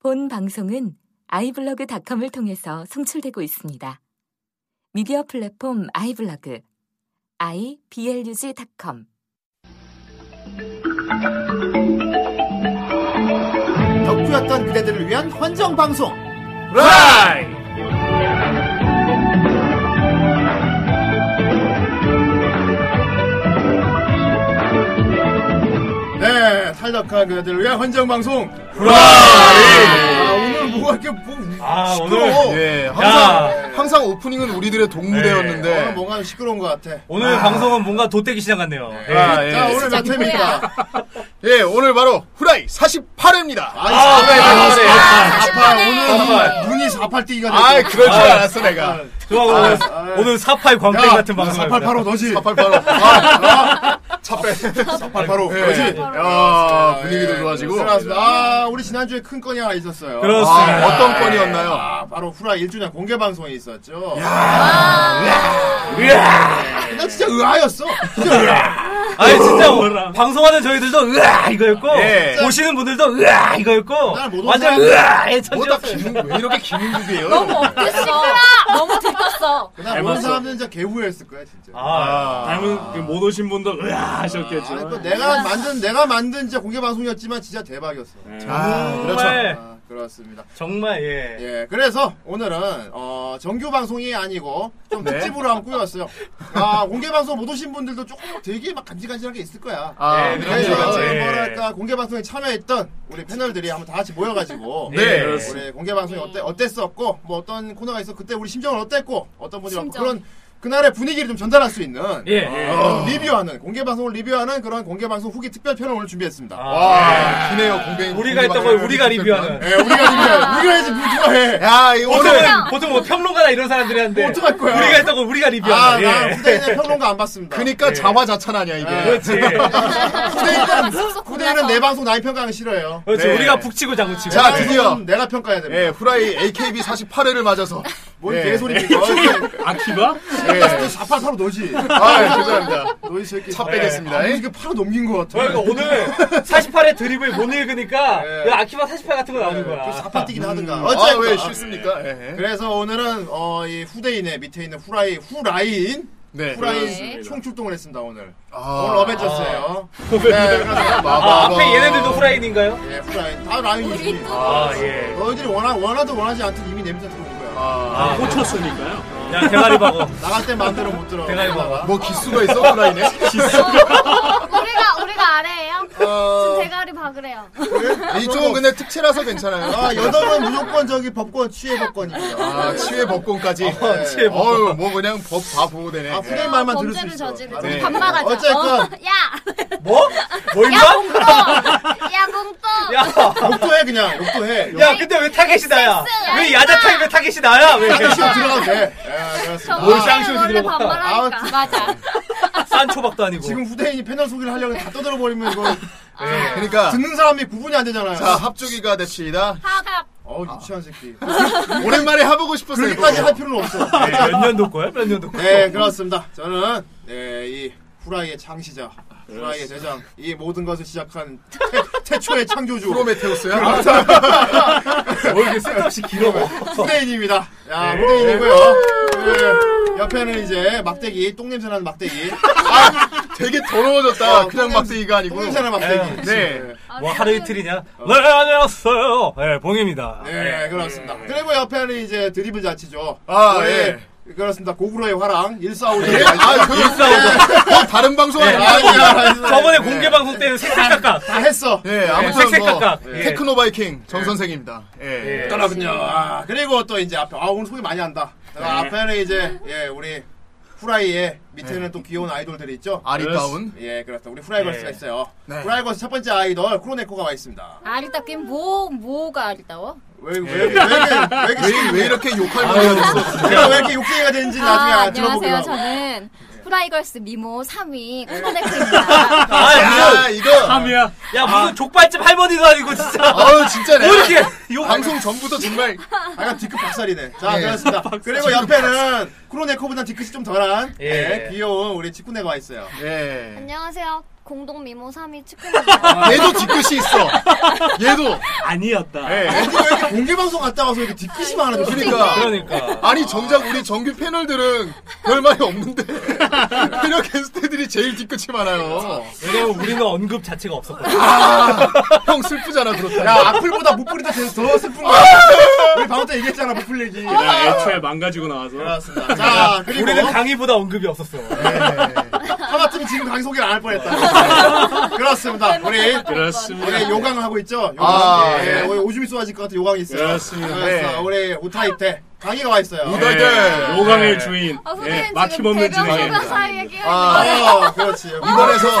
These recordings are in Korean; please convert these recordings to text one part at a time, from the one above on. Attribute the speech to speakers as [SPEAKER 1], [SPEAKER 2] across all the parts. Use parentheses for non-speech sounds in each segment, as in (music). [SPEAKER 1] 본 방송은 아이블로그닷컴을 통해서 송출되고 있습니다. 미디어 플랫폼 아이블로그 iblog.com
[SPEAKER 2] 덕후였던 그대들을 위한 헌정 방송.
[SPEAKER 3] 라이!
[SPEAKER 2] 네, 탈덕한 그대들을 위한 헌정 방송. 아,
[SPEAKER 3] 라이!
[SPEAKER 2] 오늘 뭐가 이렇게 뭐
[SPEAKER 3] 아,
[SPEAKER 2] 시끄러워.
[SPEAKER 3] 오늘,
[SPEAKER 4] 예, 항상
[SPEAKER 3] 야.
[SPEAKER 4] 항상 오프닝은 우리들의 동무대였는데
[SPEAKER 2] 예. 오늘 뭐- 뭔가 시끄러운 것 같아.
[SPEAKER 3] 오늘 방송은 뭔가 돗대기 시작 같네요. 예.
[SPEAKER 4] 아, 예.
[SPEAKER 2] 자, 오늘 몇
[SPEAKER 1] 진짜 누구야?
[SPEAKER 2] 회입니까?
[SPEAKER 4] 예 오늘 바로 후라이 48회입니다.
[SPEAKER 2] 아,
[SPEAKER 3] 아,
[SPEAKER 2] 사팔,
[SPEAKER 3] 네,
[SPEAKER 2] 사팔,
[SPEAKER 3] 네,
[SPEAKER 2] 사팔,
[SPEAKER 3] 네.
[SPEAKER 2] 아, 사팔.
[SPEAKER 3] 사팔.
[SPEAKER 2] 오늘 눈이 사팔띠기가 됐어.
[SPEAKER 4] 아, 그럴 줄 알았어 내가.
[SPEAKER 3] 좋아, 오늘,
[SPEAKER 2] 아,
[SPEAKER 3] 오늘 사팔 광팬
[SPEAKER 2] 야,
[SPEAKER 3] 같은 방송.
[SPEAKER 2] 사팔 바로 너지.
[SPEAKER 4] 4885. 아, 아, 차빼.
[SPEAKER 2] 사팔 바로 너지.
[SPEAKER 4] 예. 야, 분위기도
[SPEAKER 2] 예.
[SPEAKER 4] 좋아지고.
[SPEAKER 2] 그렇습니다. 아, 우리 지난주에 큰 건이 하나 있었어요.
[SPEAKER 3] 그렇습니다.
[SPEAKER 4] 아, 어떤
[SPEAKER 2] 예.
[SPEAKER 4] 건이었나요?
[SPEAKER 2] 아, 바로 후라이 1주년 공개 방송이 있었죠. 예. 나 진짜 의아였어. 진짜 의아.
[SPEAKER 3] 아니, 진짜, 오- 방송하는 저희들도, 으아! 이거였고,
[SPEAKER 4] 예.
[SPEAKER 3] 보시는 분들도, 으아! 이거였고,
[SPEAKER 2] 난못
[SPEAKER 3] 완전,
[SPEAKER 2] 온다.
[SPEAKER 3] 으아!의
[SPEAKER 4] 뭐다
[SPEAKER 3] 천지였어요.
[SPEAKER 4] 김, 왜 이렇게 김국이에요?
[SPEAKER 5] 너무 엎드렸어. 너무 들떴어.
[SPEAKER 2] 나
[SPEAKER 6] 닮았어.
[SPEAKER 2] 모르는 사람들은 진짜 개후회했을 거야, 진짜.
[SPEAKER 3] 아,
[SPEAKER 6] 닮은 그못 오신 분도 으아
[SPEAKER 2] 아,
[SPEAKER 6] 하셨겠지만.
[SPEAKER 2] 그거 내가 만든 내가 만든 진짜 공개 방송이었지만 진짜 대박이었어.
[SPEAKER 4] 아, 그렇죠.
[SPEAKER 3] 정말,
[SPEAKER 2] 아, 그렇습니다.
[SPEAKER 3] 정말, 예.
[SPEAKER 2] 예, 그래서 오늘은 어, 정규 방송이 아니고 좀 특집으로 한번 꾸몄어요. 아 공개 방송 못 오신 분들도 조금 되게 막 간질간질하게 있을 거야.
[SPEAKER 4] 아,
[SPEAKER 3] 예,
[SPEAKER 2] 그래서
[SPEAKER 3] 그럼요.
[SPEAKER 2] 지금
[SPEAKER 3] 예.
[SPEAKER 2] 뭐랄까 공개 방송에 참여했던 우리 패널들이 한번 다 같이 모여가지고
[SPEAKER 3] 예,
[SPEAKER 4] 네.
[SPEAKER 6] 그렇습니다.
[SPEAKER 2] 우리 공개 방송이 어때 어땠었고 뭐 어떤 코너가 있어 그때 우리 심정은 어땠고 어떤 분이 막
[SPEAKER 5] 심정.
[SPEAKER 2] 그런 그날의 분위기를 좀 전달할 수 있는
[SPEAKER 3] 예.
[SPEAKER 2] 어, 리뷰하는 공개 방송을 리뷰하는 그런 공개 방송 후기 특별 편을 오늘 준비했습니다.
[SPEAKER 3] 아,
[SPEAKER 4] 와, 기네요 공백.
[SPEAKER 3] 우리가 했던 걸 우리가 리뷰하는.
[SPEAKER 2] 예, 우리가 리뷰해. 우리가 해야지 뭐 누가 해. 뭐
[SPEAKER 4] 야, 이
[SPEAKER 3] 보통,
[SPEAKER 4] 오늘
[SPEAKER 3] 보통 뭐 평론가나 이런 사람들이 하는데,
[SPEAKER 2] 어떡할 거야?
[SPEAKER 3] 예. 우리가 했던 걸 우리가 리뷰하는.
[SPEAKER 2] 아, 나
[SPEAKER 3] 예.
[SPEAKER 2] 후대인의 평론가 안 봤습니다.
[SPEAKER 4] 그니까 자화자찬 아니야
[SPEAKER 2] 예.
[SPEAKER 4] 이게. (laughs)
[SPEAKER 3] 그렇지.
[SPEAKER 2] 후대인은,
[SPEAKER 5] 쑥쑥
[SPEAKER 2] 후대인은
[SPEAKER 5] 골라서.
[SPEAKER 2] 내 방송 남이 평가하는 싫어해요.
[SPEAKER 3] 그렇지.
[SPEAKER 4] 네.
[SPEAKER 3] 우리가 북치고 장구치고.
[SPEAKER 4] 자,
[SPEAKER 2] 내
[SPEAKER 4] 드디어.
[SPEAKER 2] 방송은 내가 평가해야 됩니다.
[SPEAKER 4] 예, 후라이 AKB 48회를 맞아서.
[SPEAKER 2] 뭔
[SPEAKER 4] 예. (laughs)
[SPEAKER 2] 개소리입니까?
[SPEAKER 6] 아키가?
[SPEAKER 4] 예.
[SPEAKER 2] 자판 팔로 너지.
[SPEAKER 4] 아, 죄송합니다.
[SPEAKER 2] 너희 새끼.
[SPEAKER 4] 차
[SPEAKER 2] 아,
[SPEAKER 4] 빼겠습니다. 예.
[SPEAKER 2] 이게 팔로 넘긴 것 같아.
[SPEAKER 3] 그러니까 오늘 48의 드립을 못 읽으니까
[SPEAKER 2] 예.
[SPEAKER 3] 야, 아키바 48 같은 거
[SPEAKER 2] 네,
[SPEAKER 3] 나오는 거야.
[SPEAKER 2] 사파 뛰긴 하든가.
[SPEAKER 4] 아,
[SPEAKER 2] 어쨌든.
[SPEAKER 4] 왜 쉽습니까? 예.
[SPEAKER 2] 그래서 오늘은, 어, 이 후대인의 밑에 있는 후라이, 후라인?
[SPEAKER 4] 네.
[SPEAKER 2] 후라인
[SPEAKER 5] 네.
[SPEAKER 2] 총출동을 했습니다, 오늘.
[SPEAKER 4] 아. 뭐,
[SPEAKER 2] 오늘 어벤져스예요 네, 예. 그래서
[SPEAKER 4] 마,
[SPEAKER 3] 아,
[SPEAKER 4] 마, 마.
[SPEAKER 3] 앞에 얘네들도 후라인인가요?
[SPEAKER 2] 예, 후라인. 다 라인이지.
[SPEAKER 5] 우리 또.
[SPEAKER 3] 아, 예.
[SPEAKER 2] 너희들이 원하, 원하든 원하지 않든 이미 냄새 들어온 거야.
[SPEAKER 4] 아,
[SPEAKER 6] 꽂혔으니까요.
[SPEAKER 3] 야, 대가리 박어.
[SPEAKER 2] 나갈 때 마음대로 못 들어.
[SPEAKER 3] 대가리 박어.
[SPEAKER 4] 뭐 기수가 있어 후라이네?
[SPEAKER 5] 우리가 우리가 아래예요.
[SPEAKER 4] 어,
[SPEAKER 5] 대가리 박으래요.
[SPEAKER 4] 이쪽은 근데 특채라서 괜찮아요.
[SPEAKER 2] 아, 여덟은 무조건 저기 법권, 취해 법권입니다.
[SPEAKER 4] 아, 치외 법권까지.
[SPEAKER 3] 어, 치외 법권.
[SPEAKER 4] 어유, 뭐 그냥 법 다 보고되네.
[SPEAKER 2] 아, 후대인 말만 들을 수
[SPEAKER 5] 범죄를
[SPEAKER 2] 있어.
[SPEAKER 5] 저지르죠.
[SPEAKER 2] 네.
[SPEAKER 5] 반말하죠.
[SPEAKER 2] 어쨌건.
[SPEAKER 5] 어, (laughs) 야,
[SPEAKER 3] 뭐? 뭐
[SPEAKER 5] 야
[SPEAKER 3] 임마?
[SPEAKER 5] 봉또. 야 봉또.
[SPEAKER 3] 야,
[SPEAKER 2] 욕도 해, 그냥. 욕도 해. 욕-
[SPEAKER 3] 야, 근데 왜 타겟이 나야? 왜 야자 타입왜 타겟이 나야? 왜?
[SPEAKER 2] 다른 시험 들어가도 돼. 예, 그렇습니다.
[SPEAKER 3] 뭘
[SPEAKER 5] 저번에는
[SPEAKER 3] 쌍시옷이
[SPEAKER 5] 원래
[SPEAKER 3] 들어가.
[SPEAKER 5] 반말하니까. 맞아.
[SPEAKER 3] 싼 초밥도 아니고.
[SPEAKER 2] 지금 후대인이 패널 소개를 하려고 다 떠들어버리면 이거
[SPEAKER 4] 그러니까
[SPEAKER 2] 듣는 사람이 구분이 안 되잖아요.
[SPEAKER 4] 자 합주기가 됩시다.
[SPEAKER 5] 하갑.
[SPEAKER 2] 어우, 유치한 새끼.
[SPEAKER 4] (laughs) 오랜만에 해보고 싶었어요.
[SPEAKER 2] 그렇게까지
[SPEAKER 4] 이거.
[SPEAKER 2] 할 필요는 없어.
[SPEAKER 3] 네, 몇 년도 거야? 몇 년도 거?
[SPEAKER 2] 네, 그렇습니다. 저는, 네, 이 후라이의 창시자, 후라이의 대장, 이 모든 것을 시작한 태- 태초의 창조주.
[SPEAKER 4] 프로메테우스야.
[SPEAKER 3] 뭐 이게 쓸데없이 길어.
[SPEAKER 2] 후대인입니다. 야,
[SPEAKER 3] 네.
[SPEAKER 2] 후대인이고요. 네, 옆에는 이제 막대기, 똥냄새 나는 막대기.
[SPEAKER 4] 되게 더러워졌다.
[SPEAKER 2] 어,
[SPEAKER 4] 그냥
[SPEAKER 2] 똥냄새-
[SPEAKER 4] 막대기가 아니고.
[SPEAKER 2] 똥냄새 나는 막대기.
[SPEAKER 4] 네.
[SPEAKER 3] 뭐 하루 이틀이냐? 네, 안녕하세요. 네, 봉입니다.
[SPEAKER 2] 네, 그렇습니다. 그리고 옆에는 이제 드리블 자치죠.
[SPEAKER 4] 아,
[SPEAKER 2] 우리,
[SPEAKER 4] 예.
[SPEAKER 2] 그렇습니다. 고구려의 화랑, 일사오리.
[SPEAKER 4] 예? 아, 그
[SPEAKER 3] 일사오고.
[SPEAKER 4] 뭐 다른 방송
[SPEAKER 3] 네.
[SPEAKER 4] 아니야?
[SPEAKER 2] 네.
[SPEAKER 3] 저번에 공개 방송 때는 색색각각.
[SPEAKER 2] 다 했어.
[SPEAKER 4] 예, 아무튼 뭐
[SPEAKER 3] 색색각각. 예.
[SPEAKER 4] 테크노 바이킹 정 선생입니다. 예.
[SPEAKER 3] 예.
[SPEAKER 2] 그렇군요. 아, 그리고 또 이제 앞에, 아, 오늘 소개 많이 한다. 그리고 앞에는 이제, 예, 우리 후라이의 밑에는 또 귀여운 아이돌들이 있죠.
[SPEAKER 4] 아리따운.
[SPEAKER 2] 예, 그렇다. 우리 후라이걸스가
[SPEAKER 3] 예.
[SPEAKER 2] 있어요.
[SPEAKER 4] 네.
[SPEAKER 2] 후라이걸스 첫 번째 아이돌, 크로네코가 와 있습니다.
[SPEAKER 5] 아리따게 뭐 뭐가 아리따워?
[SPEAKER 2] 왜, 왜, 왜, 왜, 왜, 이렇게
[SPEAKER 4] 왜, 왜 이렇게 욕할 만해야 됐어?
[SPEAKER 2] 내가 왜 이렇게 욕쟁이가 되는지 나중에
[SPEAKER 5] 아,
[SPEAKER 2] 들어보기로
[SPEAKER 5] 안녕하세요.
[SPEAKER 2] 하고. 네.
[SPEAKER 5] 저는 후라이걸스 미모 3위
[SPEAKER 2] (laughs)
[SPEAKER 5] 코코넥입니다.
[SPEAKER 3] 아, 무슨,
[SPEAKER 4] 야, 이거.
[SPEAKER 6] 참이야.
[SPEAKER 3] 야, 무슨 족발집 할머니도 아니고, 진짜.
[SPEAKER 4] 아우, 진짜네.
[SPEAKER 3] 뭐 이렇게 욕
[SPEAKER 4] 방송 전부터 정말
[SPEAKER 2] 약간 뒤끝 박살이네. 자,
[SPEAKER 4] 예.
[SPEAKER 2] 그렇습니다. 그리고 옆에는 크로네코보다 뒤끝이 좀 덜한
[SPEAKER 3] 예.
[SPEAKER 2] 예, 귀여운 우리 직구네가 와 있어요.
[SPEAKER 4] 예.
[SPEAKER 5] 안녕하세요. 공동 미모 3위
[SPEAKER 2] 네,
[SPEAKER 5] 측근이다.
[SPEAKER 4] 얘도 뒤끝이 있어. 얘도.
[SPEAKER 6] 아니었다.
[SPEAKER 4] 예.
[SPEAKER 2] 어디가 이렇게 공개방송 갔다 와서 이렇게 뒤끝이 많은 거지.
[SPEAKER 4] 그러니까.
[SPEAKER 3] 네. 그러니까.
[SPEAKER 4] 아니 정작 우리 정규 패널들은 별 말이 없는데 (laughs) 패널 게스트들이 제일 뒤끝이 많아요.
[SPEAKER 3] 왜냐면 우리는 언급 자체가 없었거든.
[SPEAKER 4] 아, 형 슬프잖아 그렇다.
[SPEAKER 2] 야, 악플보다 무플이 더- 더 슬픈 거야. 우리 방금 때 얘기했잖아, 무플 얘기.
[SPEAKER 6] 야, 애초에 망가지고 나와서.
[SPEAKER 2] 그렇습니다. 자, 그리고. 네.
[SPEAKER 3] 우리는 강의보다 언급이 없었어.
[SPEAKER 2] 하마터면 지금 강의 소개를 안 할 뻔했다.
[SPEAKER 4] 네,
[SPEAKER 2] 그렇습니다. 우리
[SPEAKER 6] 그렇습니다.
[SPEAKER 2] 올해 요강 하고 있죠? 요강.
[SPEAKER 4] 아,
[SPEAKER 2] 예,
[SPEAKER 4] 예.
[SPEAKER 2] 올해 오줌이 쏟아질 것 같은 요강이 있어요.
[SPEAKER 6] 그렇습니다.
[SPEAKER 2] 그래서
[SPEAKER 4] 네.
[SPEAKER 2] 올해 우타이 때 강의가 와 네. 있어요.
[SPEAKER 4] 우타이 때.
[SPEAKER 6] 예, 요강의
[SPEAKER 4] 네.
[SPEAKER 6] 주인.
[SPEAKER 5] 아, 후배는
[SPEAKER 6] 예,
[SPEAKER 5] 지금
[SPEAKER 6] 막힘없는
[SPEAKER 5] 대병소가
[SPEAKER 6] 주인입니다.
[SPEAKER 5] 사이에 끼어
[SPEAKER 4] 아,
[SPEAKER 5] 있는
[SPEAKER 2] 어, 그렇지.
[SPEAKER 4] 이번에서
[SPEAKER 5] 거.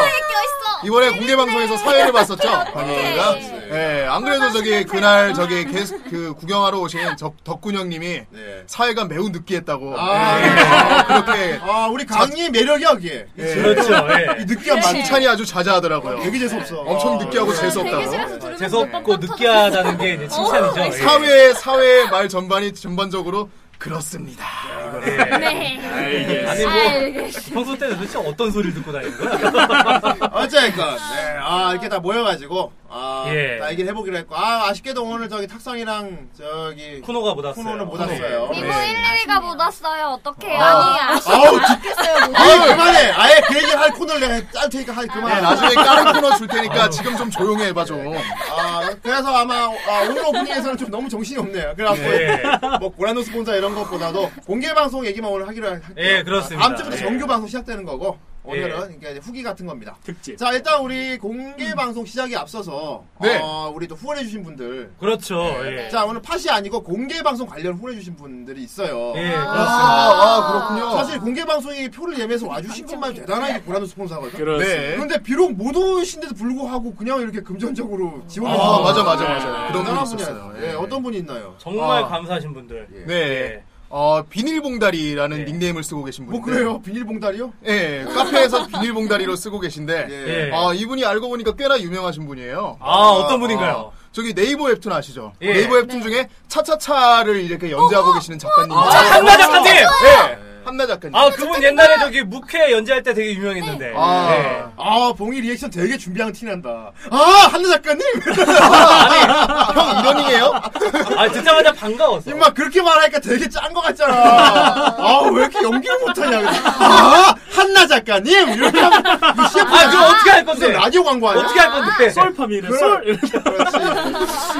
[SPEAKER 4] 이번에 공개 방송에서 사회를 봤었죠. 방송인가?
[SPEAKER 5] 네.
[SPEAKER 4] 예. 안
[SPEAKER 3] 아,
[SPEAKER 4] 그래도 저기 그날 저기 게스트 그 구경하러 오신 적- 덕군 형님이
[SPEAKER 2] 네.
[SPEAKER 4] 사회가 매우 느끼했다고.
[SPEAKER 2] 아.
[SPEAKER 4] 예. 그렇게
[SPEAKER 2] 아, 우리 강의의 매력이 여기에.
[SPEAKER 4] 네.
[SPEAKER 3] 그렇죠.
[SPEAKER 2] 이
[SPEAKER 3] 예.
[SPEAKER 2] 느끼한 만
[SPEAKER 4] 칭찬이 아주 자자하더라고요.
[SPEAKER 2] 되게 재수없어. 예.
[SPEAKER 4] 엄청 느끼하고 재수 없다고.
[SPEAKER 5] 아, 대기실에서 들으면서 뭐 어?
[SPEAKER 3] 재수없고
[SPEAKER 5] 뻑뻑
[SPEAKER 3] 느끼하다는 게 이제 칭찬이죠. 예.
[SPEAKER 4] 사회 사회의 말 전반이 전반적으로 그렇습니다.
[SPEAKER 5] 터졌어요. 네.
[SPEAKER 6] 아, 이게
[SPEAKER 3] 예. 아니
[SPEAKER 5] 아,
[SPEAKER 3] 뭐
[SPEAKER 5] 알겠습니다.
[SPEAKER 3] 평소 때는 도대체 어떤 소리를 듣고 다니는 거야?
[SPEAKER 2] 어쨌건, 네. 아, 이렇게 다 모여가지고, 아,
[SPEAKER 3] 예.
[SPEAKER 2] 다 얘기를 해보기로 했고, 아, 아쉽게도 오늘 저기 탁상이랑 저기
[SPEAKER 3] 쿠노가 못 왔어요. 예.
[SPEAKER 2] 쿠노는 못 왔어요.
[SPEAKER 5] 미모
[SPEAKER 2] 네.
[SPEAKER 5] 1, 2위가 못 왔어요. 어떡해. 아니, 아쉽-
[SPEAKER 2] 아우,
[SPEAKER 5] 아쉽겠어요. 못
[SPEAKER 2] 아예 그만해! 아예 그 얘기 할 코너를 내가 짤 테니까 할 그만.
[SPEAKER 3] 아.
[SPEAKER 4] 네, 나중에 까는 끊어 줄 테니까 지금 좀 조용히 해봐 좀.
[SPEAKER 2] 아, 그래서 아마 아, 오늘 오프닝에서는 좀 너무 정신이 없네요. 그래갖고
[SPEAKER 3] 예.
[SPEAKER 2] 뭐 고라노 스폰서 이런 것보다도 공개 방송 얘기만 오늘 하기로 할게요.
[SPEAKER 3] 예, 그렇습니다.
[SPEAKER 2] 다음 주부터
[SPEAKER 3] 예.
[SPEAKER 2] 정규 방송 시작되는 거고 오늘은 이게 이제 후기 같은 겁니다.
[SPEAKER 6] 특집.
[SPEAKER 2] 자, 일단 우리 공개 방송 시작에 앞서서
[SPEAKER 4] 네.
[SPEAKER 2] 어, 우리 또 후원해 주신 분들.
[SPEAKER 3] 그렇죠.
[SPEAKER 5] 네.
[SPEAKER 3] 예.
[SPEAKER 2] 자, 오늘 팟이 아니고 공개 방송 관련 후원해 주신 분들이 있어요.
[SPEAKER 3] 예,
[SPEAKER 5] 아.
[SPEAKER 4] 아,
[SPEAKER 3] 그렇습니다.
[SPEAKER 4] 아 그렇군요.
[SPEAKER 2] 사실 공개 방송이 표를 예매해서 와주신 분만 대단하게 고라노 스폰서거든요.
[SPEAKER 6] 그렇습니다.
[SPEAKER 4] 네.
[SPEAKER 2] 그런데 비록 못 오신데도 불구하고 그냥 이렇게 금전적으로 지원해 주신
[SPEAKER 4] 아 맞아 맞아
[SPEAKER 6] 네.
[SPEAKER 4] 맞아. 그런 분이
[SPEAKER 2] 대단한 분이
[SPEAKER 4] 네, 있었어요.
[SPEAKER 2] 아니- 예, 어떤 분이 있나요?
[SPEAKER 3] 정말
[SPEAKER 4] 아.
[SPEAKER 3] 감사하신 분들.
[SPEAKER 2] 예.
[SPEAKER 4] 네.
[SPEAKER 3] 예.
[SPEAKER 4] 어 비닐봉다리라는
[SPEAKER 3] 네.
[SPEAKER 4] 닉네임을 쓰고 계신 분.
[SPEAKER 2] 뭐 그래요? 비닐봉다리요?
[SPEAKER 4] 예, 카페에서 비닐봉다리로 쓰고 계신데,
[SPEAKER 2] 예.
[SPEAKER 3] 예.
[SPEAKER 4] 아 이분이 알고 보니까 꽤나 유명하신 분이에요.
[SPEAKER 3] 아, 어떤 분인가요?
[SPEAKER 4] 아, 저기 네이버 웹툰 아시죠?
[SPEAKER 3] 예.
[SPEAKER 4] 네이버 웹툰 중에 차차차를 이렇게 연재하고 계시는 작가님.
[SPEAKER 2] 아,
[SPEAKER 3] 자, 한나 작가님!
[SPEAKER 2] 어,
[SPEAKER 4] 예, 한나 작가님.
[SPEAKER 3] 아, 그분 옛날에 저기 묵회 연재할 때 되게 유명했는데.
[SPEAKER 4] 아.
[SPEAKER 3] 예.
[SPEAKER 2] 아, 봉이 리액션 되게 준비한 티 난다. 아, 한나
[SPEAKER 3] (laughs)
[SPEAKER 2] 작가님!
[SPEAKER 4] 형 이런이에요?
[SPEAKER 3] 아, 듣자마자 반가웠어.
[SPEAKER 2] 막 그렇게 말하니까 되게 짠 것 같잖아. 아, 왜 이렇게 연기를 못하냐. 그래서, 아, 한나 작가님! 이렇게 하면, 이거 CF
[SPEAKER 3] 아, 그거 어떻게 할 건데?
[SPEAKER 2] 무슨 라디오 광고 아니야?
[SPEAKER 3] 어떻게 할 건데?
[SPEAKER 6] 솔팜이래. 솔.
[SPEAKER 2] 그럴, 그렇지.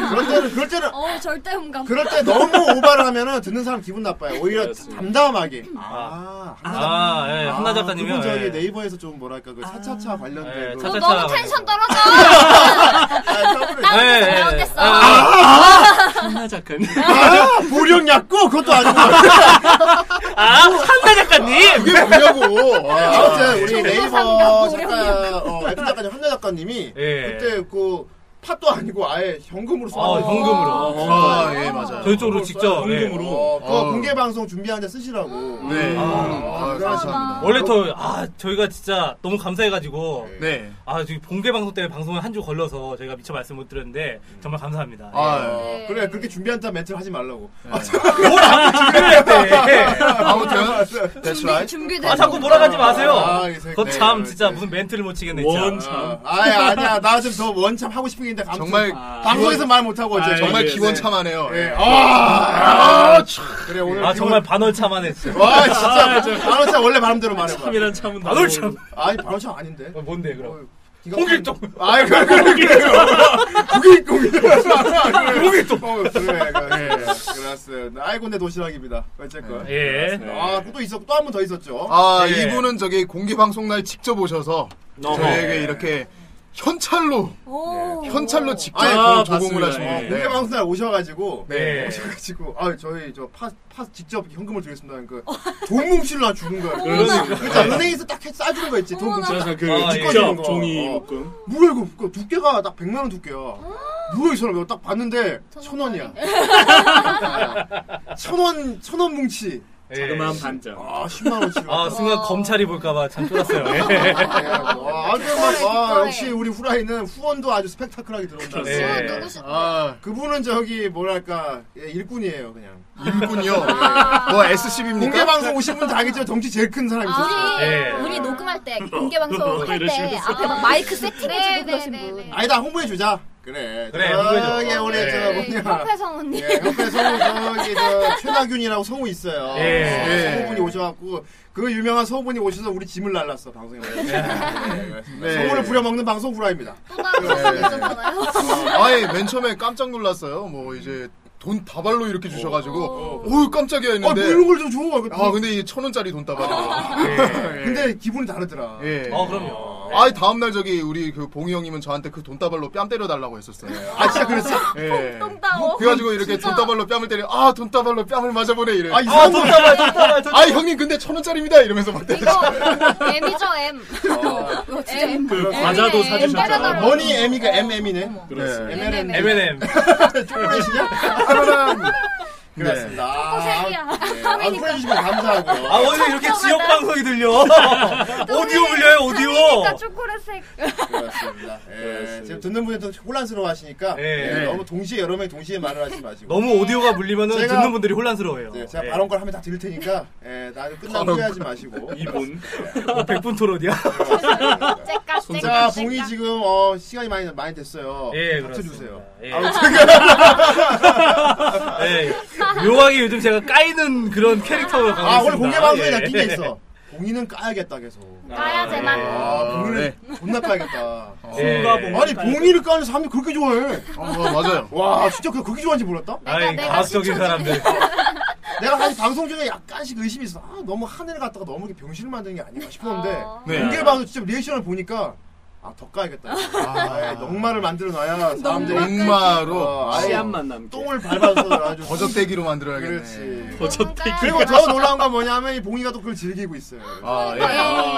[SPEAKER 2] 그럴 때는, 그럴 때는,
[SPEAKER 5] 어, 절대 음감.
[SPEAKER 2] 그럴 때 너무 오바를 하면은 듣는 사람 기분 나빠요. 오히려
[SPEAKER 6] 그렇습니다.
[SPEAKER 2] 담담하게. 아, 한나 작가님.
[SPEAKER 3] 아, 예, 한나 작가님이요.
[SPEAKER 2] 그분 저기
[SPEAKER 3] 예.
[SPEAKER 2] 네이버에서 좀 뭐랄까 그 차차차 관련된
[SPEAKER 3] 예,
[SPEAKER 2] 그
[SPEAKER 5] 뭐 너
[SPEAKER 3] 차차차.
[SPEAKER 5] 너무 텐션 떨어져.
[SPEAKER 2] 아, 서브를-
[SPEAKER 5] 나
[SPEAKER 3] 예,
[SPEAKER 5] 혼자
[SPEAKER 3] 예.
[SPEAKER 5] 나온댔어.
[SPEAKER 3] 아,
[SPEAKER 6] 한나 작가님.
[SPEAKER 2] 아, 보령 약고 그것도 아니고.
[SPEAKER 3] 아, 한나 작가님!
[SPEAKER 4] 그게 뭐냐고. 아,
[SPEAKER 2] 아무튼 우리 네이버
[SPEAKER 5] 조상가
[SPEAKER 2] 작가 어, 애플 작가님 한나 작가님이
[SPEAKER 3] 예.
[SPEAKER 2] 그때 그 팟도 아니고 아예 현금으로 쏴.
[SPEAKER 3] 아, 현금으로.
[SPEAKER 4] 아, 예, 맞아요.
[SPEAKER 3] 저희 쪽으로 직접. 예.
[SPEAKER 6] 현금으로.
[SPEAKER 2] 어, 그거
[SPEAKER 4] 어.
[SPEAKER 2] 공개 방송 준비하는데 쓰시라고.
[SPEAKER 4] 네.
[SPEAKER 3] 아,
[SPEAKER 4] 아, 감사합니다.
[SPEAKER 3] 원래 더, 아, 저희가 진짜 너무 감사해가지고.
[SPEAKER 4] 네.
[SPEAKER 3] 아, 지금 공개 방송 때문에 방송을 한 주 걸러서 저희가 미처 말씀 못 드렸는데, 정말 감사합니다.
[SPEAKER 4] 아,
[SPEAKER 2] 어,
[SPEAKER 5] 네.
[SPEAKER 2] 그래 그렇게 준비한다 멘트를 하지 말라고.
[SPEAKER 3] 예. 뭘 아무 준비를 했대.
[SPEAKER 4] 아무튼 that's
[SPEAKER 5] 준비,
[SPEAKER 4] right.
[SPEAKER 5] 준비돼.
[SPEAKER 3] 아, 자꾸 몰아가지 마세요.
[SPEAKER 2] 아, 이 새끼.
[SPEAKER 3] 그거 참,
[SPEAKER 2] 네,
[SPEAKER 3] 진짜
[SPEAKER 2] 네.
[SPEAKER 3] 무슨 멘트를 못 치겠네,
[SPEAKER 6] 원.
[SPEAKER 3] 진짜.
[SPEAKER 6] 참.
[SPEAKER 2] 아, 아니 아니야 나 좀 더 원참 하고 싶은 게 있는데 아무튼
[SPEAKER 4] 정말
[SPEAKER 2] 방송에서 말 못하고 이제
[SPEAKER 6] 아,
[SPEAKER 4] 정말
[SPEAKER 6] 예,
[SPEAKER 4] 기원참하네요.
[SPEAKER 2] 네, 예.
[SPEAKER 4] 예.
[SPEAKER 2] 아, 그래 오늘
[SPEAKER 3] 아,
[SPEAKER 2] 기분-
[SPEAKER 3] 정말 반월차만해, 진짜.
[SPEAKER 2] 와 진짜 반원차 원래 바람대로 말해봐.
[SPEAKER 6] 참이란 참은 다
[SPEAKER 3] 반월참.
[SPEAKER 2] 아니 반원차 아닌데.
[SPEAKER 3] 어, 뭔데, 그럼?
[SPEAKER 2] 홍길동.
[SPEAKER 3] 홍길동.
[SPEAKER 2] 아, 그래, 그래, 어, 그래. 홍길동. 홍길동. 그래, 그래. 그렇습니다. 아이고, 내 도시락입니다. 어쨌건.
[SPEAKER 3] 예.
[SPEAKER 2] 아, 또 있었고, 또 한 번 더 있었죠.
[SPEAKER 4] 아,
[SPEAKER 3] 예.
[SPEAKER 4] 이분은 저기 공개 방송 날 직접 오셔서 저에게 이렇게 현찰로
[SPEAKER 5] 오.
[SPEAKER 3] 네.
[SPEAKER 4] 현찰로 직접
[SPEAKER 6] 아,
[SPEAKER 4] 조공을
[SPEAKER 6] 맞습니다.
[SPEAKER 4] 하신
[SPEAKER 6] 예.
[SPEAKER 4] 건데.
[SPEAKER 2] 공개 방송날 오셔가지고.
[SPEAKER 3] 네.
[SPEAKER 2] 오셔가지고, 아, 저희, 저, 파, 파 직접 현금을 주겠습니다. 그러니까, 돈 뭉치를 나 주는 거야.
[SPEAKER 6] 그러니까.
[SPEAKER 2] 그러니까 은행에서 딱 해- 싸주는 거 있지. 돈 뭉치.
[SPEAKER 6] 그래서 그
[SPEAKER 3] 아, 예.
[SPEAKER 6] 직접 종이
[SPEAKER 2] 어.
[SPEAKER 6] 묶음.
[SPEAKER 2] 뭐야, 이거. 그 두께가 딱 100만원 두께야. 뭐야, 이 사람. 이거 딱 봤는데, 천 원이야. 천 원, 천 원 뭉치.
[SPEAKER 3] 예.
[SPEAKER 6] 자그마한 반점.
[SPEAKER 2] 아 10만 원치로.
[SPEAKER 3] 아 순간
[SPEAKER 5] 어.
[SPEAKER 3] 검찰이 볼까봐 참 쫄았어요.
[SPEAKER 2] (laughs)
[SPEAKER 3] 예.
[SPEAKER 2] 아, 아주 막, 아, 역시 우리 후라이는 후원도 아주 스펙타클하게 들어온다. 예.
[SPEAKER 3] 그렇죠. 네.
[SPEAKER 5] 어, 누구시?
[SPEAKER 4] 아,
[SPEAKER 2] 그분은 저기 뭐랄까 예, 일꾼이에요 그냥.
[SPEAKER 4] 일군요.
[SPEAKER 5] 아.
[SPEAKER 4] 뭐 SCB입니까?
[SPEAKER 2] 공개 방송 오신 분 다 알겠지만 덩치 제일 큰 사람이 있었어요.
[SPEAKER 5] 우리
[SPEAKER 3] 예.
[SPEAKER 5] 우리 녹음할 때 공개
[SPEAKER 4] 어,
[SPEAKER 5] 방송 할 때
[SPEAKER 6] 이러시면서.
[SPEAKER 5] 앞에 막 마이크 세팅해주고 그러신
[SPEAKER 7] 네, 네,
[SPEAKER 5] 분.
[SPEAKER 7] 네.
[SPEAKER 2] 아니다 홍보해주자. 그래.
[SPEAKER 3] 그래,
[SPEAKER 2] 저기
[SPEAKER 3] 홍보해줘.
[SPEAKER 2] 우리
[SPEAKER 3] 네.
[SPEAKER 2] 저 뭐냐.
[SPEAKER 5] 협회성 언니.
[SPEAKER 4] 네.
[SPEAKER 2] 예, 옆에 성우 저기 저 최나균이라고 성우 있어요.
[SPEAKER 3] 예.
[SPEAKER 2] 예.
[SPEAKER 4] 예.
[SPEAKER 2] 성우분이 오셔갖고 그 유명한 성우분이 오셔서 우리 짐을 날랐어 방송에. 네.
[SPEAKER 4] 네.
[SPEAKER 2] 성우를 부려먹는 방송 후라입니다.
[SPEAKER 5] 또 다른 사람 있었잖아요.
[SPEAKER 4] 아예 맨 처음에 깜짝 놀랐어요. 뭐 이제 돈 다발로 이렇게 주셔가지고 오 깜짝이야
[SPEAKER 2] 어, 아, 뭐
[SPEAKER 4] 했는데
[SPEAKER 2] 이런 걸 좀 줘. 그
[SPEAKER 4] 아 근데 이천 원짜리 돈 다발이
[SPEAKER 2] (laughs)
[SPEAKER 3] 예.
[SPEAKER 2] 근데 기분이 다르더라.
[SPEAKER 4] 예.
[SPEAKER 3] 어 그럼요.
[SPEAKER 4] 아이 다음 날 저기 우리 그 봉이 형님은 저한테 그 돈다발로 뺨 때려 달라고 했었어요.
[SPEAKER 2] 아 진짜 그랬어?
[SPEAKER 4] 예.
[SPEAKER 5] 똥다오.
[SPEAKER 4] 그래가지고 이렇게 돈다발로 뺨을 때려 아 돈다발로 뺨을 맞아보네 이래.
[SPEAKER 2] 아,
[SPEAKER 4] 아,
[SPEAKER 2] 이 사람 아,
[SPEAKER 4] 형님 근데 천 원짜리입니다 이러면서
[SPEAKER 2] (laughs)
[SPEAKER 4] 막 때려.
[SPEAKER 5] 이거 M이죠 M.
[SPEAKER 4] 어.
[SPEAKER 5] (laughs) 이거 진짜 M.
[SPEAKER 6] 그 과자도
[SPEAKER 5] 예,
[SPEAKER 6] 사주셨잖아요.
[SPEAKER 5] 때려달라고.
[SPEAKER 2] 머니 M이가 MM이네. 예.
[SPEAKER 6] 그렇습니다.
[SPEAKER 4] 네.
[SPEAKER 5] M&M.
[SPEAKER 3] M&M.
[SPEAKER 2] 초콜릿이냐?
[SPEAKER 4] 그러면
[SPEAKER 2] 그렇습니다.
[SPEAKER 5] 초코색이야.
[SPEAKER 2] 아, 네. 아, 풀어주시면 감사하고요.
[SPEAKER 3] 아 원래 이렇게 지역 방송이 들려.
[SPEAKER 5] (laughs)
[SPEAKER 3] 오디오 불려요 오디오.
[SPEAKER 5] 그러니까 초콜릿색.
[SPEAKER 2] 그렇습니다. 예,
[SPEAKER 6] 그렇습니다.
[SPEAKER 2] 지금 듣는 분이 더 혼란스러워 하시니까
[SPEAKER 3] 예.
[SPEAKER 2] 예, 너무 동시에 여러 명이 동시에 말을 하지 마시고
[SPEAKER 3] 너무 오디오가 물리면은
[SPEAKER 2] 제가-
[SPEAKER 3] 듣는 분들이 혼란스러워요.
[SPEAKER 2] 네, 제가
[SPEAKER 3] 예.
[SPEAKER 2] 발언권 하면 다 드릴 테니까 예, 나 끝나고
[SPEAKER 4] 발언권.
[SPEAKER 2] 후회하지 마시고
[SPEAKER 6] 이분.
[SPEAKER 3] 뭐
[SPEAKER 2] (laughs)
[SPEAKER 3] 100분 토론이야.
[SPEAKER 5] 째까 째까
[SPEAKER 2] 자, 봉이 지금 어, 시간이 많이 많이 됐어요.
[SPEAKER 3] 예,
[SPEAKER 2] 받쳐주세요. 아,
[SPEAKER 3] 그렇습니다. 예. 예. 묘하게 요즘 제가 까이는 그런 캐릭터로 가고
[SPEAKER 2] 아,
[SPEAKER 3] 있습니다.
[SPEAKER 2] 오늘 공개 방송에
[SPEAKER 3] 예.
[SPEAKER 2] 나 낀 게 있어. 봉이는 까야겠다 계속.
[SPEAKER 5] 까야 제만.
[SPEAKER 4] 네.
[SPEAKER 2] 아, 봉이를 존나 까야겠다.
[SPEAKER 3] 예.
[SPEAKER 6] 순간 뭔가
[SPEAKER 2] 아니, 봉이를 까는 사람이 그렇게 좋아해.
[SPEAKER 4] 어, 맞아요.
[SPEAKER 2] 와, 진짜 그 그렇게 좋아하는지 몰랐다.
[SPEAKER 3] 아이
[SPEAKER 5] 내가
[SPEAKER 3] 과학적인 사람들.
[SPEAKER 2] 내가 사실 방송 중에 약간씩 의심이 있어. 아, 너무 하늘 갔다가 너무 이렇게 병신을 만드는 게 아닌가 싶었는데
[SPEAKER 5] 어.
[SPEAKER 6] 네.
[SPEAKER 2] 공개 방송 진짜 리액션을 보니까 아, 더 까야겠다. 아, 넉마를 만들어 놔야 사람들이
[SPEAKER 4] 목마로
[SPEAKER 2] 아,
[SPEAKER 6] 씨앗만 남게.
[SPEAKER 2] 똥을
[SPEAKER 4] (laughs)
[SPEAKER 2] 밟아서 아주 음,
[SPEAKER 4] 버적대기로 만들어야겠네.
[SPEAKER 2] 그렇지.
[SPEAKER 6] 어쨌든
[SPEAKER 2] 그리고 더 놀라운 건 뭐냐면 이 봉이가 또 그걸 즐기고 있어요.
[SPEAKER 4] 아 예.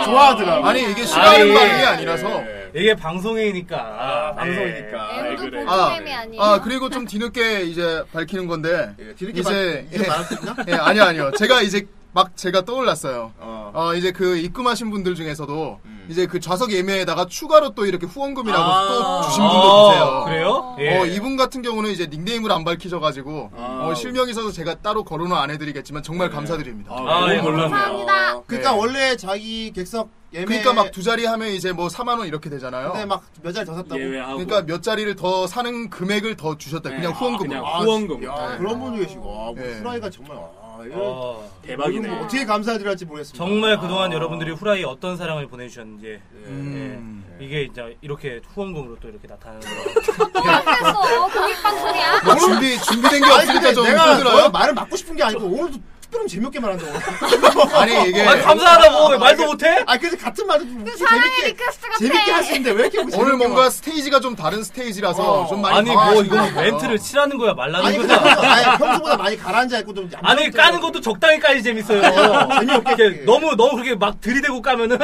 [SPEAKER 2] 좋아하더라고.
[SPEAKER 4] 아니 이게 싫어하는
[SPEAKER 3] 예.
[SPEAKER 4] 반응이 아니라서.
[SPEAKER 2] 예.
[SPEAKER 3] 이게 방송이니까.
[SPEAKER 2] 아, 방송이니까.
[SPEAKER 6] 예.
[SPEAKER 5] M도
[SPEAKER 6] 그래.
[SPEAKER 4] 아,
[SPEAKER 5] 보조개미 아니에요?
[SPEAKER 4] 아 그리고 좀 뒤늦게 이제 밝히는 건데
[SPEAKER 2] 예, 뒤늦게
[SPEAKER 4] 이제-
[SPEAKER 2] 말- 이제 말할 수 있나?
[SPEAKER 4] 예, 아니요, 아니요. 제가 이제 막 제가 (laughs) 떠올랐어요.
[SPEAKER 2] 어.
[SPEAKER 4] 어, 이제 그 입금하신 분들 중에서도
[SPEAKER 2] 음.
[SPEAKER 4] 이제 그 좌석 예매에다가 추가로 또 이렇게 후원금이라고
[SPEAKER 2] 아.
[SPEAKER 4] 또 주신 분도 계세요.
[SPEAKER 3] 아, 그래요? 예.
[SPEAKER 4] 어, 이분 같은 경우는 이제 닉네임을 안 밝히셔가지고
[SPEAKER 2] 아.
[SPEAKER 4] 어, 실명이 있어서 제가 따로 거론은 안 해드리겠지만 정말 감사드립니다. 그러니까
[SPEAKER 6] 아,
[SPEAKER 3] 아, 예.
[SPEAKER 6] 너무 놀랐네요.
[SPEAKER 5] 감사합니다.
[SPEAKER 2] 어, 그러니까
[SPEAKER 4] 네.
[SPEAKER 2] 원래 자기 객석 예매
[SPEAKER 4] 그러니까 막 두 자리 하면 이제 뭐 4만 원 이렇게 되잖아요.
[SPEAKER 2] 근데 네. 막몇 자리 더 샀다고.
[SPEAKER 6] 예외하고.
[SPEAKER 4] 그러니까 몇 자리를 더 사는 금액을 더 주셨다. 그냥
[SPEAKER 6] 네.
[SPEAKER 4] 후원금으로.
[SPEAKER 6] 그냥
[SPEAKER 2] 아,
[SPEAKER 6] 후원금. 네.
[SPEAKER 2] 야, 그런 분도 계시고 아,
[SPEAKER 4] 예.
[SPEAKER 2] 후라이가 정말 아, 이런
[SPEAKER 3] 어,
[SPEAKER 6] 대박이네.
[SPEAKER 2] 뭐 어떻게 감사드려야 할지 모르겠습니다.
[SPEAKER 3] 정말 그동안 여러분들이 후라이 어떤 사랑을 보내주셨는지
[SPEAKER 4] 음.
[SPEAKER 3] 예. 이게 이제 이렇게 후원금으로 또 이렇게 나타나는 거예요.
[SPEAKER 2] 아,
[SPEAKER 5] 아, 됐어. 공익방송이야.
[SPEAKER 4] 뭐 준비 준비된 게
[SPEAKER 2] 아니, 근데
[SPEAKER 4] 없으니까 좀
[SPEAKER 2] 내가 너야
[SPEAKER 4] 힘들어요.
[SPEAKER 2] 말을 막고 싶은 게 아니고 오늘도 특별히 재미없게
[SPEAKER 4] (laughs)
[SPEAKER 2] 말한다고.
[SPEAKER 4] 아니 이게
[SPEAKER 3] 아 감사하다고
[SPEAKER 2] 아,
[SPEAKER 3] 말도
[SPEAKER 2] 아,
[SPEAKER 3] 못해?
[SPEAKER 2] 아 근데 같은 말도 좀
[SPEAKER 5] 사랑의
[SPEAKER 2] 재밌게
[SPEAKER 5] 리퀘스트 같아.
[SPEAKER 2] 재밌게 하시는데 왜 이렇게
[SPEAKER 4] 오늘
[SPEAKER 2] 재밌게
[SPEAKER 4] 뭔가
[SPEAKER 2] 말-
[SPEAKER 4] 스테이지가 좀 다른 스테이지라서
[SPEAKER 2] 어.
[SPEAKER 4] 좀 많이 어.
[SPEAKER 3] 아니 뭐
[SPEAKER 4] 당황하신
[SPEAKER 3] 이거
[SPEAKER 4] 것 같아요.
[SPEAKER 3] 멘트를 치라는 거야
[SPEAKER 2] 아니
[SPEAKER 3] 말라는
[SPEAKER 2] 근데
[SPEAKER 3] 거야?
[SPEAKER 2] 평소- 아니, 평소보다 많이 가라앉아 있고 좀 얌전한
[SPEAKER 3] 아니 까는 것도 적당히 까지 재밌어요.
[SPEAKER 2] 재미없게
[SPEAKER 3] 이렇게
[SPEAKER 2] 그게.
[SPEAKER 3] 너무 너무 그렇게 막 들이대고 까면은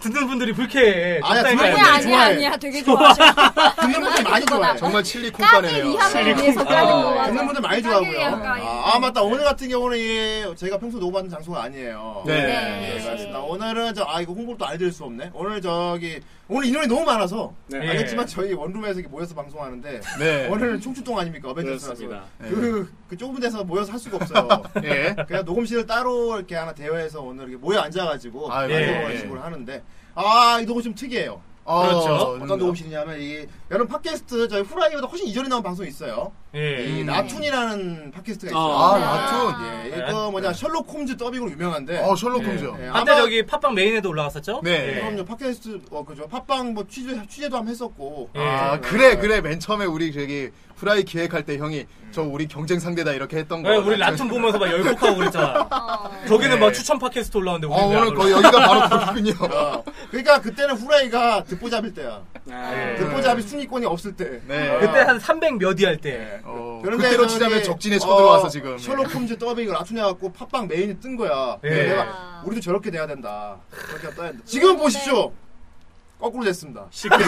[SPEAKER 3] 듣는 분들이 불쾌해.
[SPEAKER 2] 아니야,
[SPEAKER 3] 적당히
[SPEAKER 2] 정말
[SPEAKER 3] 까야
[SPEAKER 5] 아니야
[SPEAKER 3] 돼.
[SPEAKER 2] 되게
[SPEAKER 5] 아니야
[SPEAKER 2] 좋아해.
[SPEAKER 5] 아니야 되게 좋아하셔.
[SPEAKER 2] 듣는 분들 많이 좋아해.
[SPEAKER 4] 정말 칠리콘
[SPEAKER 5] 까기
[SPEAKER 4] 까네요.
[SPEAKER 5] 위함을 위해서 까는 거
[SPEAKER 2] 어, 듣는 아, 분들 많이
[SPEAKER 5] 까기
[SPEAKER 2] 좋아하고요.
[SPEAKER 5] 위함 까기.
[SPEAKER 2] 아, 아, 맞다 오늘 같은 경우는 이 저희가 평소 노고받는 장소가 아니에요.
[SPEAKER 4] 네.
[SPEAKER 5] 네.
[SPEAKER 2] 예, 맞습니다. 오늘은 저, 아, 이거 홍보를 또 알려드릴 수 없네. 오늘 저기, 오늘 인원이 너무 많아서.
[SPEAKER 6] 네.
[SPEAKER 2] 알겠지만 저희 원룸에서 이렇게 모여서 방송하는데.
[SPEAKER 4] 네.
[SPEAKER 2] 오늘은 총출동 아닙니까? 어벤져스라서.
[SPEAKER 6] 그렇습니다.
[SPEAKER 2] 그, 그 좁은 데서 모여서 할 수가 없어요. (laughs)
[SPEAKER 3] (laughs)
[SPEAKER 4] 예.
[SPEAKER 2] 그냥 녹음실을 따로 이렇게 하나 대여해서 오늘 이렇게 모여 앉아가지고.
[SPEAKER 4] 아,
[SPEAKER 2] 방송을
[SPEAKER 3] 예.
[SPEAKER 2] 하는 식으로 하는데. 아, 이 녹음실 좀 특이해요.
[SPEAKER 4] 어,
[SPEAKER 3] 그렇죠.
[SPEAKER 2] 어떤 녹음실이냐면 이 여러분 팟캐스트 저희 후라이보다 훨씬 이전에 나온 방송이 있어요.
[SPEAKER 3] 예.
[SPEAKER 2] 이
[SPEAKER 4] 음.
[SPEAKER 2] 나툰이라는 팟캐스트가 있어요.
[SPEAKER 4] 아,
[SPEAKER 6] 아,
[SPEAKER 4] 나툰.
[SPEAKER 2] 예, 이거 뭐냐 셜록 홈즈 더빙으로 유명한데.
[SPEAKER 4] 어, 셜록 홈즈요.
[SPEAKER 2] 예,
[SPEAKER 3] 네. 한때
[SPEAKER 2] 아마-
[SPEAKER 3] 저기 팟빵 메인에도 올라갔었죠?
[SPEAKER 4] 네.
[SPEAKER 3] 예.
[SPEAKER 2] 그럼요 팟캐스트 어 그죠 팟빵 뭐 취재 취재도 한번 했었고.
[SPEAKER 3] 예.
[SPEAKER 4] 아, 그래 그래 맨 처음에 우리 저기 후라이 기획할 때 형이 저 우리 경쟁 상대다 이렇게 했던 거.
[SPEAKER 3] 왜 우리 라툰 보면서 막 열폭하고 그랬잖아. 저기는 막 추천 팟캐스트 올라왔는데
[SPEAKER 4] 어,
[SPEAKER 3] 우리는 왜
[SPEAKER 4] 오늘
[SPEAKER 3] 안
[SPEAKER 4] 거의
[SPEAKER 3] 올라와?
[SPEAKER 4] 여기가 바로
[SPEAKER 3] (laughs)
[SPEAKER 4] 거기군요.
[SPEAKER 2] 어, 그러니까 그때는 후라이가 듣보잡일 때야.
[SPEAKER 6] 아,
[SPEAKER 3] 예.
[SPEAKER 2] 듣보잡이 순위권이 없을 때.
[SPEAKER 4] 네.
[SPEAKER 3] 아. 그때 한 300 몇 이 할 때.
[SPEAKER 4] 어,
[SPEAKER 2] 그런데
[SPEAKER 4] 그때로
[SPEAKER 2] 저기,
[SPEAKER 4] 치자면 적진에 쳐들어와서 지금. 예.
[SPEAKER 3] (laughs)
[SPEAKER 2] 셜록 홈즈 더빙을 낮추냐고 팟빵 메인이 뜬 거야.
[SPEAKER 3] 예.
[SPEAKER 2] 그래서
[SPEAKER 4] 아.
[SPEAKER 2] 내가 우리도 저렇게 돼야 된다. 그렇게
[SPEAKER 4] 네.
[SPEAKER 2] 떠야 된다. 지금 보십시오. 거꾸로 됐습니다.
[SPEAKER 6] 시끄러.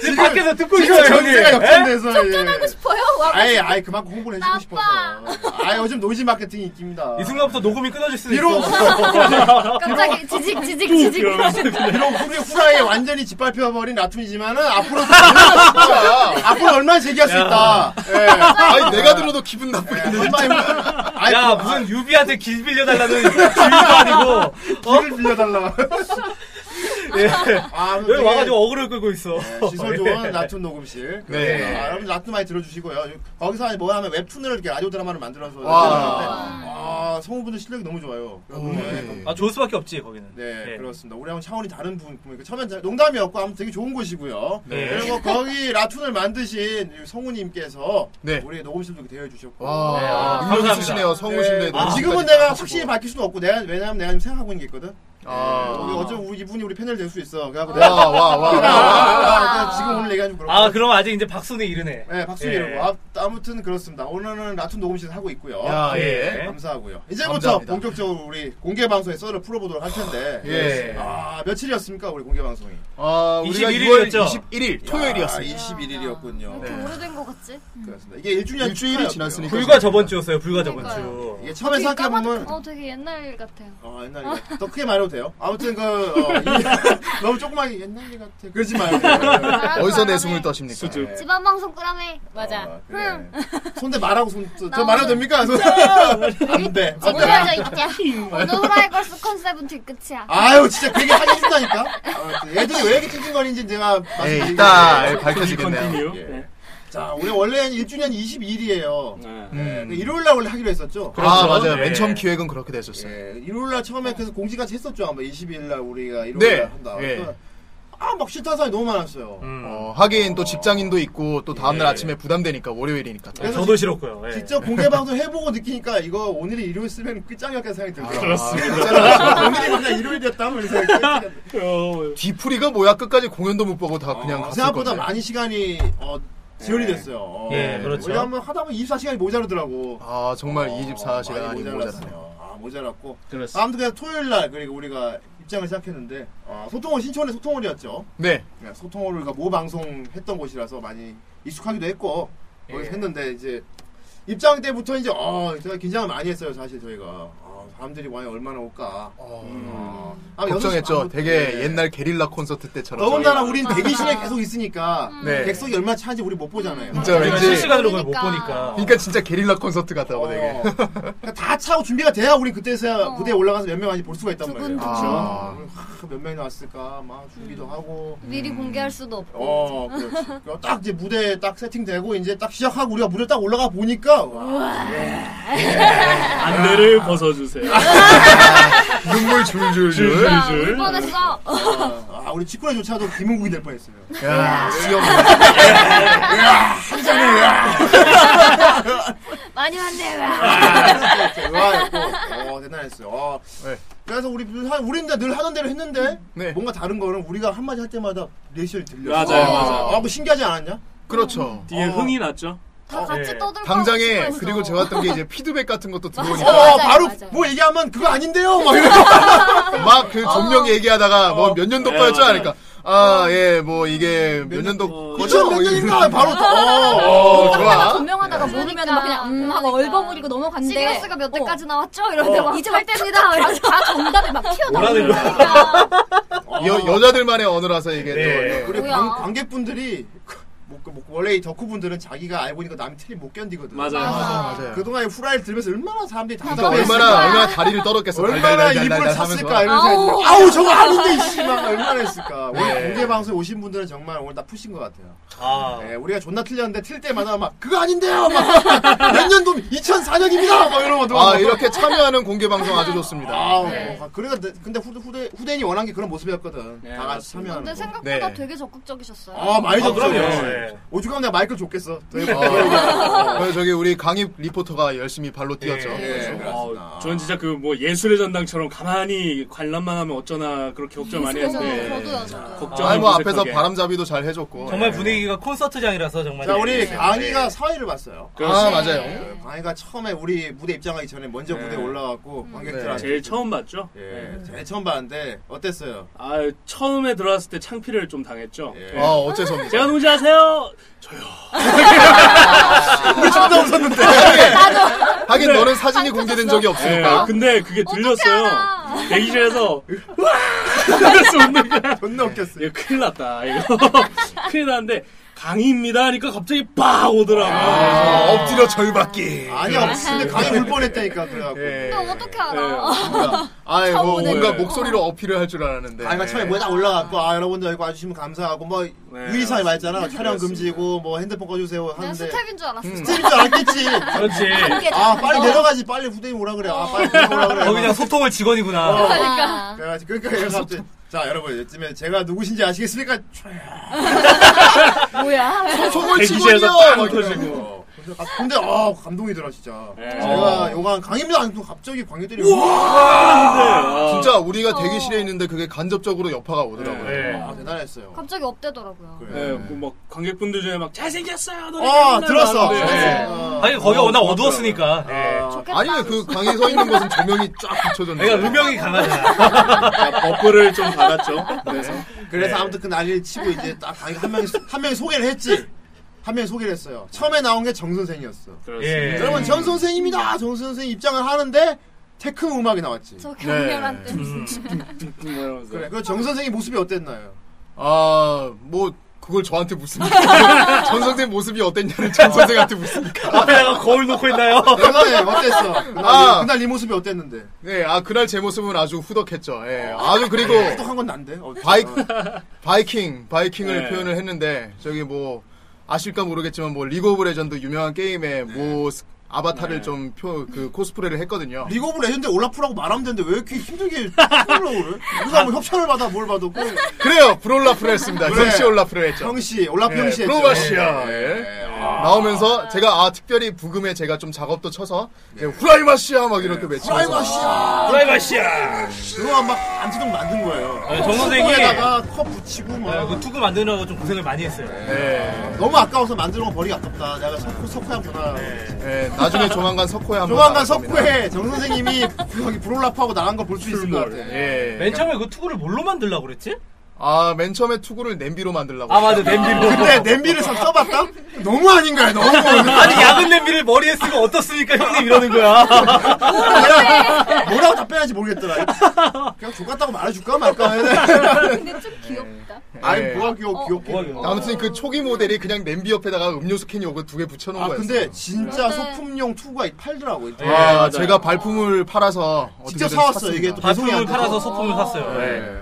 [SPEAKER 3] 지금 밖에서 듣고 있어요,
[SPEAKER 2] 전세가
[SPEAKER 3] 형님.
[SPEAKER 2] 역전돼서. 예.
[SPEAKER 4] 아,
[SPEAKER 5] 하고 싶어요. 와가지고.
[SPEAKER 2] 아예 아예 그만큼 홍보를 해주고
[SPEAKER 5] 아빠.
[SPEAKER 2] 싶어서. 아 요즘 노이즈 마케팅이 있깁니다.
[SPEAKER 3] 이 순간부터 녹음이 끊어질 수도
[SPEAKER 2] 비록
[SPEAKER 3] 있어.
[SPEAKER 5] 아, 갑자기 지직 지직 지직.
[SPEAKER 2] 비록 후리 후라이에 완전히 짓밟혀버린 라툰이지만은 앞으로 앞으로 얼마나 제기할 수 있다. 예.
[SPEAKER 4] 아니 내가 들어도 기분
[SPEAKER 3] 예.
[SPEAKER 4] 나쁘겠네.
[SPEAKER 2] 얼마나 그
[SPEAKER 3] 야
[SPEAKER 2] 아.
[SPEAKER 3] 무슨 유비한테 길 빌려달라는 주의도 아니고 어?
[SPEAKER 2] (laughs) 길을 빌려달라.
[SPEAKER 3] 예.
[SPEAKER 2] 아,
[SPEAKER 3] 여기 와가지고 어그를 끌고 있어.
[SPEAKER 2] 네,
[SPEAKER 3] 예. 네.
[SPEAKER 2] 시설 좋은 라툰 녹음실.
[SPEAKER 4] 네.
[SPEAKER 2] 네. 아, 여러분 라툰 많이 들어주시고요. 거기서 뭐 하면 웹툰을 이렇게 라디오 드라마를 만들어서
[SPEAKER 4] 와.
[SPEAKER 2] 만드는데, 아, 성우분들 실력이 너무 좋아요. 네,
[SPEAKER 3] 아 좋을 수밖에 없지 거기는.
[SPEAKER 2] 네,
[SPEAKER 3] 예.
[SPEAKER 2] 그렇습니다. 우리하고 차원이 다른 분, 그러니까 처음엔 잘- 농담이었고 아무튼 되게 좋은 곳이고요.
[SPEAKER 3] 네.
[SPEAKER 2] 그리고 뭐 거기 라툰을 만드신 성우님께서
[SPEAKER 4] 네.
[SPEAKER 2] 우리 녹음실도 대여해 주셨고.
[SPEAKER 4] 와,
[SPEAKER 3] 네, 아,
[SPEAKER 4] 능력
[SPEAKER 3] 감사합니다. 예. 아,
[SPEAKER 4] 있으시네요. 성우신데.
[SPEAKER 2] 네,
[SPEAKER 4] 너무
[SPEAKER 2] 지금은
[SPEAKER 4] 지금까지
[SPEAKER 2] 내가
[SPEAKER 4] 하시고.
[SPEAKER 2] 확실히 밝힐 수는 없고 내가 왜냐면 내가 지금 생각하고 있는 게 있거든. 우리
[SPEAKER 3] 네.
[SPEAKER 4] 아.
[SPEAKER 2] 어쩌면 우리 이분이 우리 팬을 될 수 있어. 그래갖고
[SPEAKER 4] 와,
[SPEAKER 2] 내가
[SPEAKER 4] 와, 와.
[SPEAKER 2] 아,
[SPEAKER 4] 와.
[SPEAKER 2] 아, 아, 지금 오늘 얘기하면 그렇고.
[SPEAKER 3] 아 그럼 아직 이제 박순이 이르네.
[SPEAKER 2] 네, 박수
[SPEAKER 3] 예.
[SPEAKER 2] 이러고. 아, 아무튼 그렇습니다. 오늘은 라툰 녹음실 하고 있고요. 네,
[SPEAKER 4] 야,
[SPEAKER 3] 예.
[SPEAKER 2] 감사하고요. 이제부터
[SPEAKER 4] 감사합니다.
[SPEAKER 2] 본격적으로 우리 공개 방송의 썰을 풀어보도록 할 텐데.
[SPEAKER 4] 예.
[SPEAKER 2] 아, 며칠이었습니까? 우리 공개 방송이.
[SPEAKER 4] 아, 우리가
[SPEAKER 3] 21일
[SPEAKER 4] 6월
[SPEAKER 3] 이었죠?
[SPEAKER 4] 21일 토요일이었습니다.
[SPEAKER 2] 21일이었군요. 네,
[SPEAKER 5] 이렇게 오래된 것 같지?
[SPEAKER 2] 아, 그렇습니다. 이게 1주년
[SPEAKER 4] 일주일이 지났으니까.
[SPEAKER 3] 불과 저번 주였어요. 불과 저번 주.
[SPEAKER 2] 이게 처음에
[SPEAKER 5] 되게
[SPEAKER 2] 생각해보면
[SPEAKER 5] 까마득- 어 되게
[SPEAKER 2] (laughs)
[SPEAKER 5] 옛날 같아요.
[SPEAKER 2] 어, 옛날 얘기. 더 크게 말해도 돼요. 아무튼 그 어,
[SPEAKER 4] (laughs)
[SPEAKER 2] 이- 너무 조그맣게 옛날 얘기 같아. 그러지 마요.
[SPEAKER 5] 아,
[SPEAKER 4] 어디서 내 숨을 떠십니까?
[SPEAKER 6] 수줍.
[SPEAKER 2] 네.
[SPEAKER 5] 집안 방송 꾸라매.
[SPEAKER 2] 어, 그래. 손대 말하고 손저 말해도 됩니까? 손. 안 돼. 안
[SPEAKER 5] 오늘
[SPEAKER 2] 돼.
[SPEAKER 5] 하자 이거야.
[SPEAKER 2] (laughs)
[SPEAKER 5] 오늘 후라이 걸스 컨셉은 뒤끝이야.
[SPEAKER 2] 아유 진짜 되게 하기 힘다니까. 애들이 왜 이렇게 찡찡거리는지 내가
[SPEAKER 3] 아, 네.
[SPEAKER 4] 예,
[SPEAKER 2] 말씀드리겠습니다.
[SPEAKER 4] 이따 밝혀지겠네요.
[SPEAKER 6] 컨티뉴.
[SPEAKER 2] 예. 자, 우리 원래는 1주년 22일이에요.
[SPEAKER 6] 네.
[SPEAKER 2] 네,
[SPEAKER 4] 음.
[SPEAKER 2] 일요일 날 원래 하기로 했었죠.
[SPEAKER 4] 아,
[SPEAKER 6] 그렇죠.
[SPEAKER 4] 맞아요.
[SPEAKER 3] 네.
[SPEAKER 4] 맨 처음 기획은 그렇게 됐었어요.
[SPEAKER 2] 예, 일요일 날 처음에 그래서 공지까지 했었죠. 아마 22일 날 우리가 일요일
[SPEAKER 4] 네.
[SPEAKER 2] 날 한다.
[SPEAKER 4] 예.
[SPEAKER 2] 그래서 아, 막 싫다는 사람이 너무 많았어요.
[SPEAKER 3] 음.
[SPEAKER 4] 어, 하긴 또 직장인도 있고 또 다음날 아침에 부담되니까 월요일이니까. 또.
[SPEAKER 2] 예. 그래서
[SPEAKER 3] 저도 싫었고요. 예.
[SPEAKER 2] 직접 공개 방송 해보고 느끼니까 이거 오늘이 일요일 쓰면 끝장이었다는 생각이 들더라고요.
[SPEAKER 4] 그렇습니다.
[SPEAKER 2] 아, 오늘이 그냥 일요일이었다 하면
[SPEAKER 4] (laughs)
[SPEAKER 2] 생각이
[SPEAKER 6] 어,
[SPEAKER 4] 뒤풀이가 뭐야? 끝까지 공연도 못 보고 다 그냥
[SPEAKER 2] 어,
[SPEAKER 4] 갔을
[SPEAKER 2] 생각보다
[SPEAKER 4] 건데. 네.
[SPEAKER 2] 많이 시간이 어, 지연이 됐어요. 어,
[SPEAKER 3] 예, 그렇죠.
[SPEAKER 2] 원래 한번 하다 보면 24시간이 모자르더라고.
[SPEAKER 4] 아, 정말
[SPEAKER 2] 어,
[SPEAKER 4] 24시간이
[SPEAKER 2] 많이
[SPEAKER 4] 모자랐네요.
[SPEAKER 2] 아, 모자랐고.
[SPEAKER 6] 그렇습니다.
[SPEAKER 2] 아무튼 그냥 토요일 날 그리고 우리가 입장을 시작했는데 어, 소통원 신촌의 소통원이었죠.
[SPEAKER 4] 네.
[SPEAKER 2] 그냥 소통원을 그러니까 모 방송했던 곳이라서 많이 익숙하기도 했고 거기서 했는데 이제 입장 때부터 이제 어, 제가 긴장을 많이 했어요 사실 저희가 어, 사람들이 와연 얼마나 올까. 어, 아마 여섯 시
[SPEAKER 4] 음. 걱정했죠.
[SPEAKER 2] 반부터,
[SPEAKER 4] 되게
[SPEAKER 2] 네.
[SPEAKER 4] 옛날 게릴라 콘서트 때처럼.
[SPEAKER 2] 더군다나 우린 대기실에 계속 있으니까
[SPEAKER 4] 네.
[SPEAKER 2] 객석이 얼마나 차는지 우리 못 보잖아요.
[SPEAKER 4] 진짜
[SPEAKER 3] 저희가
[SPEAKER 4] 왠지-
[SPEAKER 3] 실시간으로 그걸 못
[SPEAKER 5] 그러니까.
[SPEAKER 3] 보니까.
[SPEAKER 4] 그러니까 진짜 게릴라 콘서트 같다고
[SPEAKER 2] 어,
[SPEAKER 4] 되게.
[SPEAKER 2] (laughs) 그러니까 다 차고 준비가 돼야 우리 그때서야
[SPEAKER 5] 어.
[SPEAKER 2] 무대에 올라가서 몇 명인지 볼 수가 있단 말이에요.
[SPEAKER 5] 두근두근.
[SPEAKER 4] 아.
[SPEAKER 2] 하, 몇 명이 나왔을까 막 준비도 하고.
[SPEAKER 5] 미리 공개할 수도 없고.
[SPEAKER 2] 어, 그렇지. 그러니까 딱 이제 무대 딱 세팅되고 이제 딱 시작하고 우리가 무대 딱 올라가 보니까 와,
[SPEAKER 6] 안대를 벗어주세요.
[SPEAKER 4] 눈물 줄줄줄.
[SPEAKER 7] 아,
[SPEAKER 5] 야,
[SPEAKER 6] 줄줄.
[SPEAKER 5] 울 뻔했어.
[SPEAKER 2] 아, 우리 치쿠네조차도 김은국이 될 뻔했어요.
[SPEAKER 4] 야, 수염.
[SPEAKER 5] 많이 왔네.
[SPEAKER 6] 아,
[SPEAKER 2] 와, 어, 대단했어요. 어,
[SPEAKER 4] 네.
[SPEAKER 2] 그래서 우리 하- 우리는 근데 늘 하던 대로 했는데
[SPEAKER 4] 네.
[SPEAKER 2] 뭔가 다른 거는 우리가 한마디 할 때마다 리액션이 들려.
[SPEAKER 6] 맞아요,
[SPEAKER 4] 맞아요.
[SPEAKER 2] 아, 뭐 신기하지 않았냐?
[SPEAKER 4] 그렇죠.
[SPEAKER 6] 뒤에
[SPEAKER 2] 어.
[SPEAKER 6] 흥이 났죠?
[SPEAKER 5] 다
[SPEAKER 3] 어,
[SPEAKER 5] 같이
[SPEAKER 3] 예.
[SPEAKER 5] 떠들고
[SPEAKER 2] 아,
[SPEAKER 4] 당장에
[SPEAKER 5] 싶어했어.
[SPEAKER 4] 그리고 좋았던 게 이제 피드백 같은 것도
[SPEAKER 2] 어,
[SPEAKER 4] 들어오니까
[SPEAKER 5] 맞아요,
[SPEAKER 2] 바로
[SPEAKER 5] 맞아요.
[SPEAKER 2] 뭐 얘기하면 그거 아닌데요.
[SPEAKER 6] 네.
[SPEAKER 2] 막 이러고.
[SPEAKER 6] (laughs)
[SPEAKER 4] 막 그
[SPEAKER 2] 아.
[SPEAKER 4] 점령 얘기하다가 뭐 몇 년도
[SPEAKER 6] 네,
[SPEAKER 4] 거였죠
[SPEAKER 6] 맞아요.
[SPEAKER 4] 하니까
[SPEAKER 2] 어.
[SPEAKER 4] 아 예 뭐 이게 몇 년도
[SPEAKER 6] 어,
[SPEAKER 4] 거죠? 뭐
[SPEAKER 2] 2000몇 년인가 바로 다. 어,
[SPEAKER 4] 어, 좋아.
[SPEAKER 7] 변명하다가
[SPEAKER 5] 그러니까.
[SPEAKER 7] 모르면 막 그냥 음 하고
[SPEAKER 5] 그러니까.
[SPEAKER 7] 얼버무리고 넘어갔는데
[SPEAKER 5] 시그너스가 몇 대까지 나왔죠?
[SPEAKER 7] 어.
[SPEAKER 5] 이러는데 막
[SPEAKER 7] 이제 막때이다다 정답이 막
[SPEAKER 2] 그러니까
[SPEAKER 3] 뭐라는
[SPEAKER 7] 튀어나오는
[SPEAKER 3] 거야?
[SPEAKER 2] 어.
[SPEAKER 4] 여, 여자들만의 언어라서 이게
[SPEAKER 3] 네.
[SPEAKER 4] 또 예.
[SPEAKER 2] 우리
[SPEAKER 7] 뭐야.
[SPEAKER 2] 관, 관객분들이 (laughs) 뭐, 그- 뭐, 원래 이 덕후분들은 자기가 알고 있는 거 남이 틀린 못 견디거든.
[SPEAKER 6] 맞아요.
[SPEAKER 5] 맞아.
[SPEAKER 4] 맞아요.
[SPEAKER 2] 그동안에 후라이를 들면서 얼마나 사람들이
[SPEAKER 4] 그러니까
[SPEAKER 2] 답답해.
[SPEAKER 4] 얼마나 얼마나 다리를 떨었겠어.
[SPEAKER 2] 얼마나
[SPEAKER 4] 달달달달달
[SPEAKER 2] 입을
[SPEAKER 4] 하면서.
[SPEAKER 2] 찼을까 이런 생각이 아우 저거 아닌데 이씨 막 얼마나 했을까 오늘 공개 방송에 오신 분들은 정말 오늘 다 푸신 것 같아요
[SPEAKER 3] 아.
[SPEAKER 2] 예, 우리가 존나 틀렸는데 틀 때마다 막 그거 아닌데요 막 (laughs) 몇 년도 2004년입니다 막 이러고
[SPEAKER 4] 아 이렇게 참여하는 공개 방송 아주 좋습니다.
[SPEAKER 2] 아, 뭐, 그래가 내- 근데 후대, 후대 후대인이 원한 게 그런 모습이었거든
[SPEAKER 6] 네,
[SPEAKER 2] 다 같이
[SPEAKER 6] 맞습니다.
[SPEAKER 2] 참여하는
[SPEAKER 5] 근데
[SPEAKER 2] 거
[SPEAKER 5] 생각보다
[SPEAKER 4] 네.
[SPEAKER 5] 되게 적극적이셨어요.
[SPEAKER 2] 아, 많이
[SPEAKER 3] 아,
[SPEAKER 2] 잡죠.
[SPEAKER 3] 그럼요.
[SPEAKER 2] 예.
[SPEAKER 6] 네.
[SPEAKER 3] 예.
[SPEAKER 2] 오죽하면 내가 마이크를 줬겠어. 아, 되게
[SPEAKER 6] 아,
[SPEAKER 2] 네.
[SPEAKER 4] 어, 그래서 저기 우리 강입 리포터가 열심히 발로 뛰었죠.
[SPEAKER 3] 예.
[SPEAKER 2] 예. 그렇습니다.
[SPEAKER 6] 어, 저는 진짜 그 뭐 예술의 전당처럼 가만히 관람만 하면 어쩌나 그렇게 걱정 많이 했는데
[SPEAKER 5] 저도요, 저도.
[SPEAKER 6] 걱정
[SPEAKER 4] 아니 뭐 앞에서 바람잡이도 잘 해줬고.
[SPEAKER 3] 정말
[SPEAKER 4] 예.
[SPEAKER 3] 분위기가 콘서트장이라서 정말.
[SPEAKER 2] 자, 우리
[SPEAKER 3] 재밌어요.
[SPEAKER 2] 강희가 사회를 봤어요. 네,
[SPEAKER 4] 아
[SPEAKER 6] 아, 네. 그렇습니다.
[SPEAKER 4] 맞아요.
[SPEAKER 2] 강희가 처음에 우리 무대 입장하기 전에 먼저
[SPEAKER 6] 그렇죠. 네.
[SPEAKER 2] 무대에 올라왔고 관객들한테
[SPEAKER 6] 제일 처음 봤죠?
[SPEAKER 2] 예, 제일 처음 봤는데 어땠어요?
[SPEAKER 6] 아 처음에 들어왔을 때 창피를 좀 당했죠.
[SPEAKER 2] 예.
[SPEAKER 4] 아 어째서
[SPEAKER 6] 제가 누군지 아세요?
[SPEAKER 2] 진짜 없었는데.
[SPEAKER 4] 하긴 너는 사진이 공개된 적이
[SPEAKER 6] 예,
[SPEAKER 4] 없으니까.
[SPEAKER 6] 근데 그게 들렸어요. 대기실에서 (laughs)
[SPEAKER 2] 존나 웃겼어요.
[SPEAKER 6] 예, 큰일 났다 이거 (laughs) 큰일 났는데 강의입니다 하니까 갑자기 빡 오더라고요.
[SPEAKER 4] 아, 엎드려 절받기.
[SPEAKER 2] 아니야, 근데 강의 울 뻔했다니까, 그래갖고.
[SPEAKER 6] 예.
[SPEAKER 5] 너 어떻게 알아?
[SPEAKER 4] 아이고 뭐
[SPEAKER 5] 처음으로.
[SPEAKER 4] 뭔가
[SPEAKER 6] 네.
[SPEAKER 4] 목소리로 어필을 할 줄 알았는데. 네.
[SPEAKER 2] 아니, 막 처음에 뭐다 올라갔고, 아, 여러분들 여기 와주시면 감사하고,
[SPEAKER 6] 네.
[SPEAKER 2] 뭐, 유의사항이 많았잖아. 촬영 금지고, 뭐, 핸드폰 꺼주세요
[SPEAKER 5] 난
[SPEAKER 2] 하는데. 음.
[SPEAKER 5] 스텝인 줄 알았어.
[SPEAKER 2] 스텝인 줄 알았겠지.
[SPEAKER 3] (laughs) 그렇지.
[SPEAKER 2] 아, 빨리 내려가지. 빨리 후대인 오라 그래. 아, 빨리 후대인 오라 그래.
[SPEAKER 3] 어, 그냥 소통을 직원이구나.
[SPEAKER 2] 어.
[SPEAKER 5] 그러니까.
[SPEAKER 2] 그래가지고 그러니까 얘가 갑자기 자 여러분 이쯤에 제가 누구신지 아시겠습니까?
[SPEAKER 7] 아,
[SPEAKER 4] 소- 속을
[SPEAKER 6] 대기실에서
[SPEAKER 4] 치고요.
[SPEAKER 6] 빵
[SPEAKER 4] 막 이러면서.
[SPEAKER 6] 터지고.
[SPEAKER 2] 아, 근데 아 감동이더라 진짜.
[SPEAKER 6] 예.
[SPEAKER 2] 제가 요간 강입니다. 하면서 갑자기 광역들이
[SPEAKER 6] 아,
[SPEAKER 4] 진짜 우리가 대기실에 있는데 그게 간접적으로 여파가 오더라고요.
[SPEAKER 3] 네.
[SPEAKER 2] 아, 대단했어요.
[SPEAKER 5] 갑자기 업되더라고요.
[SPEAKER 2] 그래.
[SPEAKER 6] 예, 그뭐 관객분들 중에 막 잘생겼어요. 노래
[SPEAKER 2] 아
[SPEAKER 6] 끝나고
[SPEAKER 2] 들었어.
[SPEAKER 6] 하는데.
[SPEAKER 2] 네.
[SPEAKER 3] 아니, 거기가 워낙 어두웠으니까. 예.
[SPEAKER 2] 아,
[SPEAKER 5] 좋겠다.
[SPEAKER 4] 아니 왜그 강의 서 있는 곳은 조명이 쫙
[SPEAKER 3] 내가
[SPEAKER 4] 비춰졌는데.
[SPEAKER 3] 그러니까 음영이 강하잖아.
[SPEAKER 6] 아, 버프를 좀 받았죠. 네. 그래서
[SPEAKER 2] 그래서 아무튼 그 난리를 치고 이제 딱 강의 한 명이 한 명이 소개를 했지. 한 명이 소개를 했어요. 처음에 나온 게 정 선생이었어.
[SPEAKER 6] 네.
[SPEAKER 3] 예.
[SPEAKER 2] 여러분 정 선생입니다. 정 선생님 입장을 하는데 테크노 음악이 나왔지.
[SPEAKER 5] 저 격렬한 때.
[SPEAKER 3] 음.
[SPEAKER 2] 그래. 그 정 선생이 모습이 어땠나요?
[SPEAKER 4] 아뭐 그걸 저한테 묻습니까? (laughs) 전 선생 모습이 어땠냐는 전 선생한테 묻습니까?
[SPEAKER 3] 앞에다가 거울 놓고 있나요?
[SPEAKER 2] 내가 어땠어? 그날,
[SPEAKER 4] 아.
[SPEAKER 2] 그날 이 모습이 어땠는데?
[SPEAKER 4] 네, 아 그날 제 모습은 아주 후덕했죠. 예, 아주 그리고
[SPEAKER 2] 똑똑한 건 난데. 어,
[SPEAKER 4] 바이크 바이킹 바이킹을
[SPEAKER 6] 네.
[SPEAKER 4] 표현을 했는데 저기 뭐 아실까 모르겠지만 뭐 리그 오브 레전드 유명한
[SPEAKER 2] 네.
[SPEAKER 4] 게임의 뭐 스- 아바타를 좀 표 그 코스프레를 했거든요.
[SPEAKER 2] 리그 오브 레전드 올라프라고 말하면 되는데 왜 이렇게 힘들게 풀려고 그래? 누가 뭐 협찬을 받아 뭘 봐도 꼭
[SPEAKER 4] 그래요, 브롤라프를 했습니다.
[SPEAKER 2] 그래.
[SPEAKER 4] 정씨 올라프를 했죠.
[SPEAKER 2] 형씨 올라프
[SPEAKER 4] 예,
[SPEAKER 2] 형씨 했죠.
[SPEAKER 4] 프로바시아.
[SPEAKER 2] 예.
[SPEAKER 4] 예.
[SPEAKER 2] 아,
[SPEAKER 4] 나오면서 제가 아 특별히 부금에 제가 좀 작업도 쳐서
[SPEAKER 2] 네.
[SPEAKER 4] 이제 후라이마시아 막 이렇게 외치면서
[SPEAKER 2] 프라이버시아.
[SPEAKER 3] 프라이버시야!
[SPEAKER 2] 그거 막 안주동 만든 거예요.
[SPEAKER 3] 네, 정 선생이-
[SPEAKER 2] 에다가 컵 붙이고 막
[SPEAKER 3] 그 투구 만드느라고 좀 고생을 많이 했어요.
[SPEAKER 4] 예,
[SPEAKER 2] 너무 아까워서 만들어 버리 아깝다. 내가 석호 석호양 전화.
[SPEAKER 4] 예, 나중에 조만간 석호에 한번
[SPEAKER 2] 조만간
[SPEAKER 4] 나갈 겁니다.
[SPEAKER 2] 석호에 정 선생님이 여기 브롤라프하고 나간 거 볼 수 있을 것 같아.
[SPEAKER 4] 예.
[SPEAKER 3] 맨 처음에 그 투구를 뭘로 만들려고 그랬지?
[SPEAKER 4] 아, 맨 처음에 투구를 냄비로 만들라고.
[SPEAKER 3] 아, 맞아, 냄비로.
[SPEAKER 2] 근데 냄비를 써- 써봤다? 너무 아닌 거야, 너무.
[SPEAKER 3] 아니, 야근 냄비를 머리에 쓰면 어떻습니까, 형님? 이러는 거야.
[SPEAKER 2] 뭐라고 답변할지 모르겠더라. 그냥 족같다고 말해줄까 말까 해야 돼.
[SPEAKER 5] 근데 좀 귀엽다.
[SPEAKER 3] 네.
[SPEAKER 2] 아니, 어, 뭐가 귀여워,
[SPEAKER 3] 뭐가
[SPEAKER 2] 귀엽게.
[SPEAKER 3] 귀여워.
[SPEAKER 4] 아무튼 그 초기 모델이 그냥 냄비 옆에다가 음료수 캔 요거 두 개 붙여놓은
[SPEAKER 2] 아,
[SPEAKER 4] 거였어요.
[SPEAKER 2] 근데 진짜
[SPEAKER 5] 네.
[SPEAKER 2] 소품용 투구가 팔더라고. 이제.
[SPEAKER 4] 아,
[SPEAKER 6] 맞아요.
[SPEAKER 4] 제가 발품을 팔아서
[SPEAKER 2] 직접
[SPEAKER 4] 어떻게든
[SPEAKER 2] 사왔어요,
[SPEAKER 4] 샀습니다.
[SPEAKER 2] 이게 또.
[SPEAKER 3] 발품을 팔아서 소품을 샀어요.
[SPEAKER 4] 네.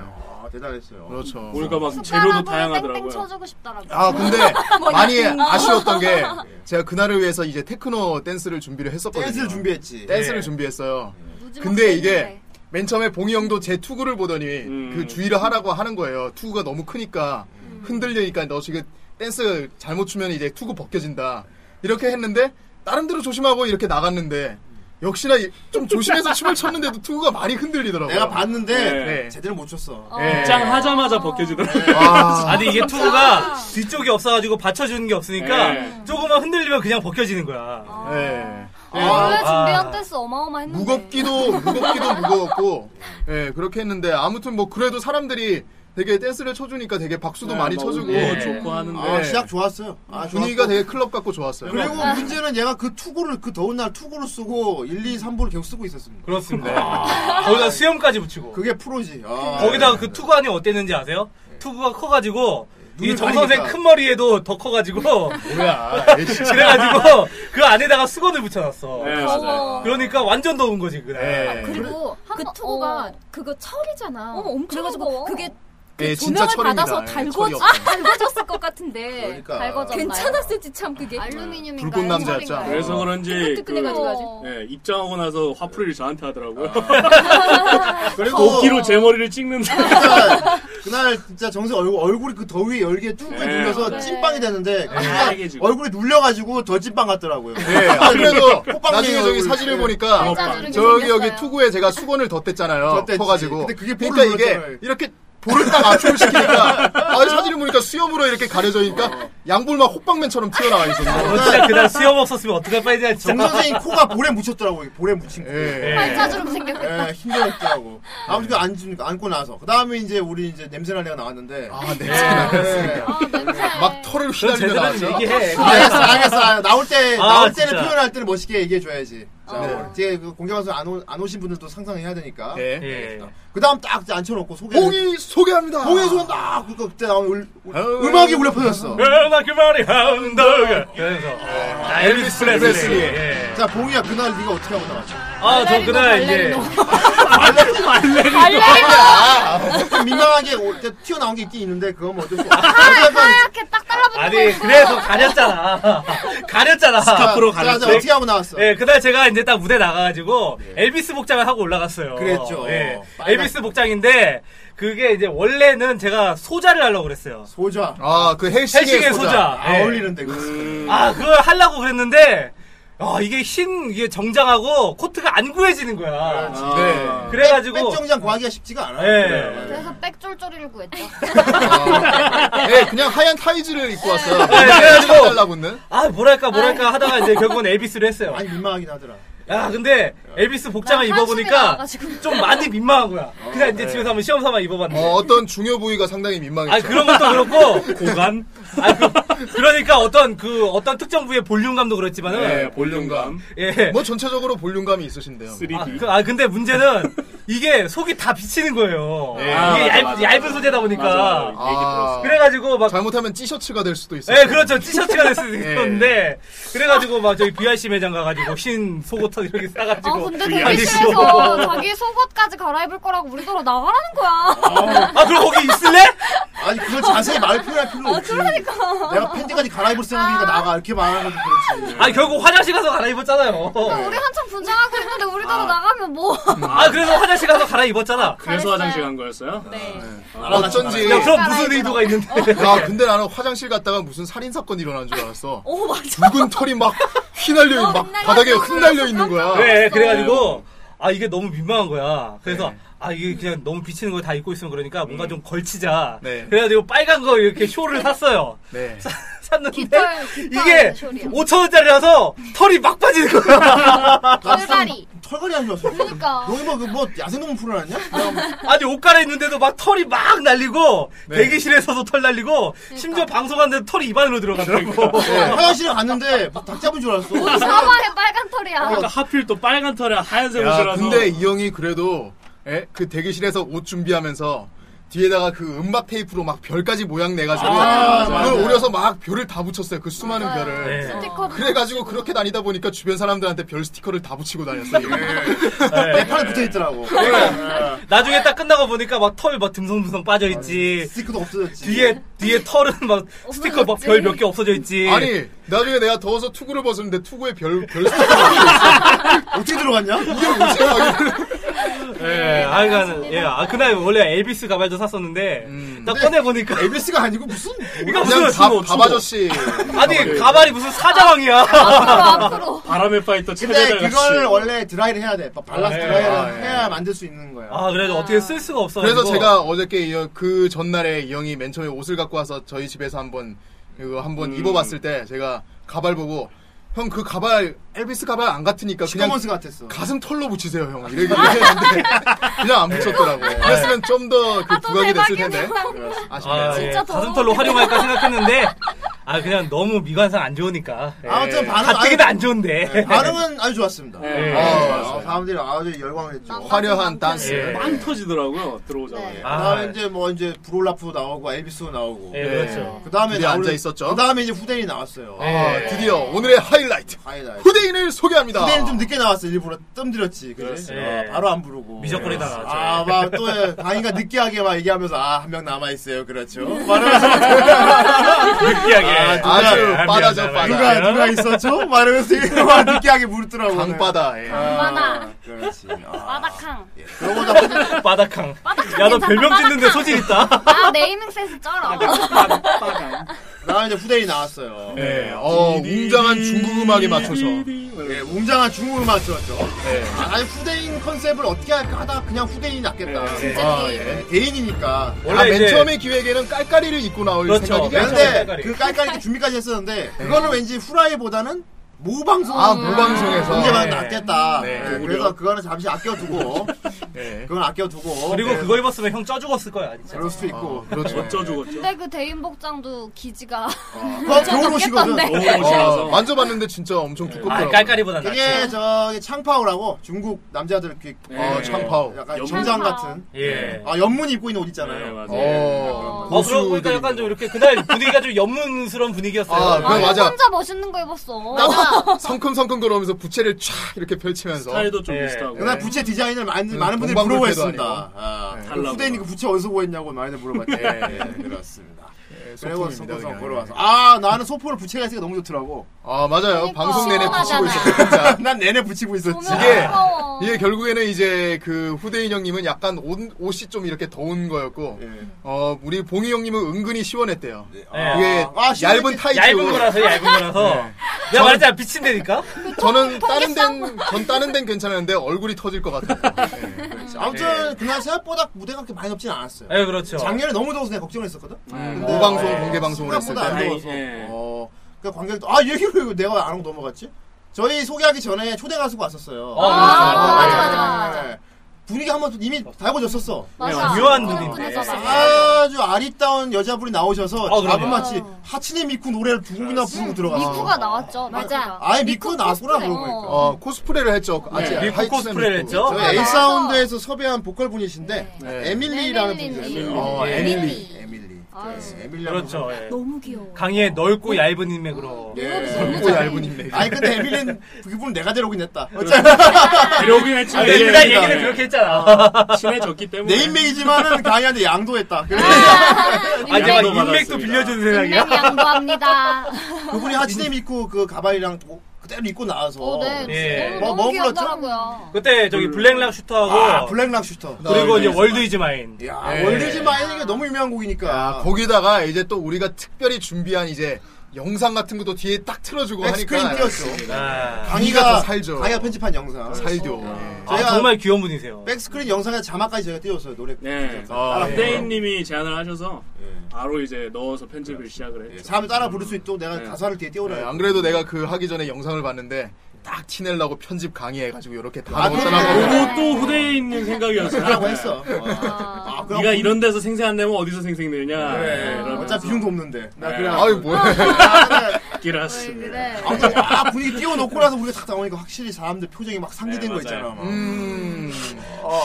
[SPEAKER 2] 아, 대단했어요.
[SPEAKER 4] 그렇죠.
[SPEAKER 6] 뭘까 막 재료도
[SPEAKER 5] 숟가락으로 땡땡
[SPEAKER 6] 다양하더라고요.
[SPEAKER 5] 쳐주고 싶더라고.
[SPEAKER 4] 아, 근데 많이 아쉬웠던 게 제가 그날을 위해서 이제 테크노 댄스를 준비를 했었거든요.
[SPEAKER 2] 댄스를 준비했지.
[SPEAKER 4] 댄스를
[SPEAKER 3] 예.
[SPEAKER 4] 준비했어요.
[SPEAKER 5] 무지막
[SPEAKER 7] 네.
[SPEAKER 4] 근데 이게
[SPEAKER 5] 땡인데.
[SPEAKER 4] 맨 처음에 봉이 형도 제 투구를 보더니
[SPEAKER 6] 음.
[SPEAKER 4] 그 주의를 하라고 하는 거예요. 투구가 너무 크니까
[SPEAKER 7] 음.
[SPEAKER 4] 흔들리니까 너 지금 댄스 잘못 추면 이제 투구 벗겨진다. 이렇게 했는데 나름대로 조심하고 이렇게 나갔는데 역시나 이- 좀 조심해서 춤을 췄는데도 투구가 많이 흔들리더라고요.
[SPEAKER 2] 내가 봤는데
[SPEAKER 6] 네.
[SPEAKER 2] 제대로 못 쳤어.
[SPEAKER 4] 예.
[SPEAKER 6] 입장 하자마자 벗겨지더라고요.
[SPEAKER 4] 와,
[SPEAKER 3] (laughs) 아니, 이게 투구가 뒤쪽이 없어가지고 받쳐주는 게 없으니까
[SPEAKER 6] 네.
[SPEAKER 3] 조금만 흔들리면 그냥 벗겨지는 거야.
[SPEAKER 4] 예.
[SPEAKER 5] 원래
[SPEAKER 3] 아.
[SPEAKER 5] 준비한 댄스 어마어마했는데.
[SPEAKER 4] 무겁기도 무겁기도 무거웠고 예 그렇게 했는데 아무튼 뭐 그래도 사람들이 되게 댄스를 쳐주니까 되게
[SPEAKER 2] 네,
[SPEAKER 4] 박수도 많이
[SPEAKER 6] 막
[SPEAKER 4] 쳐주고
[SPEAKER 6] 웃고
[SPEAKER 3] 예.
[SPEAKER 6] 뭐 좋고 하는데
[SPEAKER 2] 아, 시작 좋았어요. 아,
[SPEAKER 4] 분위기가
[SPEAKER 2] 뭐 좋았고.
[SPEAKER 4] 되게 클럽 같고 좋았어요.
[SPEAKER 2] 그리고 문제는 얘가 그 투구를, 그 더운 날 투구를 쓰고 1, 2, 3부를 계속 쓰고 있었습니다.
[SPEAKER 3] 그렇습니다.
[SPEAKER 6] 아.
[SPEAKER 3] 거기다 수염까지 붙이고.
[SPEAKER 2] 그게 프로지. 아,
[SPEAKER 3] 거기다가 그 투구 안이 어땠는지 아세요? 투구가 커가지고
[SPEAKER 2] 눈을
[SPEAKER 3] 이 정선생
[SPEAKER 2] 가리니까.
[SPEAKER 3] 큰 머리에도 더 커가지고
[SPEAKER 4] 뭐야 얘 진짜.
[SPEAKER 3] 그래가지고 그 안에다가 수건을 붙여놨어.
[SPEAKER 6] 네, 맞아요.
[SPEAKER 5] 더워.
[SPEAKER 3] 그러니까 완전 더운 거지 그날.
[SPEAKER 4] 예.
[SPEAKER 7] 그리고 그
[SPEAKER 5] 번-
[SPEAKER 7] 투구가
[SPEAKER 5] 어.
[SPEAKER 7] 그거 철이잖아.
[SPEAKER 5] 어, 엄청
[SPEAKER 7] 그래가지고
[SPEAKER 5] 무거워.
[SPEAKER 7] 그게
[SPEAKER 4] 예,
[SPEAKER 7] 조명을
[SPEAKER 4] 철입니다.
[SPEAKER 7] 받아서
[SPEAKER 4] 예,
[SPEAKER 5] (laughs)
[SPEAKER 7] 달궈
[SPEAKER 4] 철이 없어요.
[SPEAKER 7] 달궈졌을 것 같은데
[SPEAKER 2] 그러니까.
[SPEAKER 5] 밝아졌나요?
[SPEAKER 7] 괜찮았을지 참 그게.
[SPEAKER 5] 알루미늄인가요?
[SPEAKER 4] 불꽃 남자였죠.
[SPEAKER 5] 철인가요? 네. 어.
[SPEAKER 6] 그래서 그런지 그,
[SPEAKER 7] 뜨끈뜨끈해가지고 아주.
[SPEAKER 6] 예, 입장하고 나서 화풀이를 저한테 하더라고요. (laughs)
[SPEAKER 2] 그리고
[SPEAKER 6] 도끼로 제 머리를 찍는데
[SPEAKER 2] 그날, 그날 진짜 정세 얼굴, 얼굴이 그 더위 열기에 쭉
[SPEAKER 6] 네.
[SPEAKER 2] 눌려서
[SPEAKER 5] 네.
[SPEAKER 2] 찐빵이 됐는데
[SPEAKER 6] 빨개지고.
[SPEAKER 2] 얼굴이 눌려가지고 더 찐빵 같더라고요.
[SPEAKER 4] (laughs) 예, 아, 그래도
[SPEAKER 2] 호빵
[SPEAKER 4] 나중에
[SPEAKER 2] 얼굴.
[SPEAKER 4] 저기 사진을
[SPEAKER 2] 예.
[SPEAKER 4] 보니까 아,
[SPEAKER 5] 팔자주름이
[SPEAKER 4] 저기
[SPEAKER 5] 생겼어요.
[SPEAKER 4] 여기 투구에 제가 수건을
[SPEAKER 2] 덧댔지.
[SPEAKER 4] 덧댔잖아요. 커가지고.
[SPEAKER 2] 근데 그게 볼을
[SPEAKER 4] 그러니까 이게
[SPEAKER 2] 눌렀잖아요.
[SPEAKER 4] 이렇게 볼을 딱 압축을 시키니까 아, 사진을 보니까 수염으로 이렇게 가려져 있니까 양볼만 호빵맨처럼 튀어나와 있었네.
[SPEAKER 3] 어, 진짜 그날 수염 없었으면 어떡할 뻔했냐
[SPEAKER 2] 정
[SPEAKER 3] 진짜.
[SPEAKER 2] 선생님 코가 볼에 묻혔더라고 볼에 묻힌 거.
[SPEAKER 4] 예.
[SPEAKER 5] 팔자주름 생겼고.
[SPEAKER 2] 예, 힘들었더라고.
[SPEAKER 4] 네.
[SPEAKER 2] 아무튼 안 안고 나서 그 다음에 이제 우리 이제 냄새날 애가 나왔는데.
[SPEAKER 4] 아, 네.
[SPEAKER 2] 예.
[SPEAKER 5] 아, 냄새.
[SPEAKER 4] 막 털을
[SPEAKER 3] 그건
[SPEAKER 4] 휘날리며
[SPEAKER 3] 제대로
[SPEAKER 4] 나왔죠.
[SPEAKER 2] 아,
[SPEAKER 3] 얘기해.
[SPEAKER 2] 알겠어, 알겠어. 알겠어. 나올 때,
[SPEAKER 3] 아,
[SPEAKER 2] 나올 때는
[SPEAKER 3] 진짜.
[SPEAKER 2] 표현할 때는 멋있게 얘기해줘야지. 자,
[SPEAKER 5] 어.
[SPEAKER 4] 네.
[SPEAKER 2] 이제 그 공개방송 안, 오, 안 오신 분들도 상상해야 되니까.
[SPEAKER 4] 예.
[SPEAKER 3] 예.
[SPEAKER 2] 그 다음 딱 이제 앉혀놓고 소개.
[SPEAKER 4] 봉이 소개합니다.
[SPEAKER 2] 봉이 소원 딱! 그니까 그때 나온 을, 을-
[SPEAKER 4] 어.
[SPEAKER 2] 음악이 울려 퍼졌어.
[SPEAKER 3] 그말이 한다가 그래서 아, 엘비스
[SPEAKER 4] 프레슬리.
[SPEAKER 3] 프레슬리. 예.
[SPEAKER 2] 자, 봉이야, 그날 네가 어떻게 하고 나왔어?
[SPEAKER 3] 아, 저 그날 이제
[SPEAKER 2] 민망하게 올 때 튀어나온 게 있긴 있는데, 그건 뭐 어쩔 수 없어. 어쨌든,
[SPEAKER 5] 이렇게 딱 달라붙는 거
[SPEAKER 3] 아니 그래서 가렸잖아. 가렸잖아.
[SPEAKER 6] 앞으로
[SPEAKER 2] 자, 자,
[SPEAKER 6] 가는데.
[SPEAKER 2] 어떻게 하고 나왔어?
[SPEAKER 3] 예, 그날 제가 이제 딱 무대 나가가지고 엘비스 복장을 하고 올라갔어요.
[SPEAKER 2] 네. 그랬죠.
[SPEAKER 3] 예,
[SPEAKER 2] 빨간-
[SPEAKER 3] 엘비스 복장인데 그게 이제 원래는 제가 소자를 하려고 그랬어요.
[SPEAKER 2] 소자.
[SPEAKER 4] 아, 그 헬싱의,
[SPEAKER 3] 헬싱의
[SPEAKER 4] 소자.
[SPEAKER 3] 소자.
[SPEAKER 2] 아,
[SPEAKER 3] 예.
[SPEAKER 2] 어울리는데, 그거.
[SPEAKER 3] 아, 그걸 하려고 그랬는데 아, 이게 흰 이게 정장하고 코트가 안 구해지는 거야.
[SPEAKER 2] 아,
[SPEAKER 4] 네.
[SPEAKER 3] 그래가지고
[SPEAKER 2] 백정장 구하기가 쉽지가 않아요.
[SPEAKER 3] 예.
[SPEAKER 2] 그래.
[SPEAKER 5] 그래서
[SPEAKER 4] (laughs)
[SPEAKER 5] 백쫄쫄이를 구했죠.
[SPEAKER 4] 아, 예, 그냥 하얀 타이즈를 입고 왔어요.
[SPEAKER 3] 그래가지고-
[SPEAKER 4] 달라고 있는.
[SPEAKER 3] 아 뭐랄까 뭐랄까 하다가 이제 결국은 엘비스를 했어요.
[SPEAKER 2] 많이 민망하긴 하더라.
[SPEAKER 3] 야 근데
[SPEAKER 2] 어.
[SPEAKER 3] 엘비스 복장을
[SPEAKER 5] 나 한숨이
[SPEAKER 3] 입어보니까
[SPEAKER 5] 나와가지고.
[SPEAKER 3] 좀 많이 민망한 거야. 그냥
[SPEAKER 2] 어,
[SPEAKER 3] 이제
[SPEAKER 2] 네.
[SPEAKER 3] 집에서 한번 시험 삼아 입어봤는데.
[SPEAKER 4] 어, 어떤 중요 부위가 상당히 민망했죠.
[SPEAKER 3] 아 그런 것도 그렇고 고관. 아 그, 러니까 어떤 그 어떤 특정 부의 볼륨감도 그렇지만은
[SPEAKER 6] 네, 볼륨감.
[SPEAKER 3] 예.
[SPEAKER 4] 뭐 전체적으로 볼륨감이 있으신데요.
[SPEAKER 6] 3D.
[SPEAKER 3] 아, 그- 아, 근데 문제는 이게 속이 다 비치는 거예요.
[SPEAKER 4] 예.
[SPEAKER 3] 이게
[SPEAKER 4] 아,
[SPEAKER 6] 맞아,
[SPEAKER 3] 얇,
[SPEAKER 6] 맞아.
[SPEAKER 3] 얇은 소재다 보니까.
[SPEAKER 6] 맞아.
[SPEAKER 4] 아.
[SPEAKER 6] 얘기 들었어.
[SPEAKER 3] 그래가지고 막
[SPEAKER 4] 잘못하면 찌셔츠가 될 수도 있어요.
[SPEAKER 3] 예, 그렇죠. 티셔츠가 됐을 수 있었는데 그래가지고 막 저기 BRC 매장 가가지고 흰 속옷 이렇게
[SPEAKER 5] 아,
[SPEAKER 3] 싸가지고
[SPEAKER 5] 근데
[SPEAKER 3] 아니,
[SPEAKER 5] 되게
[SPEAKER 3] 그거.
[SPEAKER 5] 싫어서 자기 속옷까지 갈아입을 거라고 우리더러 나가라는 거야.
[SPEAKER 3] 아 그럼 거기 있을래?
[SPEAKER 2] 아니 그걸 자세히 말 표현할 필요
[SPEAKER 5] 아,
[SPEAKER 2] 없지.
[SPEAKER 5] 그러니까.
[SPEAKER 2] 내가 팬티까지 갈아입을 생각이니까 나가 이렇게 말하는 것도 그렇지.
[SPEAKER 3] 아 결국 화장실 가서 갈아입었잖아요.
[SPEAKER 5] 우리 한참 분장하고 있는데 우리더러 나가면 뭐.
[SPEAKER 4] 음,
[SPEAKER 3] 아 그래서 화장실 가서 갈아입었잖아.
[SPEAKER 6] (laughs) 그래서 화장실 간 거였어요?
[SPEAKER 7] 네.
[SPEAKER 4] 어쩐지.
[SPEAKER 3] 야 그럼 무슨
[SPEAKER 5] 갈아입으라고.
[SPEAKER 3] 의도가 있는데?
[SPEAKER 4] 야, 근데 나는 화장실 갔다가 무슨 살인 사건 일어난 줄 알았어.
[SPEAKER 5] 오, 맞아.
[SPEAKER 4] 붉은 털이 막 휘날려
[SPEAKER 5] 어,
[SPEAKER 4] 막
[SPEAKER 5] 흩날려
[SPEAKER 4] 바닥에
[SPEAKER 5] 있어.
[SPEAKER 4] 흩날려 있는 거야.
[SPEAKER 3] 네, 그래가지고 아 이게 너무 민망한 거야. 그래서 아 이게 그냥 너무 비치는 걸 다 입고 있으면 그러니까 뭔가 좀 걸치자.
[SPEAKER 4] 네.
[SPEAKER 3] 그래가지고 빨간 거 이렇게 쇼를 샀어요. (laughs)
[SPEAKER 4] 네.
[SPEAKER 3] 샀는데
[SPEAKER 5] 깃털, 깃털
[SPEAKER 3] 이게 뭐
[SPEAKER 5] 쇼리요.
[SPEAKER 3] 5천 원짜리라서 털이 막 빠지는 거야. (laughs)
[SPEAKER 5] 털갈이.
[SPEAKER 2] 털갈이 하는 줄 알았어.
[SPEAKER 5] 그러니까.
[SPEAKER 2] 여기 뭐그뭐 야생동물 풀어놨냐?
[SPEAKER 3] 아니 옷 갈아입는데도 막 털이 막 날리고
[SPEAKER 4] 네.
[SPEAKER 3] 대기실에서도 털 날리고
[SPEAKER 5] 그러니까.
[SPEAKER 3] 심지어 방송하는데도 털이 입안으로 들어가고.
[SPEAKER 2] 네. (laughs) 화장실에 갔는데 뭐닭 잡은 줄 알았어.
[SPEAKER 5] 우리 사방에 빨간 털이야.
[SPEAKER 6] 그러니까 하필 또 빨간 털에 하얀색
[SPEAKER 4] 야,
[SPEAKER 6] 옷이라서.
[SPEAKER 4] 근데 이 형이 그래도 예? 그 대기실에서 옷 준비하면서 뒤에다가 그 음막 테이프로 막 별까지 모양 내가지고
[SPEAKER 2] 아, 맞아요.
[SPEAKER 4] 그걸 오려서 막 별을 다 붙였어요. 그 수많은 별을.
[SPEAKER 3] 네.
[SPEAKER 5] 스티커도.
[SPEAKER 4] 그래가지고 그렇게 다니다 보니까 주변 사람들한테 별 스티커를 다 붙이고 다녔어요.
[SPEAKER 2] 내 팔에 붙어 있더라고.
[SPEAKER 3] 나중에 딱 끝나고 보니까 막 털 막 듬성듬성 빠져 있지.
[SPEAKER 2] 스티커도 없어졌지.
[SPEAKER 3] 뒤에 뒤에 털은 막
[SPEAKER 5] 어,
[SPEAKER 3] 스티커 막 별 몇 개 없어져 있지.
[SPEAKER 4] 아니 나중에 내가 더워서 투구를 벗었는데 투구에 별, 별 스티커가
[SPEAKER 2] 어떻게 뭐 들어갔냐?
[SPEAKER 4] 붙여
[SPEAKER 3] 예, 아, 그러니까, 예, 아, 그날 원래 엘비스 가발도 샀었는데, 딱 꺼내보니까,
[SPEAKER 2] (laughs) ABC가 아니고 무슨
[SPEAKER 3] 이거 무슨,
[SPEAKER 4] 그냥
[SPEAKER 3] 뭐,
[SPEAKER 4] 밥, 밥 아저씨
[SPEAKER 3] 아니, 가발이 무슨 사자왕이야.
[SPEAKER 5] 앞으로, 앞으로.
[SPEAKER 6] 바람에 빠있던
[SPEAKER 2] 근데
[SPEAKER 6] 체대들 같이.
[SPEAKER 2] 그걸 원래 드라이를 해야 돼. 막 발라서
[SPEAKER 3] 아, 예.
[SPEAKER 2] 드라이를
[SPEAKER 4] 아, 예.
[SPEAKER 2] 해야 만들 수 있는 거야.
[SPEAKER 3] 아, 그래도 어떻게 쓸 수가 없어.
[SPEAKER 4] 그래서 제가 어저께 이 형- 그 전날에 이 형이 맨 처음에 옷을 갖고 와서 저희 집에서 한번 이거 한번 입어봤을 때 제가 가발 보고 형 그 가발 엘비스 가발 안 같으니까 그냥
[SPEAKER 2] 시커먼스 같았어.
[SPEAKER 4] 가슴 털로 붙이세요 형 이렇게 얘기했는데 (laughs) 그냥 안 붙였더라고 그랬으면 좀 더 그 부각이 됐을 텐데 아쉽네요
[SPEAKER 3] 아, 예,
[SPEAKER 5] 진짜 더워.
[SPEAKER 3] 가슴털로 활용할까 생각했는데, 아, 그냥 너무 미관상 안 좋으니까. 예,
[SPEAKER 2] 아무튼 네. 반응-
[SPEAKER 3] 가뜩이나
[SPEAKER 2] 아니-
[SPEAKER 3] 안
[SPEAKER 2] (laughs)
[SPEAKER 3] 좋은데.
[SPEAKER 2] 반응은 아주 좋았습니다.
[SPEAKER 6] 예.
[SPEAKER 2] 아,
[SPEAKER 4] 예,
[SPEAKER 2] 아,
[SPEAKER 4] 맞아요.
[SPEAKER 2] 사람들이 아주 열광을 했죠.
[SPEAKER 5] 나-
[SPEAKER 4] 화려한 댄스
[SPEAKER 2] 네.
[SPEAKER 3] 예.
[SPEAKER 6] 빵 터지더라고요. 들어오자마자.
[SPEAKER 5] 네.
[SPEAKER 3] 아,
[SPEAKER 2] 그다음에 이제 뭐 이제 브롤라프도 나오고 엘비스도 나오고.
[SPEAKER 3] 예, 그렇죠.
[SPEAKER 2] 그 다음에
[SPEAKER 4] 둘이 앉아 있었죠.
[SPEAKER 2] 그 다음에 이제 후대인이 나왔어요.
[SPEAKER 3] 예.
[SPEAKER 4] 아, 드디어 오늘의 하이라이트
[SPEAKER 2] 아니다. 후대인.
[SPEAKER 4] 후대인을 소개합니다
[SPEAKER 2] 좀 늦게 나왔어. 일부러 뜸들였지. 그지?
[SPEAKER 3] 네. 그렇지.
[SPEAKER 2] 아, 바로 안 부르고.
[SPEAKER 3] 그렇죠. 네. 미적거리다 나왔죠. 네.
[SPEAKER 2] 아, 막또 강희가 느끼하게 막 얘기하면서 아, 한 명 남아 있어요. 그렇죠.
[SPEAKER 3] 음.
[SPEAKER 2] 말하면서
[SPEAKER 3] (laughs) 느끼하게.
[SPEAKER 2] 아,
[SPEAKER 4] 아주
[SPEAKER 3] 예, 아,
[SPEAKER 4] 빠다죠,
[SPEAKER 3] 미안하다.
[SPEAKER 4] 빠다.
[SPEAKER 2] 누가 누가 있었죠? 말하면서 되게 막 느끼하게 부르더라고.
[SPEAKER 4] 강바다 예.
[SPEAKER 2] 아, 그렇지. 아.
[SPEAKER 5] 바닥항.
[SPEAKER 2] 예. 그러고 나
[SPEAKER 3] 바닥항.
[SPEAKER 5] 바닥항
[SPEAKER 3] 야, 너
[SPEAKER 5] 괜찮아,
[SPEAKER 3] 별명 짓는데
[SPEAKER 5] 바닥항.
[SPEAKER 3] 소질
[SPEAKER 5] (laughs)
[SPEAKER 3] 있다.
[SPEAKER 5] 아, 네이밍 센스 쩔어.
[SPEAKER 2] 그다음에 이제 후대인이 나왔어요.
[SPEAKER 3] 네.
[SPEAKER 6] 네.
[SPEAKER 4] 예, 어, 웅장한 중국 음악에 맞춰서
[SPEAKER 6] 띠리. 뭐
[SPEAKER 2] 예,
[SPEAKER 6] 이런.
[SPEAKER 2] 웅장한 중국 음악 들었죠.
[SPEAKER 3] 네.
[SPEAKER 6] 예.
[SPEAKER 2] 아, 아니 후대인 컨셉을 어떻게 할까 하다 그냥 후대인이 낫겠다.
[SPEAKER 3] 네.
[SPEAKER 6] 예, 진짜
[SPEAKER 2] 아, 예. 개인이니까.
[SPEAKER 4] 아, 맨
[SPEAKER 3] 이제-
[SPEAKER 4] 처음에 기획에는 깔깔이를 입고 나올
[SPEAKER 3] 그렇죠.
[SPEAKER 4] 생각이
[SPEAKER 3] 맨
[SPEAKER 4] 죠
[SPEAKER 3] 처음에.
[SPEAKER 2] 그런데
[SPEAKER 3] 깔깔이.
[SPEAKER 2] 그 깔깔이 준비까지 했었는데 그거는 왠지 후라이보다는 모방송
[SPEAKER 4] 아, 모방송에서.
[SPEAKER 2] 공개만
[SPEAKER 3] 네.
[SPEAKER 2] 낫겠다.
[SPEAKER 4] 네.
[SPEAKER 2] 예,
[SPEAKER 6] 오히려.
[SPEAKER 2] 그래서 그거는 잠시 아껴두고
[SPEAKER 4] 네.
[SPEAKER 2] 그건 아껴두고
[SPEAKER 3] 그리고
[SPEAKER 2] 네.
[SPEAKER 3] 그거 입었으면 형 쪄 죽었을 거야. 진짜.
[SPEAKER 2] 그럴 수도 있고
[SPEAKER 4] 어, 그렇죠.
[SPEAKER 6] 어쩌 죽었죠.
[SPEAKER 5] 근데 그 대인 복장도 기지가
[SPEAKER 2] 그거 어, 겨울 옷이거든.
[SPEAKER 5] 덥겠던데.
[SPEAKER 6] 겨울
[SPEAKER 4] 어,
[SPEAKER 6] 옷이라서.
[SPEAKER 4] 만져봤는데 진짜 엄청
[SPEAKER 3] 아,
[SPEAKER 4] 두껍더라고요.
[SPEAKER 3] 깔깔이보다 낫지.
[SPEAKER 2] 그게 저기 창파오라고 중국 남자들 그
[SPEAKER 6] 예.
[SPEAKER 4] 어, 참파오.
[SPEAKER 2] 약간
[SPEAKER 6] 연문.
[SPEAKER 2] 정장
[SPEAKER 7] 창파오.
[SPEAKER 2] 같은
[SPEAKER 3] 예.
[SPEAKER 2] 아 연문이 입고 있는 옷
[SPEAKER 6] 네,
[SPEAKER 2] 있잖아요.
[SPEAKER 6] 맞아요.
[SPEAKER 4] 어,
[SPEAKER 3] 어, 그러고 보니까 약간 좀 이렇게 그날 분위기가 좀 연문스러운 분위기였어요.
[SPEAKER 4] 아, 그래,
[SPEAKER 5] 아니,
[SPEAKER 4] 맞아.
[SPEAKER 5] 혼자 멋있는 거 입었어.
[SPEAKER 4] 딱 성큼성큼 걸어오면서 부채를 촥 이렇게 펼치면서
[SPEAKER 6] 스타일도 좀
[SPEAKER 3] 예.
[SPEAKER 6] 비슷하고.
[SPEAKER 2] 네. 그날 부채 디자인을 많은, 많은 분들이
[SPEAKER 4] 동방불패도
[SPEAKER 2] 물어보셨습니다.
[SPEAKER 4] 아니고.
[SPEAKER 2] 아,
[SPEAKER 4] 네.
[SPEAKER 2] 그 후대니까 부채 어디서 구했냐고 많이들 물어봤죠. 예, 그렇습니다.
[SPEAKER 4] 예,
[SPEAKER 2] 그리고
[SPEAKER 4] 소품입니다.
[SPEAKER 2] 소포성
[SPEAKER 4] 그냥. 예.
[SPEAKER 2] 걸어와서 아 나는 소포를 부채가 있으니까 너무 좋더라고.
[SPEAKER 4] 아 맞아요.
[SPEAKER 5] 그러니까.
[SPEAKER 4] 방송 내내 붙이고
[SPEAKER 5] 시원하잖아.
[SPEAKER 4] 있었어요. 진짜.
[SPEAKER 2] (laughs) 난 내내 붙이고 있었지.
[SPEAKER 5] 보면 어.
[SPEAKER 4] 이게-
[SPEAKER 5] 부러워.
[SPEAKER 4] 이게 결국에는 이제 그 후대인 형님은 약간 옷, 옷이 좀 이렇게 더운 거였고
[SPEAKER 2] 예.
[SPEAKER 5] 음.
[SPEAKER 4] 어 우리 봉희 형님은 은근히 시원했대요.
[SPEAKER 3] 예.
[SPEAKER 4] 이게
[SPEAKER 2] 아, 시원했지.
[SPEAKER 4] 얇은 타이츠.
[SPEAKER 3] 얇은 거라서 얇은 거라서. 내가 말했잖아 비친다니까.
[SPEAKER 5] 그
[SPEAKER 4] 저는 다른 데는 전 다른 데는 괜찮은데 얼굴이 터질 것 같아요. 예.
[SPEAKER 2] 아무튼 그날 생각보다 무대가 그렇게 많이 높진 않았어요.
[SPEAKER 3] 예, 그렇죠.
[SPEAKER 2] 작년에 너무 더워서 내가 걱정했었거든. 근데
[SPEAKER 4] 뭐 모방송
[SPEAKER 2] 예,
[SPEAKER 4] 공개 방송을 했을
[SPEAKER 2] 생각보다
[SPEAKER 4] 때
[SPEAKER 2] 안
[SPEAKER 6] 때.
[SPEAKER 2] 더워서.
[SPEAKER 6] 예.
[SPEAKER 2] 어, 그러니까 관객도 아 얘기를 내가 안 하고 넘어갔지? 저희 소개하기 전에 초대 가수가 왔었어요.
[SPEAKER 3] 어,
[SPEAKER 5] 아,
[SPEAKER 3] 맞아.
[SPEAKER 5] 맞아,
[SPEAKER 2] 예.
[SPEAKER 5] 맞아, 맞아.
[SPEAKER 2] 예. 분위기 한번 이미 달궈졌었어.
[SPEAKER 5] 맞아.
[SPEAKER 3] 묘한
[SPEAKER 5] 꾸준꾸준해서
[SPEAKER 3] 눈인데.
[SPEAKER 5] 그래.
[SPEAKER 2] 아주 아리따운 여자분이 나오셔서
[SPEAKER 3] 어, 그러네요.
[SPEAKER 2] 자분마치 하츠네 미쿠 노래를 두 곡이나 부르고 들어갔어.
[SPEAKER 5] 음. 미쿠가 나왔죠. 맞아. 그러니까.
[SPEAKER 2] 아예 미쿠 나왔구나
[SPEAKER 5] 코스프레.
[SPEAKER 2] 그러고 보니까.
[SPEAKER 5] 어.
[SPEAKER 4] 어 코스프레를 했죠.
[SPEAKER 2] 네.
[SPEAKER 4] 아직
[SPEAKER 3] 미국
[SPEAKER 4] 하이틴
[SPEAKER 3] 코스프레를
[SPEAKER 4] 미국.
[SPEAKER 3] 했죠.
[SPEAKER 2] 저희 A
[SPEAKER 5] 맞아.
[SPEAKER 2] 사운드에서 섭외한 보컬 분이신데
[SPEAKER 4] 네.
[SPEAKER 2] 에밀리라는
[SPEAKER 5] 에밀리. 네.
[SPEAKER 2] 분이 있어요.
[SPEAKER 6] 에밀리.
[SPEAKER 2] 어,
[SPEAKER 3] 예.
[SPEAKER 2] 에밀리.
[SPEAKER 5] 에밀리.
[SPEAKER 2] 에밀리.
[SPEAKER 5] 아유.
[SPEAKER 2] 네, 에밀리.
[SPEAKER 3] 그렇죠. 예.
[SPEAKER 7] 너무 귀여워.
[SPEAKER 3] 강의의
[SPEAKER 5] 네.
[SPEAKER 3] 넓고 얇은 인맥으로.
[SPEAKER 2] 예.
[SPEAKER 4] 넓고 얇은 네. 인맥.
[SPEAKER 2] 아니 근데 에밀리는 그분 내가 데려오긴 했다. 그렇죠. 어차피
[SPEAKER 6] 데려오긴
[SPEAKER 2] 아,
[SPEAKER 3] 근데 아,
[SPEAKER 6] 했지만
[SPEAKER 3] 네, 그날
[SPEAKER 6] 예.
[SPEAKER 3] 얘기를 그렇게 했잖아.
[SPEAKER 6] 친해졌기 때문에.
[SPEAKER 2] 내 인맥이지만은 강의한테 양도했다. 그래서
[SPEAKER 3] 아, 내가
[SPEAKER 6] 인맥도
[SPEAKER 3] 인맥도
[SPEAKER 6] 받았습니다.
[SPEAKER 3] 빌려주는
[SPEAKER 5] 인맥
[SPEAKER 3] 세상이야.
[SPEAKER 5] 양보합니다.
[SPEAKER 2] 그분이 하츠네 미쿠 그 가발이랑 뭐 그대로 입고 나와서
[SPEAKER 5] 어, 네.
[SPEAKER 3] 예.
[SPEAKER 5] 너무,
[SPEAKER 2] 뭐,
[SPEAKER 5] 너무
[SPEAKER 2] 뭐
[SPEAKER 5] 귀엽더라고요.
[SPEAKER 3] 그때 저기 블랙락 슈터하고
[SPEAKER 2] 아 블랙락 슈터.
[SPEAKER 3] 그리고 이제
[SPEAKER 6] 네.
[SPEAKER 3] 월드 이즈 마인.
[SPEAKER 2] 야
[SPEAKER 4] 예.
[SPEAKER 2] 월드지 마이는 게 너무 유명한 곡이니까.
[SPEAKER 4] 거기다가 이제 또 우리가 특별히 준비한 이제 영상 같은 것도 뒤에 딱 틀어주고
[SPEAKER 2] 백스크린
[SPEAKER 4] 하니까
[SPEAKER 2] 띄웠죠.
[SPEAKER 3] 아,
[SPEAKER 4] 강의가
[SPEAKER 2] 강의가
[SPEAKER 4] 더 살죠.
[SPEAKER 2] 강의가 편집한 영상.
[SPEAKER 5] 어.
[SPEAKER 4] 살죠. 예.
[SPEAKER 3] 아, 정말 귀여운 분이세요.
[SPEAKER 2] 백스크린 영상에 자막까지 저희가 띄웠어요 노래. 그러니까.
[SPEAKER 6] 네.
[SPEAKER 4] 아, 예.
[SPEAKER 6] 대인님이 제안을 하셔서
[SPEAKER 2] 예.
[SPEAKER 6] 바로 이제 넣어서 편집을 시작을 했죠.
[SPEAKER 2] 네, 사람이 따라 부를 수 있도록 내가
[SPEAKER 6] 네.
[SPEAKER 2] 가사를 뒤에 띄우라.
[SPEAKER 4] 네,
[SPEAKER 2] 요
[SPEAKER 4] 안 그래도 내가 그 하기 전에 영상을 봤는데 딱 티내려고 편집 강의해가지고 이렇게 다
[SPEAKER 2] 아,
[SPEAKER 4] 넣었잖아.
[SPEAKER 2] 그래.
[SPEAKER 6] 그리고 또 후대인님
[SPEAKER 2] 라고
[SPEAKER 6] 생각이었어요.
[SPEAKER 2] 네, 했어. 어. 아, 그럼
[SPEAKER 6] 네가 이런 데서 생생 안 내면 어디서 생생내냐.
[SPEAKER 2] 그래. 어차피 비용도 없는데. 나
[SPEAKER 6] 네.
[SPEAKER 2] 그래.
[SPEAKER 4] 아유 뭐야.
[SPEAKER 6] 아,
[SPEAKER 5] 왜
[SPEAKER 6] 기라스.
[SPEAKER 5] 그래.
[SPEAKER 2] 아무튼 아 분위기 띄워놓고 나서 우리가 딱 나오니까 확실히 사람들 표정이 막 상기된
[SPEAKER 6] 네,
[SPEAKER 2] 거
[SPEAKER 6] 맞아요.
[SPEAKER 2] 있잖아. 막.
[SPEAKER 4] 음.
[SPEAKER 2] 어,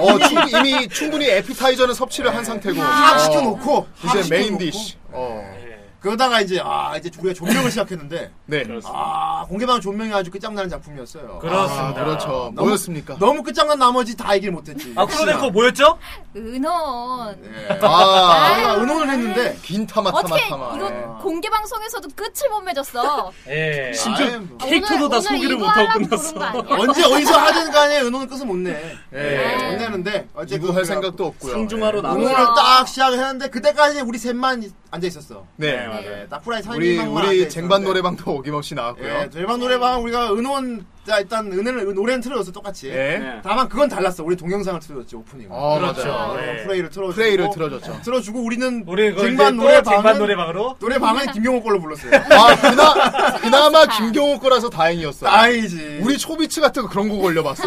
[SPEAKER 4] 어, 충- 이미 충분히 에피타이저는 섭취를 한 상태고.
[SPEAKER 2] 합
[SPEAKER 4] 어,
[SPEAKER 2] 아, 시켜놓고
[SPEAKER 4] 이제 메인
[SPEAKER 2] 시켜놓고.
[SPEAKER 4] 디쉬. 어.
[SPEAKER 2] 그러다가 이제 아 이제 우리가 조명을 시작했는데
[SPEAKER 4] 네.
[SPEAKER 2] 아 공개방 조명이 아주 끝장나는 작품이었어요. 아,
[SPEAKER 4] 아,
[SPEAKER 3] 그렇습니다.
[SPEAKER 4] 그렇죠. 뭐였습니까?
[SPEAKER 2] 너무 끝장난 나머지 다 얘기를 못했지.
[SPEAKER 3] 아, 크로네코 뭐였죠?
[SPEAKER 5] 그 은혼.
[SPEAKER 2] 예.
[SPEAKER 4] 아,
[SPEAKER 2] 저희가 의논을 했는데
[SPEAKER 4] 빈타마 타마
[SPEAKER 7] 어떻게
[SPEAKER 4] 타마. 예.
[SPEAKER 7] 이거 공개 방송에서도 끝을 못 맺었어.
[SPEAKER 3] 예.
[SPEAKER 6] 진짜
[SPEAKER 2] 아이, 뭐.
[SPEAKER 6] 캐릭터도
[SPEAKER 5] 오늘-
[SPEAKER 6] 다
[SPEAKER 5] 오늘
[SPEAKER 6] 소개를
[SPEAKER 5] 이거
[SPEAKER 6] 못하고
[SPEAKER 5] 하려고
[SPEAKER 6] 끝났어.
[SPEAKER 5] 부른 거 아니야?
[SPEAKER 2] 언제 어디서 하든 간에 은호는 끝을 못 내.
[SPEAKER 4] 예.
[SPEAKER 2] 못 내는데 어쨌든
[SPEAKER 4] 이거
[SPEAKER 2] 그래갖고
[SPEAKER 4] 할 생각도 없고요.
[SPEAKER 6] 상중하로
[SPEAKER 4] 예.
[SPEAKER 6] 나눠.
[SPEAKER 2] 오늘을
[SPEAKER 5] 우와.
[SPEAKER 2] 딱 시작을 했는데 그때까지 우리 셋만 앉아 있었어.
[SPEAKER 4] 네.
[SPEAKER 2] 예, 딱 후라이 사이
[SPEAKER 4] 우리 우리 쟁반 노래방도 어김없이
[SPEAKER 2] 예,
[SPEAKER 4] 나왔고요.
[SPEAKER 2] 쟁반 노래방 우리가 은원 자, 일단 은혜는 노래는 틀어줬어 똑같이.
[SPEAKER 4] 예.
[SPEAKER 6] 네.
[SPEAKER 2] 다만 그건 달랐어. 우리 동영상을 틀어줬지 오프닝.
[SPEAKER 4] 어,
[SPEAKER 3] 그렇죠.
[SPEAKER 4] 맞아요.
[SPEAKER 3] 예.
[SPEAKER 2] 프레이를 틀어주고
[SPEAKER 4] 프레이를 틀어줬죠.
[SPEAKER 2] 틀어주고 우리는
[SPEAKER 3] 우리 그
[SPEAKER 2] 쟁반
[SPEAKER 3] 노래방
[SPEAKER 2] 노래방은
[SPEAKER 3] 쟁반 노래방으로
[SPEAKER 2] 노래방은 김용호 걸로 불렀어요.
[SPEAKER 4] (laughs) 아, 그나, 그나마 김경호 거라서 다행이었어요.
[SPEAKER 2] 아이지. 예.
[SPEAKER 4] 우리 초비츠 같은 거 그런 거 걸려봤어.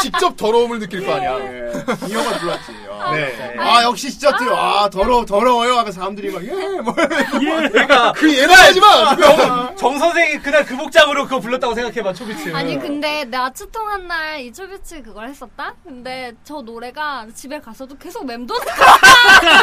[SPEAKER 4] 직접 더러움을 느낄 거 아니야.
[SPEAKER 2] 예, 김용호가 불렀지. 어.
[SPEAKER 4] 네.
[SPEAKER 2] 아 역시 진짜 뛰어. 아 더러 더러워요. 아까 사람들이 막예뭐
[SPEAKER 3] 그러니까
[SPEAKER 4] 그 얘나 하지 마!
[SPEAKER 3] 정, 정 선생이 그날 그 복장으로 그거 불렀다고 생각해봐 초비츠.
[SPEAKER 5] 아니 근데 나 추통한 날 이초비츠 그걸 했었다? 근데 저 노래가 집에 가서도 계속 맴도는 거야.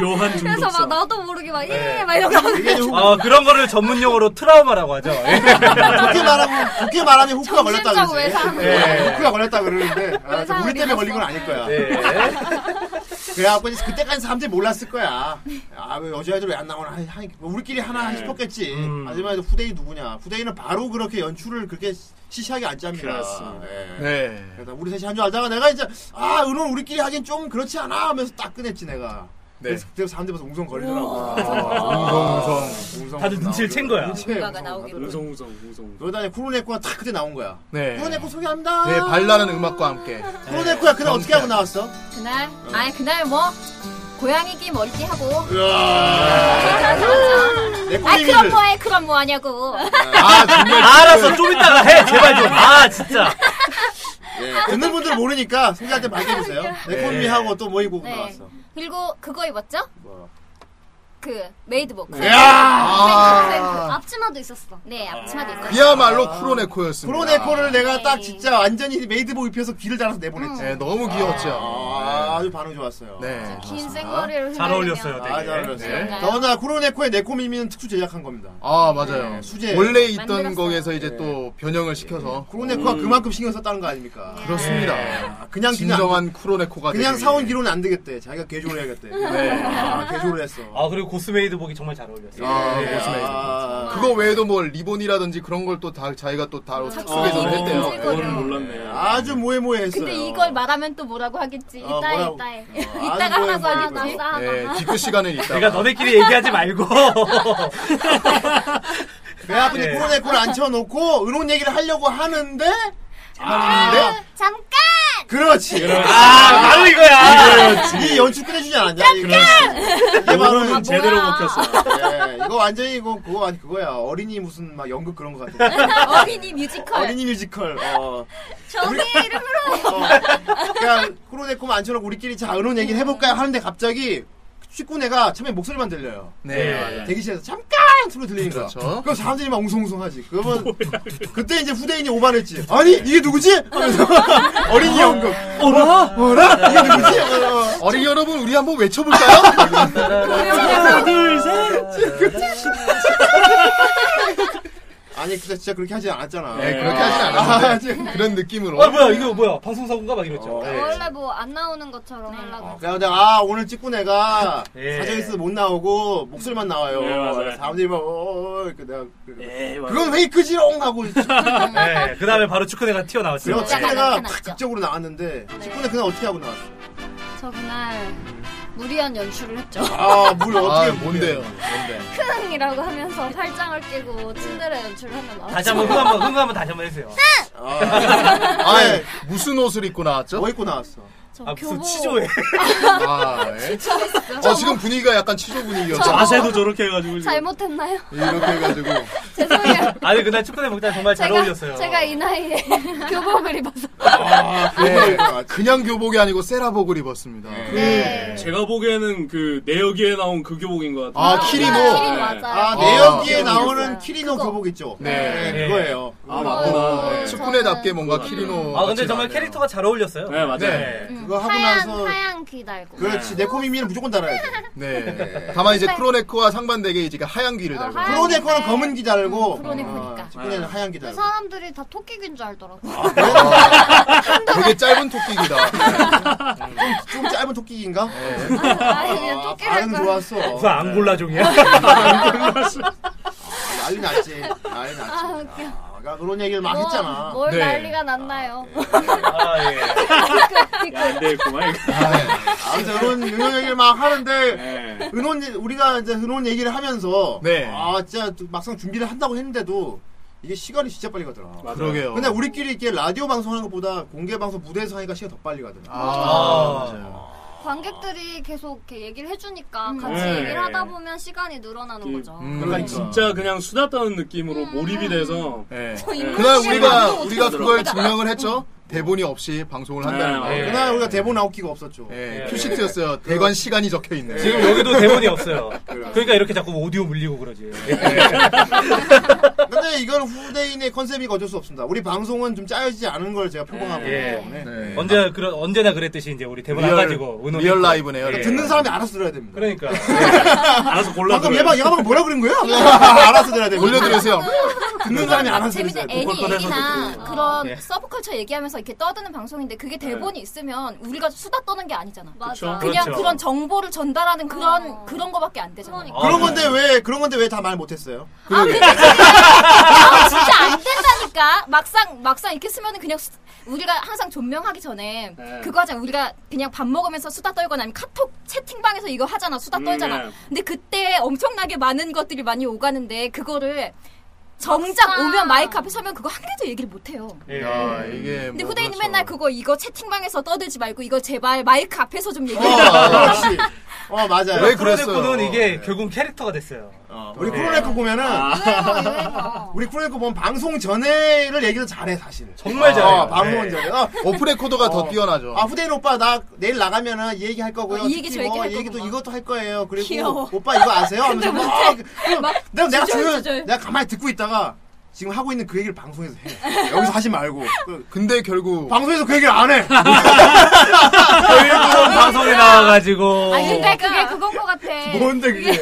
[SPEAKER 6] 묘한
[SPEAKER 5] 그래서 막
[SPEAKER 6] 중독성.
[SPEAKER 5] 나도 모르게 막
[SPEAKER 3] 네.
[SPEAKER 5] 예! 막 이러고
[SPEAKER 7] (laughs)
[SPEAKER 2] 이게 이제 후-
[SPEAKER 3] 아 그런 거를 전문 용어로 트라우마라고 하죠. 예.
[SPEAKER 2] 좋게 말하면 좋게 말하면 후크가 걸렸다
[SPEAKER 5] 정신적
[SPEAKER 2] 그러지.
[SPEAKER 5] 외상.
[SPEAKER 2] 예, 후크가 걸렸다 그러는데 아,
[SPEAKER 5] 외상을
[SPEAKER 2] 우리 때문에
[SPEAKER 5] 입었어.
[SPEAKER 2] 걸린 건 아닐 거야.
[SPEAKER 3] 네.
[SPEAKER 2] 그래갖고 이제 그때까지 사람들이 몰랐을 거야. 아왜 여자애들 왜 안 나오나 하- 하- 뭐 우리끼리 하나
[SPEAKER 6] 네.
[SPEAKER 2] 싶었겠지.
[SPEAKER 3] 음.
[SPEAKER 2] 하지만 후대인 누구냐? 후대인은 바로 그렇게 연출을 그렇게 시시하게 안 짭니다.
[SPEAKER 6] 그렇습니다.
[SPEAKER 2] 예.
[SPEAKER 4] 네.
[SPEAKER 2] 그러다 우리 셋이 한 줄 알다가 내가 이제 아 은원 우리끼리 하긴 좀 그렇지 않아 하면서 딱 끊었지 내가.
[SPEAKER 4] 네.
[SPEAKER 2] 그래서 그때 사람들 봐서 웅성거리더라고.
[SPEAKER 4] 웅성,
[SPEAKER 2] 웅성.
[SPEAKER 3] 다들 눈치를 챈 거야.
[SPEAKER 7] 뭔가가 나오기로.
[SPEAKER 6] 웅성웅성 웅성.
[SPEAKER 2] 그러다니 쿠르네코가 탁 그때 나온 거야.
[SPEAKER 4] 네.
[SPEAKER 2] 쿠르네코 소개 한다.
[SPEAKER 4] 네, 발랄한 음악과 함께.
[SPEAKER 2] 쿠르네코야 그날 어떻게 하고 나왔어?
[SPEAKER 7] 그날 아니 그날 뭐 고양이기 머리띠 하고.
[SPEAKER 2] 내
[SPEAKER 7] 아 그럼
[SPEAKER 2] 꼬리미를.
[SPEAKER 7] 뭐해 그럼 뭐하냐고.
[SPEAKER 4] 아, 정말.
[SPEAKER 3] 알았어, 좀 이따가 해. 제발 좀. 아, 진짜.
[SPEAKER 2] 예, 듣는 분들 은 모르니까 소개할 때 밝혀주세요. 내
[SPEAKER 4] 아, 네.
[SPEAKER 2] 꼬리미하고 또 뭐 입고
[SPEAKER 7] 네.
[SPEAKER 2] 나왔어?
[SPEAKER 7] 그리고 그거 입었죠?
[SPEAKER 2] 뭐야?
[SPEAKER 7] 그 메이드복.
[SPEAKER 4] 네.
[SPEAKER 7] 그
[SPEAKER 4] 아,
[SPEAKER 5] 앞치마도 있었어.
[SPEAKER 7] 네 앞치마도 있어.
[SPEAKER 4] 그야말로 쿠로네코였습니다.
[SPEAKER 2] 쿠르네코를 내가 딱 진짜 완전히 메이드복 입혀서 귀를 달아서 내보냈지.
[SPEAKER 4] 네, 너무 귀여웠죠.
[SPEAKER 2] 아, 아주 반응 좋았어요.
[SPEAKER 4] 네.
[SPEAKER 7] 긴
[SPEAKER 4] 맞습니다.
[SPEAKER 7] 생머리를
[SPEAKER 3] 잘 어울렸어요,
[SPEAKER 2] 아, 잘
[SPEAKER 3] 되게.
[SPEAKER 2] 알았어요.
[SPEAKER 7] 네.
[SPEAKER 2] 더구나 쿠로네코의 네코미미는 특수 제작한 겁니다.
[SPEAKER 4] 아, 맞아요.
[SPEAKER 2] 네, 수제.
[SPEAKER 4] 원래 있던
[SPEAKER 7] 만들었어요.
[SPEAKER 4] 곡에서 이제
[SPEAKER 2] 네.
[SPEAKER 4] 또 변형을 시켜서.
[SPEAKER 2] 쿠로네코가
[SPEAKER 6] 음.
[SPEAKER 2] 그만큼 신경 썼다는 거 아닙니까?
[SPEAKER 4] 네. 그렇습니다.
[SPEAKER 2] 아, 그냥 그냥
[SPEAKER 4] 진정한 쿠로네코가
[SPEAKER 2] 그냥
[SPEAKER 4] 되기
[SPEAKER 2] 사온
[SPEAKER 4] 위해.
[SPEAKER 2] 기로는 안 되겠대. 자기가 개조를 해야겠대.
[SPEAKER 4] 네.
[SPEAKER 2] 아, 개조를 했어.
[SPEAKER 3] 아, 그리고 고스메이드복이 정말 잘 어울렸어. 요
[SPEAKER 4] 아,
[SPEAKER 2] 예,
[SPEAKER 4] 고스메이드.
[SPEAKER 2] 아,
[SPEAKER 4] 그거 외에도 뭐 리본이라든지 그런 걸 또 다 자기가 또 다 특수배정을
[SPEAKER 7] 어,
[SPEAKER 4] 했대요.
[SPEAKER 7] 어,
[SPEAKER 6] 그거를 몰랐네.
[SPEAKER 2] 아주 모해모해했어요.
[SPEAKER 7] 근데 이걸 말하면 또 뭐라고 하겠지.
[SPEAKER 2] 어,
[SPEAKER 7] 이따
[SPEAKER 2] 뭐라고-
[SPEAKER 7] 이따 해.
[SPEAKER 2] 어,
[SPEAKER 7] 이따가
[SPEAKER 2] 아주
[SPEAKER 7] 하라고
[SPEAKER 2] 뭐해,
[SPEAKER 7] 하겠지.
[SPEAKER 2] 뭐해.
[SPEAKER 4] 네, 뒷구 시간은 있다.
[SPEAKER 3] 내가 너네끼리 얘기하지 말고.
[SPEAKER 2] 배 앞에
[SPEAKER 3] 네.
[SPEAKER 2] 코로네코를 앉혀놓고 의논 얘기를 하려고 하는데 아,
[SPEAKER 7] 잠깐.
[SPEAKER 2] 그렇지. 그렇지.
[SPEAKER 3] 아, 바로 이거야.
[SPEAKER 2] 이 연출 끝내주지 않았냐? 그렇지. 이게 바로
[SPEAKER 6] 오늘은 제대로 먹혔어.
[SPEAKER 2] 예, 이거 완전히 이거 그거 아니 그거야. 어린이 무슨 막 연극 그런 거
[SPEAKER 7] 네.
[SPEAKER 2] 같아.
[SPEAKER 7] 어린이 뮤지컬.
[SPEAKER 2] 어린이 뮤지컬. 어.
[SPEAKER 7] 정의의 이름으로.
[SPEAKER 2] 어. 그러니까 코로네코 앉혀놓고 우리끼리 자 의논
[SPEAKER 7] 네.
[SPEAKER 2] 얘기를 해볼까요? 하는데 갑자기 축구네가 처음에 목소리만 들려요.
[SPEAKER 4] 네.
[SPEAKER 2] 대기실에서 잠깐 소리 들리니까.
[SPEAKER 4] 그렇죠.
[SPEAKER 2] 그럼 사람들이 막 웅성웅성하지. 그러면 그때 이제 후대인이 오만했지. 아니 이게 누구지? 하면서 (laughs)
[SPEAKER 4] 아.
[SPEAKER 2] 어린이 연극.
[SPEAKER 3] 어라?
[SPEAKER 2] 뭐라? 이게 누구지? 어.
[SPEAKER 4] 그렇죠. 어린 여러분, 우리 한번 외쳐볼까요?
[SPEAKER 3] 하나, 둘, 셋.
[SPEAKER 2] 아니 그때 진짜 그렇게 하지 않았잖아.
[SPEAKER 4] 네, 그렇게 하진
[SPEAKER 2] 아,
[SPEAKER 4] 않았는데.
[SPEAKER 2] 지금.
[SPEAKER 4] 그런 느낌으로.
[SPEAKER 3] 아, 뭐야, 이거 뭐야. 방송사고인가 막 이랬죠.
[SPEAKER 2] 어, 네.
[SPEAKER 5] 원래 뭐 안 나오는 것처럼 하려고.
[SPEAKER 2] 어, 그래서 내가 아 오늘 찍고내가
[SPEAKER 3] 예.
[SPEAKER 2] 사정에서 못 나오고 목소리만 나와요.
[SPEAKER 6] 예, 맞아요.
[SPEAKER 2] 사람들이 막 어, 어, 이렇게 내가 그-
[SPEAKER 4] 예,
[SPEAKER 6] 에이, 맞아.
[SPEAKER 2] 그건 페이크지롱 하고
[SPEAKER 4] (laughs) 그렇죠.
[SPEAKER 3] 네, 그 다음에 바로 축구대가 튀어나왔어요. 네.
[SPEAKER 2] 그리고
[SPEAKER 7] 진짜
[SPEAKER 2] 찍고내가
[SPEAKER 7] 나타났죠.
[SPEAKER 2] 극적으로 나왔는데 찍고내 그날 어떻게 하고 나왔어?
[SPEAKER 5] 저 그날 무리한 연출을 했죠. (laughs)
[SPEAKER 2] 아물
[SPEAKER 4] 아,
[SPEAKER 2] 어떻게
[SPEAKER 4] 뭔데요? 뭔데?
[SPEAKER 5] 흥이라고 하면서 팔짱을 끼고 침대를 연출을 하면 나왔죠.
[SPEAKER 3] 다시 한번 흥 한번 흥 한번 다시 한번 해주세요.
[SPEAKER 2] 아,
[SPEAKER 4] 아이, 예.
[SPEAKER 2] 네.
[SPEAKER 4] 무슨 옷을 입고 나왔죠?
[SPEAKER 2] 뭐 입고 나왔어?
[SPEAKER 5] 저
[SPEAKER 3] 아 무슨
[SPEAKER 5] 교복.
[SPEAKER 3] 치조해.
[SPEAKER 4] 아, 예. 어, 지금 분위기가 약간 치조 분위기였죠.
[SPEAKER 6] 자세도 저렇게 해가지고. 지금.
[SPEAKER 5] 잘못했나요? (laughs)
[SPEAKER 4] 이렇게 해가지고.
[SPEAKER 5] 죄송해요.
[SPEAKER 3] 아니 그날 축구대 목장 정말 잘 어울렸어요.
[SPEAKER 5] 제가, 제가 이 나이에 (laughs) 교복을 입어서.
[SPEAKER 2] 아,
[SPEAKER 4] 네.
[SPEAKER 2] 그거 입고
[SPEAKER 4] 그냥 교복이 아니고 세라복을 입었습니다.
[SPEAKER 5] 네.
[SPEAKER 6] 제가 보기에는 그 내역에 나온 그 교복인 것 같아요.
[SPEAKER 4] 아, 키리노.
[SPEAKER 5] 키리노
[SPEAKER 6] 네.
[SPEAKER 5] 맞아요.
[SPEAKER 2] 아,
[SPEAKER 4] 아,
[SPEAKER 2] 내역기에
[SPEAKER 4] 아,
[SPEAKER 2] 나오는
[SPEAKER 5] 그거. 음.
[SPEAKER 2] 키리노 교복 있죠?
[SPEAKER 4] 네.
[SPEAKER 2] 네, 그거예요.
[SPEAKER 6] 아,
[SPEAKER 5] 맞구나.
[SPEAKER 2] 네.
[SPEAKER 4] 축구네답게 뭔가 키리노.
[SPEAKER 3] 아 근데
[SPEAKER 4] 같진
[SPEAKER 3] 정말
[SPEAKER 4] 않네요.
[SPEAKER 3] 캐릭터가 잘 어울렸어요.
[SPEAKER 6] 네, 맞아요.
[SPEAKER 4] 네.
[SPEAKER 2] 그거 하고
[SPEAKER 5] 하얀
[SPEAKER 2] 나서
[SPEAKER 5] 하얀 귀 달고.
[SPEAKER 2] 그렇지 네코미미는 무조건 달아야 돼.
[SPEAKER 4] 네. 다만 이제 크로네코와 상반되게 이제 그 하얀 귀를 달고.
[SPEAKER 5] 하얀-
[SPEAKER 2] 프로네코는 검은 기 달고
[SPEAKER 5] 음, 프로네코니까.
[SPEAKER 2] 직구네는 하얀 기
[SPEAKER 5] 그
[SPEAKER 2] 달고
[SPEAKER 5] 사람들이 다 토끼인 줄 알더라고. 요
[SPEAKER 4] 되게 짧은 네, 토끼기다.
[SPEAKER 2] 좀 짧은 토끼인가?
[SPEAKER 5] (laughs) 아, 그냥 뭐, 토끼랄
[SPEAKER 2] 반응
[SPEAKER 5] 걸.
[SPEAKER 2] 좋았어.
[SPEAKER 4] (laughs)
[SPEAKER 3] 그
[SPEAKER 4] 아,
[SPEAKER 3] 앙골라종이야.
[SPEAKER 2] 난리 났지. 난리 났지. 아, 그러니까 그런 얘기를
[SPEAKER 5] 뭐,
[SPEAKER 2] 막 했잖아.
[SPEAKER 5] 뭘
[SPEAKER 4] 네.
[SPEAKER 5] 난리가 났나요?
[SPEAKER 3] 아 예.
[SPEAKER 6] 야, 안 되겠구만. 이거.
[SPEAKER 2] 아무튼 그런 은혼 얘기를 막 하는데
[SPEAKER 6] 네.
[SPEAKER 2] 은혼 우리가 이제 은혼 얘기를 하면서
[SPEAKER 4] 네.
[SPEAKER 2] 아 진짜 막상 준비를 한다고 했는데도 이게 시간이 진짜 빨리 가더라.
[SPEAKER 6] 맞아요.
[SPEAKER 4] 그러게요.
[SPEAKER 2] 근데 우리끼리 이렇게 라디오 방송하는 것보다 공개 방송 무대에서 하니까 시간 더 빨리 가더라.
[SPEAKER 4] 아,
[SPEAKER 5] (laughs) 관객들이 계속 이렇게 얘기를 해주니까 같이
[SPEAKER 6] 네.
[SPEAKER 5] 얘기를 하다 보면 시간이 늘어나는
[SPEAKER 6] 이-
[SPEAKER 5] 거죠.
[SPEAKER 4] 음.
[SPEAKER 6] 그러니까 진짜 그냥 수다 떠는 느낌으로 몰입이 돼서
[SPEAKER 4] 예.
[SPEAKER 6] 네.
[SPEAKER 4] 그날
[SPEAKER 6] 시간이
[SPEAKER 4] 우리가
[SPEAKER 6] 너무
[SPEAKER 4] 우리가
[SPEAKER 6] 어떻게
[SPEAKER 4] 그걸 증명을 했죠. 대본이 없이 방송을 한다는 거.
[SPEAKER 6] 네.
[SPEAKER 4] 예.
[SPEAKER 2] 아, 그날 우리가 대본 아웃기가 없었죠.
[SPEAKER 4] 예. 큐시트였어요. 대관 시간이 적혀 있네.
[SPEAKER 3] 지금 여기도 대본이 없어요. 그러니까 이렇게 자꾸 오디오 물리고 그러지.
[SPEAKER 2] 근데 이건 후대인의 컨셉이 어쩔 수 없습니다. 우리 방송은 좀 짜여지지 않은 걸 제가 표방하고 있기
[SPEAKER 3] 예.
[SPEAKER 2] 때문에
[SPEAKER 4] 네.
[SPEAKER 3] 언제나 그런 언제나 그랬듯이 이제 우리 대본 안 가지고
[SPEAKER 4] 리얼,
[SPEAKER 3] 의논.
[SPEAKER 4] 리얼 라이브네요.
[SPEAKER 3] 예.
[SPEAKER 2] 그러니까 듣는 사람이 알아서 들어야 됩니다.
[SPEAKER 3] 그러니까.
[SPEAKER 6] 알아서 골라.
[SPEAKER 2] 방금 얘 방, 얘 방금 뭐라 그린 거야? (laughs) 알아서 들어야 됩니다.
[SPEAKER 4] 올려드리세요.
[SPEAKER 2] 듣는 사람이 알아서
[SPEAKER 7] 재밌는
[SPEAKER 2] 들어야 돼.
[SPEAKER 7] 애니
[SPEAKER 6] 보컬 꺼내서
[SPEAKER 7] 얘기나
[SPEAKER 6] 듣고.
[SPEAKER 7] 그런 서브컬처 얘기하면서 모여서 이렇게 떠드는 방송인데 그게 대본이 있으면 우리가 수다 떠는 게 아니잖아.
[SPEAKER 5] 맞아.
[SPEAKER 7] 그냥
[SPEAKER 3] 그렇죠.
[SPEAKER 7] 그런 정보를 전달하는 그런
[SPEAKER 5] 어.
[SPEAKER 7] 그런 거밖에 안 되잖아.
[SPEAKER 5] 그러니까.
[SPEAKER 2] 그런 건데 왜 그런 건데 왜 다 말 못했어요?
[SPEAKER 7] 아 근데 진짜, 아, 진짜 안 된다니까. 막상 막상 이렇게 쓰면은 그냥 수- 우리가 항상 존명하기 전에
[SPEAKER 6] 네.
[SPEAKER 7] 그거 하잖아. 우리가 그냥 밥 먹으면서 수다 떨거나 아니면 카톡 채팅방에서 이거 하잖아. 수다
[SPEAKER 6] 음,
[SPEAKER 7] 떨잖아.
[SPEAKER 6] 네.
[SPEAKER 7] 근데 그때 엄청나게 많은 것들이 많이 오가는데 그거를 정작
[SPEAKER 5] 막상.
[SPEAKER 7] 오면 마이크 앞에 서면 그거 한 개도 얘기를 못 해요.
[SPEAKER 3] 예.
[SPEAKER 4] 야, 이게
[SPEAKER 7] 근데
[SPEAKER 4] 뭐
[SPEAKER 7] 후대인은
[SPEAKER 4] 그렇죠.
[SPEAKER 7] 맨날 그거 이거 채팅방에서 떠들지 말고 이거 제발 마이크 앞에서 좀
[SPEAKER 2] 어,
[SPEAKER 7] 얘기해.
[SPEAKER 2] 역시. 어, 맞아요.
[SPEAKER 4] 왜 그랬어요?
[SPEAKER 3] 프로네코는 이게
[SPEAKER 2] 네.
[SPEAKER 3] 결국 캐릭터가 됐어요.
[SPEAKER 2] 어, 우리 쿠로네코 보면은
[SPEAKER 5] 아. 유행어,
[SPEAKER 2] 우리 쿠로네코 보면 방송 전에를 얘기를 잘해 사실.
[SPEAKER 3] 정말 잘해요.
[SPEAKER 2] 어, 방송
[SPEAKER 3] 네.
[SPEAKER 2] 전에. 어,
[SPEAKER 4] 오프레코더가 더
[SPEAKER 2] 어.
[SPEAKER 4] 뛰어나죠.
[SPEAKER 2] 아 후대인 오빠 나 내일 나가면은 이 얘기 할 거고요.
[SPEAKER 7] 어, 이 얘기 저 얘기
[SPEAKER 2] 듣기고,
[SPEAKER 7] 할
[SPEAKER 2] 이 얘기도
[SPEAKER 7] 거구만.
[SPEAKER 2] 이것도 할 거예요. 그리고
[SPEAKER 7] 귀여워. 뭐
[SPEAKER 2] 오빠 이거 아세요? 하면서 막, 어, 내가 내가
[SPEAKER 7] 주절,
[SPEAKER 2] 조용
[SPEAKER 7] 주절.
[SPEAKER 2] 내가 가만히 듣고 있다가 지금 하고 있는 그 얘기를 방송에서 해. 여기서 하지 말고 그,
[SPEAKER 4] 근데 결국
[SPEAKER 2] 방송에서 그 얘기를
[SPEAKER 7] (laughs)
[SPEAKER 2] 안 해.
[SPEAKER 3] 일본 방송에 나와가지고.
[SPEAKER 5] 아니 근데 그게 그건 것
[SPEAKER 7] 네.
[SPEAKER 5] 같아.
[SPEAKER 2] 뭔데 그게?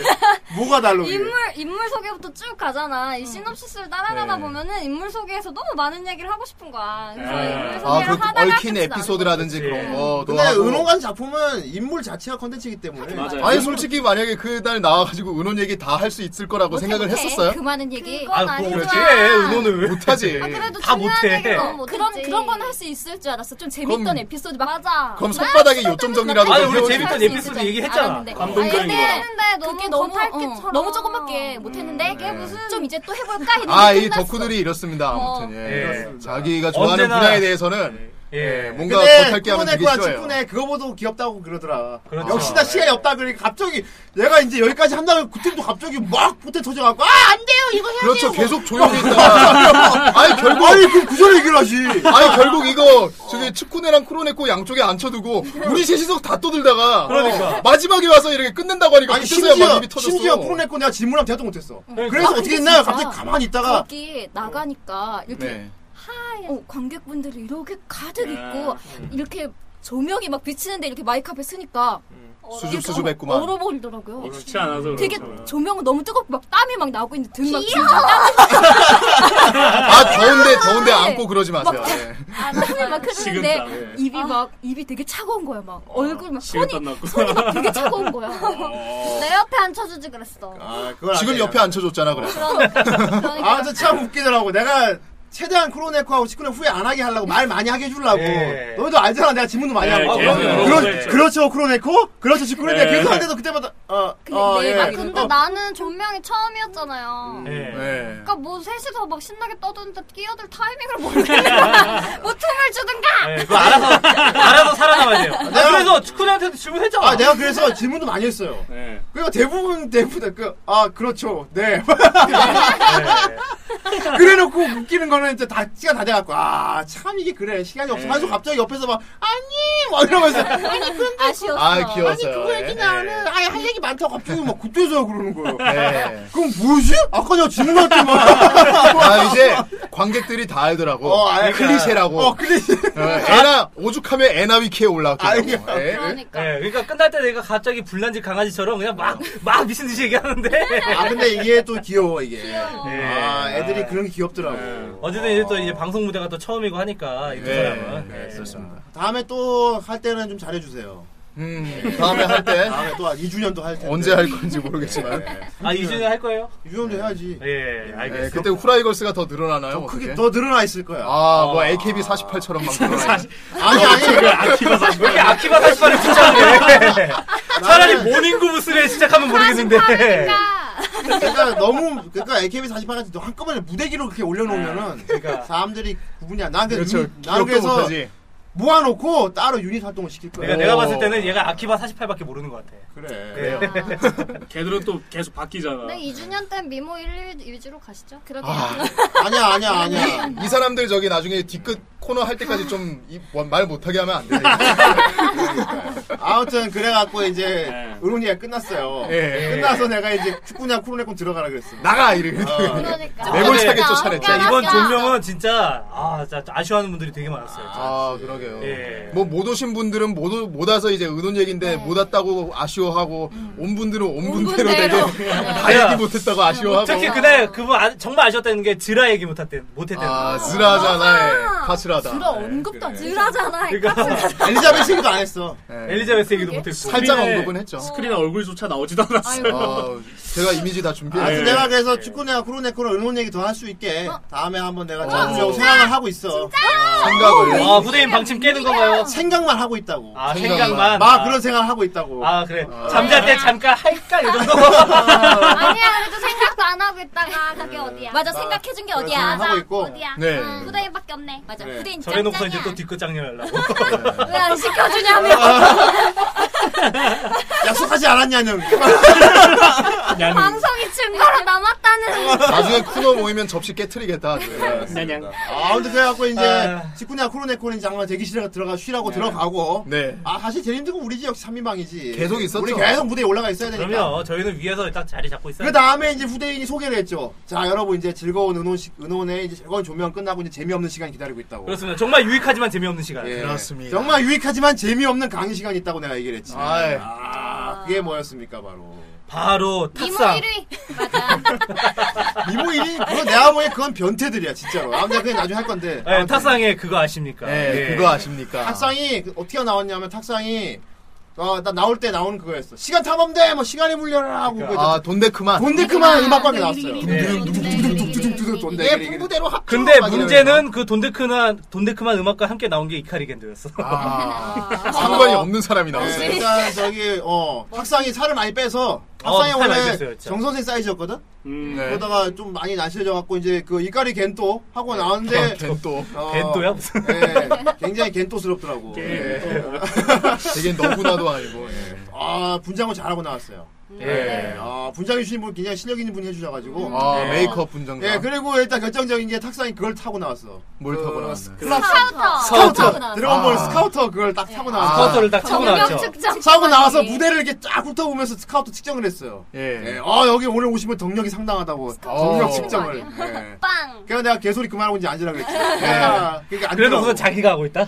[SPEAKER 2] 뭐가 달로 그게?
[SPEAKER 5] 인물 인물 소개부터 쭉 가잖아. 이 시놉시스를 따라가다
[SPEAKER 2] 네.
[SPEAKER 5] 보면은 인물 소개에서 너무 많은 얘기를 하고 싶은 거야. 그래서
[SPEAKER 6] 네.
[SPEAKER 5] 인물 소개를
[SPEAKER 4] 아, 그
[SPEAKER 5] 하다가
[SPEAKER 4] 얽힌
[SPEAKER 5] 끝이 나는
[SPEAKER 4] 에피소드라든지
[SPEAKER 3] 거지.
[SPEAKER 4] 그런 거.
[SPEAKER 2] 근데
[SPEAKER 4] 뭐 하고.
[SPEAKER 2] 은호간 작품은 인물 자체가 컨텐츠이기 때문에
[SPEAKER 6] 맞아요.
[SPEAKER 4] 아니 솔직히 만약에 그날 나와가지고 은혼 얘기 다 할 수 있을 거라고 생각을 했었어요?
[SPEAKER 7] 그 많은
[SPEAKER 5] 거야.
[SPEAKER 7] 얘기.
[SPEAKER 5] 그건
[SPEAKER 3] 아, 뭐
[SPEAKER 5] 아니지만
[SPEAKER 3] 어떻게 해, 은호는 왜.
[SPEAKER 4] 못하지.
[SPEAKER 5] 아, 그래도
[SPEAKER 3] 다
[SPEAKER 5] 중요한
[SPEAKER 3] 못해.
[SPEAKER 5] 얘기를 너무 못했지. 아,
[SPEAKER 7] 그런 그런 건 할 수 있을 줄 알았어. 좀 재밌던
[SPEAKER 4] 그럼-
[SPEAKER 7] 에피소드 막
[SPEAKER 5] 맞아.
[SPEAKER 4] 그럼 손바닥에 요점 정리라도
[SPEAKER 3] 아니,
[SPEAKER 4] 좀
[SPEAKER 3] 우리
[SPEAKER 4] 해오지.
[SPEAKER 3] 재밌던
[SPEAKER 7] 할수
[SPEAKER 3] 에피소드
[SPEAKER 7] 있을
[SPEAKER 3] 얘기했잖아.
[SPEAKER 7] 줄 알았는데.
[SPEAKER 6] 감동적인
[SPEAKER 7] 아니,
[SPEAKER 6] 거랑.
[SPEAKER 7] 근데
[SPEAKER 5] 했는데 너무
[SPEAKER 7] 그게 너무
[SPEAKER 5] 겉핥기처럼.
[SPEAKER 7] 어, 너무 조금밖에 못했는데
[SPEAKER 5] 이게 무슨
[SPEAKER 7] 좀 이제 또 해볼까 했는데
[SPEAKER 4] 아, 이
[SPEAKER 7] 끝났어.
[SPEAKER 4] 덕후들이 이렇습니다. 아무튼
[SPEAKER 3] 예.
[SPEAKER 4] 예.
[SPEAKER 2] 그렇습니다.
[SPEAKER 4] 자기가 좋아하는
[SPEAKER 3] 언제나-
[SPEAKER 4] 분야에 대해서는
[SPEAKER 3] 예.
[SPEAKER 4] 예, 뭔가
[SPEAKER 2] 근데
[SPEAKER 4] 못할게 하면 되게
[SPEAKER 2] 쿠로네코와
[SPEAKER 4] 싫어요.
[SPEAKER 2] 축구네 그거 보고 귀엽다고 그러더라.
[SPEAKER 3] 그렇죠.
[SPEAKER 2] 역시나 시간이 없다 그러니까 갑자기 얘가 이제 여기까지 한다면 그 팀도 갑자기 막 포태 터져갖고 아 안 돼요 이거 해야
[SPEAKER 4] 그렇죠.
[SPEAKER 2] 돼요.
[SPEAKER 4] 계속
[SPEAKER 2] (laughs)
[SPEAKER 4] 조용히 있다. 아니 결국
[SPEAKER 2] 아니 그럼 그 소리 얘기를 하지.
[SPEAKER 4] 아니 결국 이거 저기 축구네랑 크로네코 양쪽에 앉혀두고 우리 셋이서 다 떠들다가
[SPEAKER 3] 그러니까.
[SPEAKER 4] 어, 마지막에 와서 이렇게 끝낸다고 하니까
[SPEAKER 2] 아니
[SPEAKER 4] 그때 서야
[SPEAKER 2] 심지어
[SPEAKER 4] 마음이 터졌어. 네,
[SPEAKER 2] 심지어 프로네코 내가 질문하면 대답도 못했어.
[SPEAKER 3] 그러니까.
[SPEAKER 2] 그래서
[SPEAKER 7] 아,
[SPEAKER 2] 어떻게
[SPEAKER 7] 근데
[SPEAKER 2] 했나요?
[SPEAKER 7] 진짜.
[SPEAKER 2] 갑자기 가만히
[SPEAKER 4] 어?
[SPEAKER 2] 있다가
[SPEAKER 7] 거기 나가니까 이렇게
[SPEAKER 4] 네.
[SPEAKER 7] 어, 관객분들이 이렇게 가득 있고
[SPEAKER 6] 아,
[SPEAKER 7] 이렇게 조명이 막 비치는데 이렇게 마이크 앞에 서니까
[SPEAKER 5] 어.
[SPEAKER 4] 수줍수줍했구만.
[SPEAKER 7] 얼어 보이더라고요.
[SPEAKER 6] 쉽지 뭐 않아서 그렇죠.
[SPEAKER 7] 되게
[SPEAKER 6] 그렇잖아.
[SPEAKER 7] 조명은 너무 뜨겁고 막 땀이 막 나고 있는데 등막 땀이
[SPEAKER 4] 아 더운데 더운데 안고 그러지 마세요. 예.
[SPEAKER 7] 땀이
[SPEAKER 5] 그
[SPEAKER 7] 막
[SPEAKER 6] 식은땀,
[SPEAKER 7] 흐르는데 아.
[SPEAKER 6] 예.
[SPEAKER 7] 입이 막 입이 되게 차가운 거야 막 얼굴 막 손이
[SPEAKER 6] 시간 났고
[SPEAKER 7] 손이 막 되게 차가운 거야.
[SPEAKER 5] 내 옆에 앉혀주지 그랬어.
[SPEAKER 2] 아 그걸
[SPEAKER 4] 지금 옆에 앉혀줬잖아 그래.
[SPEAKER 5] 그러니까
[SPEAKER 2] 아저참 웃기더라고. 내가 최대한 크로네코하고 시크네 후회 안 하게 하려고 말 많이 하게 해주려고.
[SPEAKER 3] 예.
[SPEAKER 2] 너희도 알잖아. 내가 질문도 많이
[SPEAKER 6] 예,
[SPEAKER 2] 하고.
[SPEAKER 3] 예, 예.
[SPEAKER 2] 그런,
[SPEAKER 6] 예.
[SPEAKER 2] 그렇죠, 크로네코? 그렇죠, 시크네.
[SPEAKER 6] 예.
[SPEAKER 2] 계속 하는데도 그때마다, 어,
[SPEAKER 7] 근데
[SPEAKER 2] 어,
[SPEAKER 7] 내
[SPEAKER 2] 예.
[SPEAKER 7] 말
[SPEAKER 5] 아, 근데
[SPEAKER 2] 어,
[SPEAKER 5] 나는 존명이 처음이었잖아요.
[SPEAKER 3] 예.
[SPEAKER 4] 예.
[SPEAKER 5] 그러니까 뭐 셋이서 막 신나게 떠드는데 끼어들 타이밍을 모르겠는 (laughs) 뭐 틈을 주든가.
[SPEAKER 3] 예, 그거 알아서, 알아서 살아남아야 돼요. 아, 그래서 축구네한테도 질문했잖아.
[SPEAKER 2] 아, 내가 그래서 질문도 많이 했어요.
[SPEAKER 6] 네.
[SPEAKER 2] 그리고 대부분, 대부분, 그, 아, 그렇죠, 네.
[SPEAKER 3] 예.
[SPEAKER 2] 그래놓고 웃기는 거는 이제 다, 시간 다 돼갖고, 아, 참 이게 그래. 시간이 없어.
[SPEAKER 4] 네.
[SPEAKER 6] 예.
[SPEAKER 2] 가지고 갑자기 옆에서 막, 아니! 막
[SPEAKER 4] (laughs)
[SPEAKER 2] 이러면서, 아니, 그,
[SPEAKER 7] 아쉬웠어.
[SPEAKER 4] 아
[SPEAKER 2] 아니,
[SPEAKER 4] 귀여웠어요.
[SPEAKER 2] 그거 얘기
[SPEAKER 4] 네.
[SPEAKER 2] 나는, 아니, 할 얘기 많다고 갑자기
[SPEAKER 4] (laughs)
[SPEAKER 2] 막 그때서야 그러는 거예요.
[SPEAKER 4] 예. 예.
[SPEAKER 2] 그럼 뭐지? 아까 내가 질문할 때만.
[SPEAKER 4] 아 이제 관객들이 다 알더라고.
[SPEAKER 2] 어, 알-
[SPEAKER 4] 클리셰라고.
[SPEAKER 2] 어, 클리셰.
[SPEAKER 4] 어, 애나 오죽하면 애나 위키에
[SPEAKER 2] 아,
[SPEAKER 4] 올라왔더라고.
[SPEAKER 2] 이게-
[SPEAKER 4] 예.
[SPEAKER 5] 그러니까.
[SPEAKER 3] 예, 그러니까 끝날 때 내가 갑자기 불난지 강아지처럼 그냥 막, 막 미친 듯이 얘기하는데.
[SPEAKER 2] 아, 근데 이게 또 귀여워, 이게.
[SPEAKER 4] 네.
[SPEAKER 3] 예.
[SPEAKER 2] 아, 애들이 그런 게 귀엽더라고. 그
[SPEAKER 3] 어쨌든 이제 또 이제 방송 무대가 또 처음이고 하니까, 이두
[SPEAKER 4] 예.
[SPEAKER 3] 사람은.
[SPEAKER 4] 네. 네, 그렇습니다.
[SPEAKER 2] 다음에 또 할 때는 좀 잘해주세요.
[SPEAKER 4] 음 다음에 할 때
[SPEAKER 2] 다음에 또 2주년도 할 텐데.
[SPEAKER 4] 언제 할 건지 모르겠지만.
[SPEAKER 3] 아, 이준이 할 거예요?
[SPEAKER 2] 2주년도 해야지.
[SPEAKER 3] 예,
[SPEAKER 4] 예,
[SPEAKER 3] 알겠습니다.
[SPEAKER 4] 그때 후라이걸스가 더 늘어나나요?
[SPEAKER 2] 네. 더 크게
[SPEAKER 4] 어떻게?
[SPEAKER 2] 더 늘어나 있을 거야.
[SPEAKER 4] 아, 뭐 AKB 48처럼 막 늘어나.
[SPEAKER 2] 음. 아니, 아니.
[SPEAKER 3] 왜 이렇게 아키바 사시바를 붙잡네. 차라리 모닝구브 3에 시작하면 모르겠는데.
[SPEAKER 2] 그러니까 너무, 그러니까 AKB48같이 너 한꺼번에 무대기로 그렇게 올려놓으면은
[SPEAKER 3] 그러니까.
[SPEAKER 2] 사람들이 구분이 안 나. 그래서
[SPEAKER 4] 네. 그렇죠.
[SPEAKER 2] 유닛- 나는
[SPEAKER 4] 기억도
[SPEAKER 2] 그래서
[SPEAKER 4] 못하지.
[SPEAKER 2] 모아놓고 따로 유닛 활동을 시킬 거야.
[SPEAKER 3] 내가, 내가 봤을 때는 얘가 아키바 48밖에 모르는 것 같아.
[SPEAKER 2] 그래.
[SPEAKER 3] 그래요.
[SPEAKER 6] 걔들은 또 계속 바뀌잖아.
[SPEAKER 5] 근데 2주년 네, 땐 미모 1, 2 위주로 가시죠. 그러게.
[SPEAKER 2] 아니야, 아니야, 아니야.
[SPEAKER 4] 이 사람들 저기 나중에 뒤끝 코너 할 때까지 좀 말 못하게 하면 안 돼.
[SPEAKER 2] 아무튼 그래갖고 이제
[SPEAKER 6] 네.
[SPEAKER 2] 의론이가 끝났어요.
[SPEAKER 4] 예.
[SPEAKER 2] 끝나서 내가 이제 축구냐 쿠로네콘 들어가라 그랬어.
[SPEAKER 4] 나가 이렇게.
[SPEAKER 2] 네.
[SPEAKER 5] 그러니까.
[SPEAKER 4] 매몰차게 쫓아냈죠.
[SPEAKER 3] 자,
[SPEAKER 5] 아,
[SPEAKER 3] 이번
[SPEAKER 5] 아,
[SPEAKER 3] 존명은 진짜, 아, 진짜 아쉬워하는 분들이 되게 많았어요.
[SPEAKER 4] 아 그러게. 그러게요.
[SPEAKER 3] 예.
[SPEAKER 4] 뭐 못 오신 분들은 못, 오- 못 와서 이제 은혼 얘기인데 못 왔다고 아쉬워하고 온 분들은 네. 음. 온
[SPEAKER 7] 온
[SPEAKER 4] 분대로 되게
[SPEAKER 7] 분대로.
[SPEAKER 4] 다 얘기 못했다고 아쉬워하고
[SPEAKER 3] 특히 그날 그분 아- 정말 아쉬웠다는 게 지라 얘기 못했대 못했대.
[SPEAKER 4] 아 쓰라잖아 예.
[SPEAKER 7] 들어
[SPEAKER 4] 카츠라다
[SPEAKER 7] 언급도 안
[SPEAKER 6] 그래.
[SPEAKER 7] 라
[SPEAKER 5] 그러잖아.
[SPEAKER 3] 그러니까
[SPEAKER 2] 엘리자베스 얘기도 안 했어.
[SPEAKER 4] 예.
[SPEAKER 3] 엘리자베스 얘기도 못했고.
[SPEAKER 4] 살짝
[SPEAKER 6] 우리네.
[SPEAKER 4] 언급은 했죠
[SPEAKER 6] 스크린 얼굴조차 나오지도 않았어요.
[SPEAKER 4] 아, 제가 이미지 다 준비해
[SPEAKER 2] 아무튼 네.
[SPEAKER 6] 예.
[SPEAKER 2] 내가 그래서 축구내가 크로네코로 응원 얘기 더 할 수 있게 다음에 한번 내가 잡으려고 생각을 하고 있어.
[SPEAKER 4] 생각을
[SPEAKER 3] 아 후대인 방침 깨는 건가요?
[SPEAKER 2] 생각만 하고 있다고.
[SPEAKER 3] 아
[SPEAKER 4] 생각만.
[SPEAKER 3] 생각만.
[SPEAKER 2] 막 그런 생각을 하고 있다고.
[SPEAKER 3] 아 그래. 잠잘 때 잠깐 할까 이런 거.
[SPEAKER 5] 아니야, 그래도 생각도 안 하고 있다가 그게 어디야?
[SPEAKER 7] 맞아
[SPEAKER 2] 나-
[SPEAKER 7] 생각해준 게
[SPEAKER 2] 그런
[SPEAKER 7] 어디야.
[SPEAKER 2] 생각을 하고 있고.
[SPEAKER 5] 어디야?
[SPEAKER 4] 네.
[SPEAKER 5] 응, 후대인밖에 없네.
[SPEAKER 7] 맞아
[SPEAKER 2] 네.
[SPEAKER 7] 후대인
[SPEAKER 3] 저래놓고 이제
[SPEAKER 7] 짱짱이야.
[SPEAKER 3] 또 뒷거 장렬하려고.
[SPEAKER 7] 왜안
[SPEAKER 2] 아,
[SPEAKER 7] 시켜주냐며.
[SPEAKER 2] 약속하지 않았냐는.
[SPEAKER 3] 아.
[SPEAKER 6] 냐는.
[SPEAKER 5] 방송이 증거로 남았다는.
[SPEAKER 4] 나중에 쿠너 모이면 접시 깨트리겠다 아주.
[SPEAKER 6] 냐냥.
[SPEAKER 2] 아, 아무튼 그래갖고 이제
[SPEAKER 3] 아.
[SPEAKER 2] 직구냐 코로네코는 이제 한번 대기실에 들어가 쉬라고 들어가고.
[SPEAKER 4] 네
[SPEAKER 2] 아 사실 제일 힘든 건 우리지 역시 3인방이지.
[SPEAKER 4] 계속 있었죠.
[SPEAKER 2] 우리 계속 무대에 올라가 있어야 되니까.
[SPEAKER 3] 그러면 저희는 위에서 딱 자리 잡고 있어요.
[SPEAKER 2] 그 다음에 이제 후대인이 소개를 했죠. 자 여러분 이제 즐거운 은혼 시, 은혼의 이제 즐거운 조명 끝나고 이제 재미없는 시간 기다리고 있다고.
[SPEAKER 3] 그렇습니다. 정말 유익하지만 재미없는 시간.
[SPEAKER 2] 예.
[SPEAKER 4] 그렇습니다.
[SPEAKER 2] 정말 유익하지만 재미없는 강의 시간이 있다고 내가 얘기를 했지.
[SPEAKER 4] 아이.
[SPEAKER 2] 아, 그게 뭐였습니까 바로.
[SPEAKER 3] 바로
[SPEAKER 5] 이모
[SPEAKER 3] 탁상. 예,
[SPEAKER 5] 1위. 맞아.
[SPEAKER 2] 이모 일이 그건 내가 보기엔 그건 변태들이야 진짜로. 아무튼 그게 나중에 할 건데.
[SPEAKER 3] 예, 탁상에 그거 아십니까?
[SPEAKER 4] 예,
[SPEAKER 3] 예.
[SPEAKER 4] 그거 아십니까
[SPEAKER 2] 탁상이 그 어떻게 나왔냐면 탁상이 어, 나 나올 때 나오는 그거였어. 시간 탐험대 뭐 시간에 물려라 하고 그거
[SPEAKER 4] 아 돈데 그만
[SPEAKER 2] 돈데 그만 음악 방에 나왔어요. 네.
[SPEAKER 7] 둥둥둥둥둥둥둥둥둥둥
[SPEAKER 2] 두두두두두두
[SPEAKER 5] 네.
[SPEAKER 2] 돈데
[SPEAKER 4] 예
[SPEAKER 2] 그리 그리.
[SPEAKER 4] 풍부대로
[SPEAKER 3] 네.
[SPEAKER 4] 합쳐
[SPEAKER 3] 근데
[SPEAKER 4] 막 이러면서.
[SPEAKER 3] 문제는 그 돈데크나 돈데크만 음악과 함께 나온 게 이카리 겐도였어.
[SPEAKER 4] 아 (laughs) 상관이 없는 사람이
[SPEAKER 2] 네,
[SPEAKER 4] 나왔어요
[SPEAKER 2] 일단 저기 어 탁상이 살을 많이 빼서
[SPEAKER 4] 어,
[SPEAKER 2] 탁상이
[SPEAKER 3] 살 많이
[SPEAKER 2] 원래
[SPEAKER 3] 뺐어요, 진짜.
[SPEAKER 2] 정 선생 사이즈였거든.
[SPEAKER 6] 음.
[SPEAKER 4] 네.
[SPEAKER 2] 그러다가 좀 많이 날씬해져 갖고 이제 그 이까리 겐토 하고 나왔는데
[SPEAKER 4] 걘또
[SPEAKER 2] 어,
[SPEAKER 3] (laughs) 겐토야 무슨?
[SPEAKER 2] 예, 굉장히 겐토스럽더라고. 예.
[SPEAKER 4] 되게 너구나도 아니고 예.
[SPEAKER 2] 아 분장은 잘하고 나왔어요. 예.
[SPEAKER 3] 예.
[SPEAKER 2] 아 분장해 주신 분 굉장히 실력 있는 분이 해주셔가지고.
[SPEAKER 4] 아
[SPEAKER 3] 네.
[SPEAKER 4] 메이크업 분장가
[SPEAKER 2] 예 그리고 일단 결정적인 게 탁상이 그걸 타고 나왔어. 그
[SPEAKER 4] 뭘 타고 나왔나요?
[SPEAKER 5] 카운터.
[SPEAKER 2] 스카우터 예. 드래곤볼
[SPEAKER 4] 아.
[SPEAKER 2] 스카우터 그걸 딱 타고 나왔어.
[SPEAKER 3] 스커트를 딱 차고
[SPEAKER 5] 정력
[SPEAKER 3] 나왔죠.
[SPEAKER 5] 측정.
[SPEAKER 2] 타고 나와서 무대를 이렇게 쫙 훑어보면서 스카우트 측정을 했어요. 예.
[SPEAKER 4] 예.
[SPEAKER 2] 아 여기 오늘 오시면 덕력이 상당하다고 덕력
[SPEAKER 4] 어. 네.
[SPEAKER 2] 측정을. 예.
[SPEAKER 5] 빵.
[SPEAKER 2] 그래서 내가 개소리 그만하고 이제 앉으라 그랬지. 예. 그러니까 안
[SPEAKER 3] 그래도
[SPEAKER 2] 들어가고.
[SPEAKER 3] 우선 자기가 하고 있다.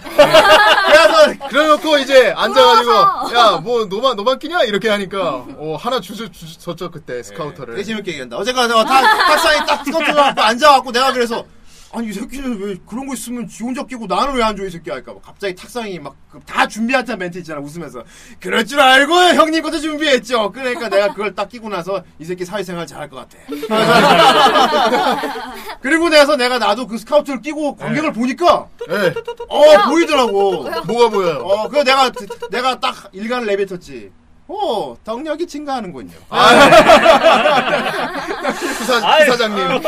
[SPEAKER 2] 그래서
[SPEAKER 4] 그래놓고 이제 앉아가지고 야 뭐 너만 너만 끼냐 이렇게 하니까 어 하나 주저 주저졌죠 그때 (laughs) 스카우터를
[SPEAKER 2] 되게 재밌게 얘기한다. 어제가 내가 다, 탁상에 딱 스커트를 갖고 앉아갖고 내가 그래서 아니 이 새끼는 왜 그런 거 있으면 지 혼자 끼고 나는 왜 안 줘 이 새끼 할까 봐 갑자기 탁상이 막그 다 준비한다 멘트 있잖아 웃으면서 그럴 줄 알고 형님 것도 준비했죠 그러니까 내가 그걸 딱 끼고 나서 이 새끼 사회생활 잘할 것
[SPEAKER 4] (laughs)
[SPEAKER 2] 같아 그리고 나서 내가 나도 그 스카우트를 끼고 광경을 보니까
[SPEAKER 4] 예.
[SPEAKER 2] 어 보이더라고
[SPEAKER 4] 뭐가 보여요
[SPEAKER 2] 어 그거 내가 내가 딱 일간을 내뱉었지 오 덕력이 증가하는군요
[SPEAKER 4] 아.
[SPEAKER 2] 아.
[SPEAKER 4] 부사
[SPEAKER 3] 아유.
[SPEAKER 4] 부사장님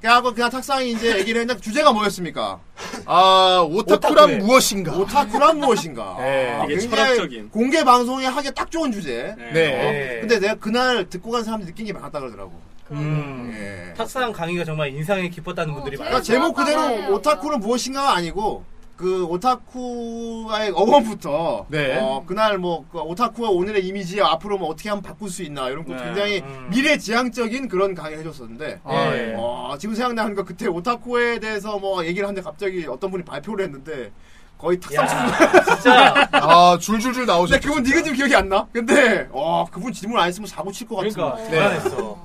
[SPEAKER 2] 그래갖고 그냥 탁상이 이제 얘기를 했는데 주제가 뭐였습니까?
[SPEAKER 4] 아 오타쿠란
[SPEAKER 3] 오타쿠네.
[SPEAKER 4] 무엇인가
[SPEAKER 2] 오타쿠란
[SPEAKER 4] (laughs)
[SPEAKER 2] 무엇인가?
[SPEAKER 4] 예.
[SPEAKER 2] 아,
[SPEAKER 6] 이게
[SPEAKER 2] 굉장히
[SPEAKER 6] 철학적인.
[SPEAKER 2] 공개 방송에 하기 딱 좋은 주제. 어?
[SPEAKER 6] 네.
[SPEAKER 4] 네
[SPEAKER 3] (laughs) 예.
[SPEAKER 2] 근데 내가 그날 듣고 간 사람들 느낀 게 많았다 그러더라고.
[SPEAKER 3] 음.
[SPEAKER 2] 예.
[SPEAKER 3] 탁상 강의가 정말 인상이 깊었다는 분들이 많아요.
[SPEAKER 2] 그러니까 제목 그대로
[SPEAKER 5] 맞아요.
[SPEAKER 2] 오타쿠는 무엇인가가 아니고 그 오타쿠의 어원부터
[SPEAKER 4] 네.
[SPEAKER 2] 어, 그날 뭐그 오타쿠와 오늘의 이미지 앞으로 뭐 어떻게 하면 바꿀 수 있나 이런 거
[SPEAKER 6] 네.
[SPEAKER 2] 굉장히
[SPEAKER 3] 음.
[SPEAKER 2] 미래지향적인 그런 강의를 해줬었는데
[SPEAKER 4] 아,
[SPEAKER 3] 예.
[SPEAKER 2] 어, 지금 생각나는 거 그때 오타쿠에 대해서 뭐 얘기를 하는데 갑자기 어떤 분이 발표를 했는데 거의 탁상 쳤
[SPEAKER 3] 야, 진짜
[SPEAKER 4] 아 줄줄줄 나오죠
[SPEAKER 2] 근데 그분 니가 지금 기억이 안 나? 근데 어 그분 질문 안 했으면 사고 칠 것 같은
[SPEAKER 3] 그러니까
[SPEAKER 2] 거.
[SPEAKER 3] 대단했어.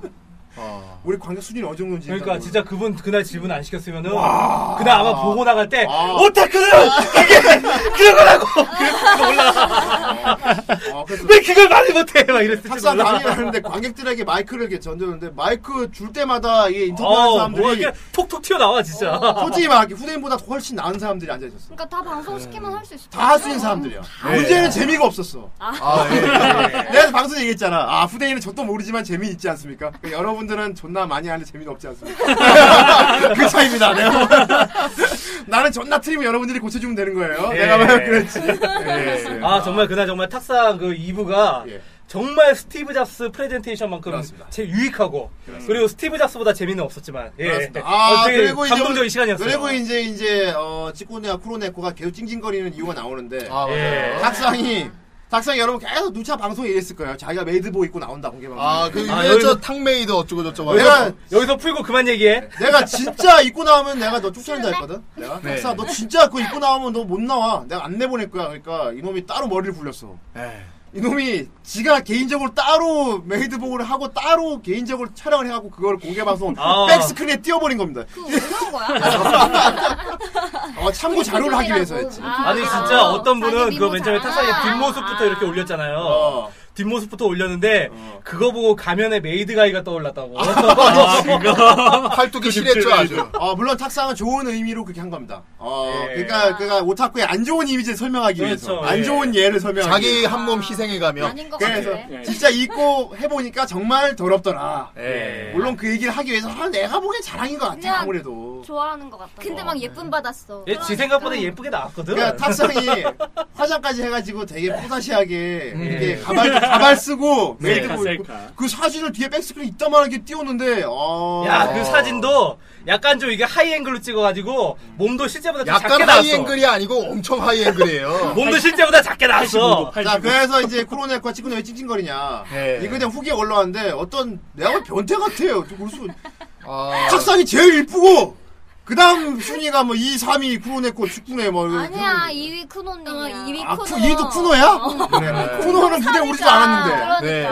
[SPEAKER 4] 아.
[SPEAKER 2] 우리 관객 수준이 어느 정도인지
[SPEAKER 3] 그러니까
[SPEAKER 2] 일단
[SPEAKER 3] 진짜 그분 그날 질문 안 시켰으면은 그날 아마 보고 나갈 때 어,
[SPEAKER 2] 아.
[SPEAKER 3] 오타크는
[SPEAKER 2] 모르겠어. 어, 그래서
[SPEAKER 3] 왜 그걸 말을 못해 막 이랬을지
[SPEAKER 2] 탁상
[SPEAKER 3] 몰라.
[SPEAKER 2] 강의를 하는데 관객들에게 마이크를 이렇게 던졌는데 마이크 줄 때마다 이게 인터뷰하는
[SPEAKER 3] 어, 뭐가
[SPEAKER 2] 사람들이
[SPEAKER 3] 이렇게 톡톡 튀어나와 진짜.
[SPEAKER 2] 솔직히 말하게 후대인보다 훨씬 나은 사람들이 앉아 있었어.
[SPEAKER 5] 그러니까 다 방송 시키면 할 수 있어.
[SPEAKER 2] 다 할 수 있는 사람들이야.
[SPEAKER 3] 네.
[SPEAKER 2] 문제는 재미가 없었어.
[SPEAKER 4] 아, 예.
[SPEAKER 2] 내가 방송에 얘기했잖아. 아, 후대인은 저도 모르지만 재미 있지 않습니까? 그러니까 여러분들은 존나 많이 하는데 재미는 없지
[SPEAKER 3] (laughs)
[SPEAKER 2] 않습니까? 그 차이입니다. 내가 보기엔. 나는 존나 트림을 여러분들이 고쳐주면 되는 거예요.
[SPEAKER 3] 예.
[SPEAKER 2] 내가 봐야 그랬지. 예.
[SPEAKER 3] 아 정말 그날 정말 탁상 그 2부가
[SPEAKER 2] 예.
[SPEAKER 3] 정말 스티브 잡스 프레젠테이션만큼
[SPEAKER 2] 그렇습니다.
[SPEAKER 3] 제 유익하고 그리고 스티브 잡스보다 재미는 없었지만 예.
[SPEAKER 2] 그렇습니다. 아,
[SPEAKER 3] 어, 되게
[SPEAKER 2] 그리고 이제
[SPEAKER 3] 감동적인 시간이었어요.
[SPEAKER 2] 그리고 이제 이제 어, 치코네와 쿠로네코가 계속 찡찡거리는 이유가 나오는데
[SPEAKER 4] 아 맞아요
[SPEAKER 3] 예.
[SPEAKER 2] 탁상이 닥상 여러분 계속 누차 방송에 이랬을 거예요. 자기가 메이드복 입고 나온다 공개 방송.
[SPEAKER 4] 아, 그,
[SPEAKER 3] 아,
[SPEAKER 4] 아, 여저
[SPEAKER 3] 여기서-
[SPEAKER 4] 탕메이드 어쩌고저쩌고.
[SPEAKER 2] 내가 네.
[SPEAKER 3] 여기서 풀고 그만 얘기해.
[SPEAKER 2] 내가 진짜 입고 나오면 내가 너 쫓아낸다 했거든. 내가
[SPEAKER 4] 네.
[SPEAKER 2] 닥상 너 진짜 그거 입고 나오면 너 못 나와. 내가 안 내보낼 거야. 그러니까 이놈이 따로 머리를 굴렸어.
[SPEAKER 3] 네.
[SPEAKER 4] 에이.
[SPEAKER 2] 이놈이 지가 개인적으로 따로 메이드복을 하고 따로 개인적으로 촬영을 해갖고 그걸 공개 방송
[SPEAKER 3] 아.
[SPEAKER 2] 백스크린에 띄워버린 겁니다.
[SPEAKER 7] 그거 왜 나온 거야?
[SPEAKER 2] 어, 참고 자료를 하기 위해서 했지.
[SPEAKER 3] 아니 진짜 어떤 분은 그거 맨 처음에 탁상의 뒷모습부터 이렇게 올렸잖아요.
[SPEAKER 2] 어.
[SPEAKER 3] 뒷모습부터 올렸는데
[SPEAKER 2] 어.
[SPEAKER 3] 그거 보고 가면에 메이드 가이가 떠올랐다고. (laughs)
[SPEAKER 4] 팔뚝이 실했죠, 아주.
[SPEAKER 2] 어, 물론 탁상은 좋은 의미로 그렇게 한 겁니다. 어,
[SPEAKER 3] 예.
[SPEAKER 2] 그러니까 그가 오타쿠의 안 좋은 이미지를 설명하기 위해서
[SPEAKER 3] 그렇죠.
[SPEAKER 2] 안
[SPEAKER 3] 예.
[SPEAKER 2] 좋은 예를 설명하기
[SPEAKER 4] 자기
[SPEAKER 2] 위해서.
[SPEAKER 4] 한 몸 희생해가며.
[SPEAKER 7] 아닌 것
[SPEAKER 2] 그래서
[SPEAKER 7] 같아.
[SPEAKER 6] 예.
[SPEAKER 2] 진짜 입고 해보니까 정말 더럽더라.
[SPEAKER 4] 예.
[SPEAKER 2] 물론 그 얘기를 하기 위해서 아, 내가 보기엔 자랑인 것 같아
[SPEAKER 5] 그냥
[SPEAKER 2] 아무래도.
[SPEAKER 5] 좋아하는 것 같다.
[SPEAKER 7] 근데 막 예쁨 받았어.
[SPEAKER 3] 얘지 생각보다 예쁘게 나왔거든.
[SPEAKER 2] 그러니까 탁상이 화장까지 해가지고 되게 포사시하게
[SPEAKER 3] 음.
[SPEAKER 2] 이렇게 가발 가발 쓰고
[SPEAKER 3] 네.
[SPEAKER 2] 메이드복 입고
[SPEAKER 6] 셀카.
[SPEAKER 2] 그 사진을 뒤에 백스크린 이따만하게 띄웠는데 아,
[SPEAKER 3] 야, 그 사진도 약간 좀 이게 하이앵글로 찍어가지고 몸도 실제보다 좀그 작게
[SPEAKER 4] 약간
[SPEAKER 3] 나왔어. 뭐,
[SPEAKER 4] 하이앵글이 아니고 엄청
[SPEAKER 3] (laughs)
[SPEAKER 4] 하이앵글이에요.
[SPEAKER 3] 몸도 실제보다 작게
[SPEAKER 6] 85도,
[SPEAKER 3] 나왔어.
[SPEAKER 6] 85도.
[SPEAKER 2] 자, 그래서 이제 코로나19가 찍고 왜 찡찡거리냐.
[SPEAKER 4] 네.
[SPEAKER 2] 이거 그냥 후기에 올라왔는데 어떤 내가 변태 같아요. 저 무슨
[SPEAKER 4] 아,
[SPEAKER 2] 착상이 제일 이쁘고 그다음 순위가 뭐 2, 3위 코로나19 축구네 뭐. 이런
[SPEAKER 5] 아니야 2위 큰 언니야.
[SPEAKER 7] 이미
[SPEAKER 2] 아,
[SPEAKER 7] 쿠노.
[SPEAKER 2] 쿠, 얘도 쿠노야?
[SPEAKER 4] 네.
[SPEAKER 2] (laughs) 쿠노는 무대 오지도 않았는데.
[SPEAKER 4] 네.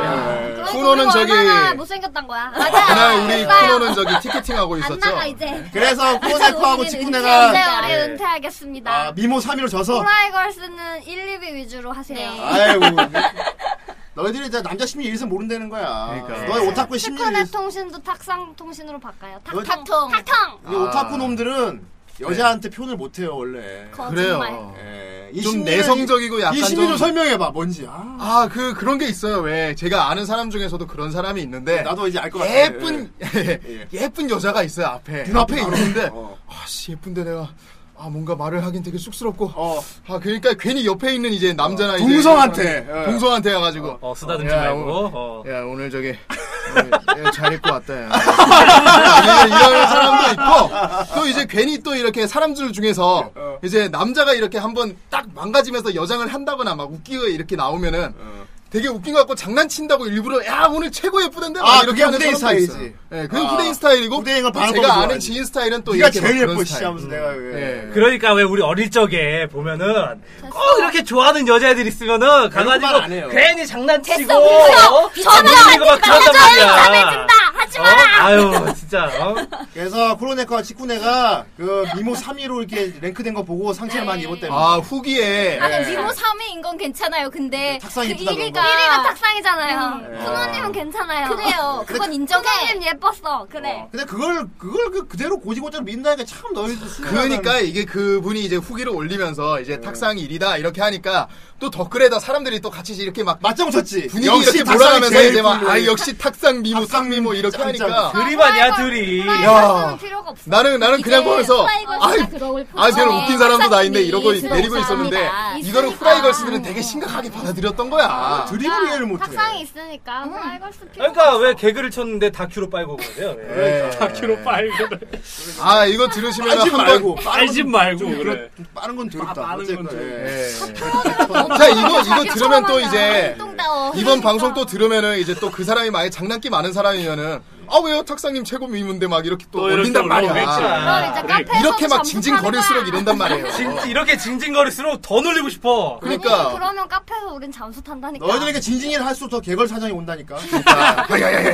[SPEAKER 2] 예.
[SPEAKER 4] 쿠노는 저기-
[SPEAKER 5] 얼마나 못생겼단 거야.
[SPEAKER 4] 그날 우리 코너는 저기 티켓팅 하고
[SPEAKER 5] 안
[SPEAKER 4] 있었죠.
[SPEAKER 5] 나가 이제.
[SPEAKER 2] 그래서 코로나19하고
[SPEAKER 7] 우리는
[SPEAKER 5] 이제
[SPEAKER 2] 직구네가
[SPEAKER 5] 우리
[SPEAKER 2] 예.
[SPEAKER 5] 은퇴하겠습니다.
[SPEAKER 2] 아, 미모 3위로 져서
[SPEAKER 5] 프라이걸스는 1, 2위 위주로 하세요.
[SPEAKER 7] 네.
[SPEAKER 2] 아이고. 너희들이 이제 남자 심리 일선 모른다는 거야.
[SPEAKER 4] 그러니까.
[SPEAKER 2] 너희 오타쿠 심리
[SPEAKER 5] 스쿠네
[SPEAKER 2] 일선.
[SPEAKER 5] 통신도 탁상 통신으로 바꿔요. 탁,
[SPEAKER 2] 너-
[SPEAKER 7] 탁통.
[SPEAKER 5] 탁탕!
[SPEAKER 2] 이
[SPEAKER 4] 아.
[SPEAKER 2] 오타쿠 놈들은
[SPEAKER 4] 네.
[SPEAKER 2] 여자한테 표현을 못 해요, 원래.
[SPEAKER 4] 그래요.
[SPEAKER 3] 네.
[SPEAKER 2] 예. 이
[SPEAKER 4] 좀
[SPEAKER 2] 심리를-
[SPEAKER 4] 내성적이고 약간
[SPEAKER 2] 이 심리 좀
[SPEAKER 4] 좀
[SPEAKER 2] 설명해봐, 뭔지. 아.
[SPEAKER 4] 아, 그, 그런 게 있어요. 왜, 제가 아는 사람 중에서도 그런 사람이 있는데,
[SPEAKER 2] 나도 이제 알 것 같아.
[SPEAKER 4] 예쁜,
[SPEAKER 3] 네.
[SPEAKER 2] 예.
[SPEAKER 4] (laughs) 예쁜 여자가 있어요, 앞에.
[SPEAKER 2] 눈앞에
[SPEAKER 4] 앞에
[SPEAKER 2] 바로.
[SPEAKER 4] 있는데,
[SPEAKER 2] 어.
[SPEAKER 4] 아씨, 예쁜데 내가, 아, 뭔가 말을 하긴 되게 쑥스럽고,
[SPEAKER 2] 어.
[SPEAKER 4] 아, 그러니까 괜히 옆에 있는 이제 남자나
[SPEAKER 2] 어,
[SPEAKER 4] 이제.
[SPEAKER 2] 동성한테.
[SPEAKER 4] 그런
[SPEAKER 2] 예.
[SPEAKER 4] 사람, 동성한테 가가지고.
[SPEAKER 3] 어, 쓰다듬지
[SPEAKER 4] 야,
[SPEAKER 3] 말고.
[SPEAKER 4] 오늘,
[SPEAKER 3] 어.
[SPEAKER 4] 야, 오늘 (laughs) 저기, 어, 얘잘 입고 왔다, (laughs) 야. 이런, 이런 사람도 있고, 또 이제 괜히 또 이렇게 사람들 중에서,
[SPEAKER 2] 어.
[SPEAKER 4] 이제 남자가 이렇게 한번 딱 망가지면서 여장을 한다거나 막 웃기고 이게 나오면은,
[SPEAKER 2] 어.
[SPEAKER 4] 되게 웃긴 것 같고 장난친다고 일부러 야 오늘 최고 예쁘던데 막
[SPEAKER 2] 아,
[SPEAKER 4] 이렇게
[SPEAKER 2] 그게
[SPEAKER 4] 하는
[SPEAKER 2] 후대인
[SPEAKER 4] 사람도
[SPEAKER 2] 스타일이지.
[SPEAKER 4] 있어요. 예, 그게
[SPEAKER 2] 아,
[SPEAKER 4] 후대인 스타일이고
[SPEAKER 2] 후대인을
[SPEAKER 4] 또
[SPEAKER 2] 바라보는 거
[SPEAKER 4] 제가 아는
[SPEAKER 2] 좋아하지.
[SPEAKER 4] 지인 스타일은 또
[SPEAKER 2] 네가
[SPEAKER 4] 이렇게 막
[SPEAKER 2] 제일
[SPEAKER 4] 그런
[SPEAKER 2] 예뻐, 씨
[SPEAKER 4] 스타일.
[SPEAKER 2] 하면서 내가 왜.
[SPEAKER 4] 예.
[SPEAKER 3] 그러니까 왜 우리 어릴 적에 보면은 꼭 이렇게 좋아하는 여자애들 있으면은
[SPEAKER 2] 말안 해요.
[SPEAKER 3] 가가지고 괜히 장난치고
[SPEAKER 7] 됐어, 됐어.
[SPEAKER 3] 어? 장난치고 막 그런단 말이야.
[SPEAKER 5] 하지
[SPEAKER 3] 어? 아유 진짜 어?
[SPEAKER 2] 그래서 코로네커와 치쿠네가 그 미모 3위로 이렇게 랭크된 거 보고 상체를 많이 입었대요.
[SPEAKER 4] 아 후기에
[SPEAKER 2] 네.
[SPEAKER 7] 아니 미모 3위인 건 괜찮아요. 근데 그
[SPEAKER 2] 탁상이 있다,
[SPEAKER 7] 1위가
[SPEAKER 2] 그런
[SPEAKER 5] 1위가 탁상이잖아요.
[SPEAKER 3] 네.
[SPEAKER 2] 음.
[SPEAKER 5] 쿠노님은 괜찮아요.
[SPEAKER 7] 그래요. 그건 인정해.
[SPEAKER 5] 쿠노님 예뻤어. 그래.
[SPEAKER 2] 근데 그걸, 그걸 그 그대로 고지고대로 민다니까 참 너희들 순간은-
[SPEAKER 4] 그러니까 이게 그분이 이제 후기를 올리면서
[SPEAKER 2] 음.
[SPEAKER 4] 이제 탁상 일이다 이렇게 하니까 또 댓글에다 사람들이 또 같이 이렇게 막
[SPEAKER 2] 맞짱 쳤지.
[SPEAKER 4] 분위기 이렇게
[SPEAKER 2] 탁상이
[SPEAKER 4] 몰아가면서
[SPEAKER 2] 제일
[SPEAKER 4] 이제 막
[SPEAKER 2] 꿀로.
[SPEAKER 4] 아 역시 탁상 미모
[SPEAKER 2] 탁상
[SPEAKER 4] 상 미모 이렇게
[SPEAKER 2] 짱짱.
[SPEAKER 4] 하니까
[SPEAKER 3] 둘이 아니야 둘이.
[SPEAKER 5] 프라이걸스는 필요가 없어.
[SPEAKER 4] 나는 나는 그냥 보면서 아이 아, 제일
[SPEAKER 7] 네,
[SPEAKER 4] 웃긴 사람도 나 있네 이러고
[SPEAKER 7] 탁상이
[SPEAKER 4] 내리고 있었는데
[SPEAKER 7] 있으니까.
[SPEAKER 4] 이거를 후라이걸스들은 되게 심각하게 받아들였던 거야.
[SPEAKER 2] 드리블 이해를 못해.
[SPEAKER 5] 탁상이 있으니까
[SPEAKER 7] 음.
[SPEAKER 5] 프라이걸스 필요가
[SPEAKER 3] 그러니까
[SPEAKER 5] 없어.
[SPEAKER 3] 왜 개그를 쳤는데 다큐로 빨고 그래요? 왜?
[SPEAKER 6] 네.
[SPEAKER 4] 예.
[SPEAKER 6] 키로 빨고
[SPEAKER 4] 아 이거 들으시면
[SPEAKER 2] 알지
[SPEAKER 4] 한번
[SPEAKER 2] 말고. 빠른
[SPEAKER 6] 빨지
[SPEAKER 2] 건-
[SPEAKER 6] 말고
[SPEAKER 2] 좀
[SPEAKER 6] 그래.
[SPEAKER 2] 그런- 좀 빠른 건 더럽다.
[SPEAKER 6] 아, 빠른 건 아,
[SPEAKER 2] 어쨌건,
[SPEAKER 6] 좀.
[SPEAKER 2] 예.
[SPEAKER 4] 자 이거 이거 들으면 또 아, 이제
[SPEAKER 7] 운동다워.
[SPEAKER 4] 이번
[SPEAKER 5] 그러니까.
[SPEAKER 4] 방송 또 들으면은 이제 또 그 사람이 만약 장난기 많은 사람이면은 아 왜요 탁상님 최고 미문데 막 이렇게 또
[SPEAKER 6] 또 이렇게
[SPEAKER 4] 올린단 말이야.
[SPEAKER 6] 올라오겠지.
[SPEAKER 5] 그럼
[SPEAKER 3] 그러니까
[SPEAKER 5] 이제 카페에서
[SPEAKER 4] 이렇게 막 징징거릴수록 이런단 말이에요.
[SPEAKER 3] 진- 이렇게 징징거릴수록 더 놀리고 싶어.
[SPEAKER 5] 그러니까.
[SPEAKER 4] 그러니까
[SPEAKER 5] 그러면 카페에서 우린 잠수 탄다니까.
[SPEAKER 2] 너희들에게 징징이를 할수록 더 개걸 사장이 온다니까.
[SPEAKER 4] 아,
[SPEAKER 6] 네.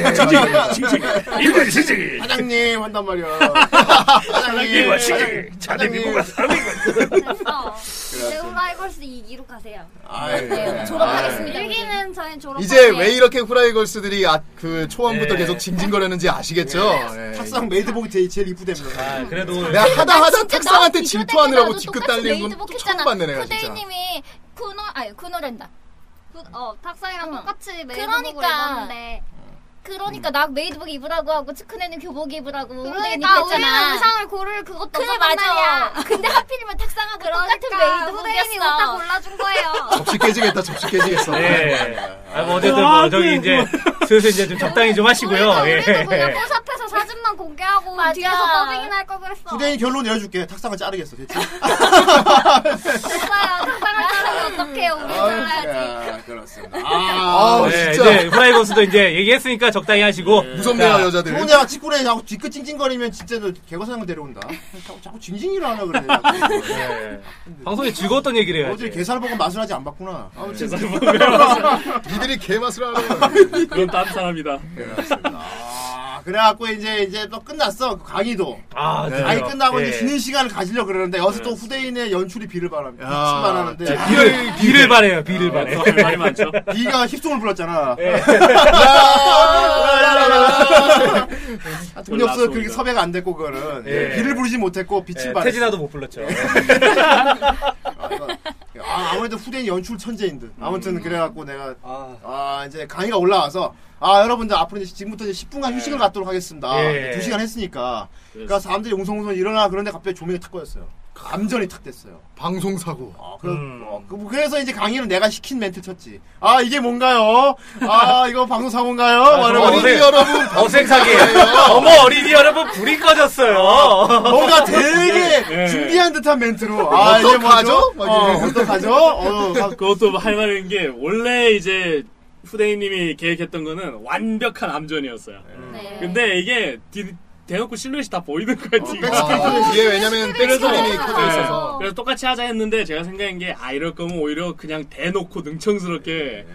[SPEAKER 6] 이거 진짜
[SPEAKER 2] 사장님 한단 (laughs) 말이야.
[SPEAKER 6] 이거
[SPEAKER 2] 사장님. 뭐
[SPEAKER 6] 진짜 자네 미국 가서
[SPEAKER 3] (laughs)
[SPEAKER 5] 됐어. 이제 프라이걸스 2기로 가세요.
[SPEAKER 7] 네,
[SPEAKER 2] 아이, 예.
[SPEAKER 7] 졸업하겠습니다.
[SPEAKER 3] 예.
[SPEAKER 7] 우리.
[SPEAKER 5] 1기는 저희 졸업.
[SPEAKER 4] 어. 이제 왜 이렇게 후라이걸스들이 아, 그 초반부터
[SPEAKER 3] 예.
[SPEAKER 4] 계속 징징거렸는지 아시겠죠?
[SPEAKER 7] 네.
[SPEAKER 4] 예.
[SPEAKER 2] 탁상 메이드복이 제일, 제일 이쁘답니다.
[SPEAKER 3] 아 그래도
[SPEAKER 4] 내가 하다 하다
[SPEAKER 7] 진짜
[SPEAKER 4] 탁상한테
[SPEAKER 7] 나 비교
[SPEAKER 4] 질투하느라고
[SPEAKER 7] 때문에
[SPEAKER 4] 뒤끝
[SPEAKER 7] 나도
[SPEAKER 4] 달리는 건
[SPEAKER 7] 똑같이 메이드
[SPEAKER 4] 처음
[SPEAKER 7] 복했잖아. 그
[SPEAKER 4] 봤네 내가 진짜.
[SPEAKER 7] 후대인님이 쿠노 아니 쿠노랜다.
[SPEAKER 5] 어, 탁상이랑
[SPEAKER 7] 어.
[SPEAKER 5] 똑같이 메이드복을
[SPEAKER 7] 그러니까.
[SPEAKER 5] 입었는데.
[SPEAKER 7] 그러니까 나 메이드복 입으라고 하고 치크네는 교복 입으라고 후대인이
[SPEAKER 5] 그러니까 우리는
[SPEAKER 7] 했잖아.
[SPEAKER 5] 의상을 고를 그것도
[SPEAKER 7] 그래
[SPEAKER 5] 없었단
[SPEAKER 7] 맞아.
[SPEAKER 5] 말이야.
[SPEAKER 7] 근데 하필이면 탁상하고 똑같은
[SPEAKER 5] 그러니까 후대인이 옷 다
[SPEAKER 7] 메이드복이었어.
[SPEAKER 5] 골라준 거예요.
[SPEAKER 4] 접시 깨지겠다 접시 깨지겠어.
[SPEAKER 3] 예. 아, 뭐 어쨌든 뭐 저기 이제 슬슬 이제 좀 적당히 좀 하시고요.
[SPEAKER 5] 우리도, 우리도
[SPEAKER 3] 예.
[SPEAKER 5] 그냥 꽃 앞에서 사진만 공개하고
[SPEAKER 7] 맞아.
[SPEAKER 5] 뒤에서 더빙이나 할걸 그랬어.
[SPEAKER 2] 후대인 결론 내려줄게. 탁상을 자르겠어, 대체.
[SPEAKER 5] 됐어요. 적당할 때는 어떡해요.
[SPEAKER 6] 아.
[SPEAKER 5] 우리 잘라야지.
[SPEAKER 2] 아, 그렇습니다.
[SPEAKER 4] 아,
[SPEAKER 2] 아,
[SPEAKER 3] 네,
[SPEAKER 4] 진짜.
[SPEAKER 3] 이제 후라이 고수도 이제 얘기했으니까 적당히 하시고.
[SPEAKER 4] 무섭네요,
[SPEAKER 3] 자,
[SPEAKER 4] 여자들.
[SPEAKER 2] 소녀가 직구레 자꾸 뒤끝찡찡거리면 진짜 너 개거사장을 데려온다. 자꾸, 자꾸 징징이를 하나 그래. 자꾸. 뭐
[SPEAKER 3] 네. 방송이 즐거웠던 얘기를 해요.
[SPEAKER 2] 어제 개살보고 마술하지 안 봤구나. 아무튼
[SPEAKER 6] 제사를 먹어요.
[SPEAKER 4] 니들이 개맛을 알아.
[SPEAKER 6] 그건 딴 사람이다.
[SPEAKER 4] 네.
[SPEAKER 2] 그렇습니다. 아, 그래갖고 이제 이제 또 끝났어 그 강의도.
[SPEAKER 3] 아,
[SPEAKER 4] 네.
[SPEAKER 3] 진짜요?
[SPEAKER 2] 강의 끝나고
[SPEAKER 3] 예.
[SPEAKER 2] 이제 쉬는 시간을 가지려 그러는데 여기서 또 후대인의 연출이 비를 바랍니다.
[SPEAKER 4] 야.
[SPEAKER 2] 미친만 하는데
[SPEAKER 4] 자,
[SPEAKER 3] 비를, 비를 바래요, 비를
[SPEAKER 6] 아,
[SPEAKER 3] 바래.
[SPEAKER 6] 또할 말이 많죠.
[SPEAKER 2] 비가 힙송을 불렀잖아.
[SPEAKER 3] 예.
[SPEAKER 2] 돈이 없어서 그렇게
[SPEAKER 6] 라소이다.
[SPEAKER 2] 섭외가 안 됐고 그거는
[SPEAKER 3] 아, 예.
[SPEAKER 2] 비를 부르지 못했고 빛을
[SPEAKER 3] 예,
[SPEAKER 2] 발했어.
[SPEAKER 3] 태진아도 못 불렀죠.
[SPEAKER 2] 아, 이거- 아, 아무래도 후대인 연출 천재인 듯. 아무튼 그래갖고 내가
[SPEAKER 3] 음. 아,
[SPEAKER 2] 아 이제 강의가 올라와서 아 여러분들 앞으로 이제 지금부터 이제 10분간 휴식을 갖도록 하겠습니다.
[SPEAKER 3] 예.
[SPEAKER 2] 2시간 했으니까 그러니까 사람들이 웅성웅성 일어나 그런데 갑자기 조명이 탁 꺼졌어요. 감전이 탁 됐어요.
[SPEAKER 4] 방송 사고.
[SPEAKER 2] 아, 그래,
[SPEAKER 3] 음.
[SPEAKER 2] 어, 그- 뭐 그래서 이제 강의는 내가 시킨 멘트 쳤지. 아 이게 뭔가요? 아 이거 방송 사고인가요? 아,
[SPEAKER 3] 저거 어색-
[SPEAKER 4] 어린이 여러분,
[SPEAKER 3] 어색하게. 어머, 어린이 여러분, 불이 꺼졌어요.
[SPEAKER 2] 뭔가 되게
[SPEAKER 6] 예.
[SPEAKER 2] 준비한 듯한 멘트로 아 이게 뭐죠?
[SPEAKER 4] 어떡하죠? 막
[SPEAKER 2] 어,
[SPEAKER 4] 이래.
[SPEAKER 2] 어떡하죠? 어, 가-
[SPEAKER 6] 아, 그것도 할 말인 게 원래 이제 후대인님이 계획했던 거는 완벽한 암전이었어요.
[SPEAKER 7] 네.
[SPEAKER 6] 근데 이게 뒤- 대놓고 실루엣이 다 보이는 거야 지금.
[SPEAKER 4] 아, 이게 왜냐면 백스크린이 커져 있어서.
[SPEAKER 6] 그래서 똑같이 하자 했는데 제가 생각한 게 아 이럴 거면 오히려 그냥 대놓고 능청스럽게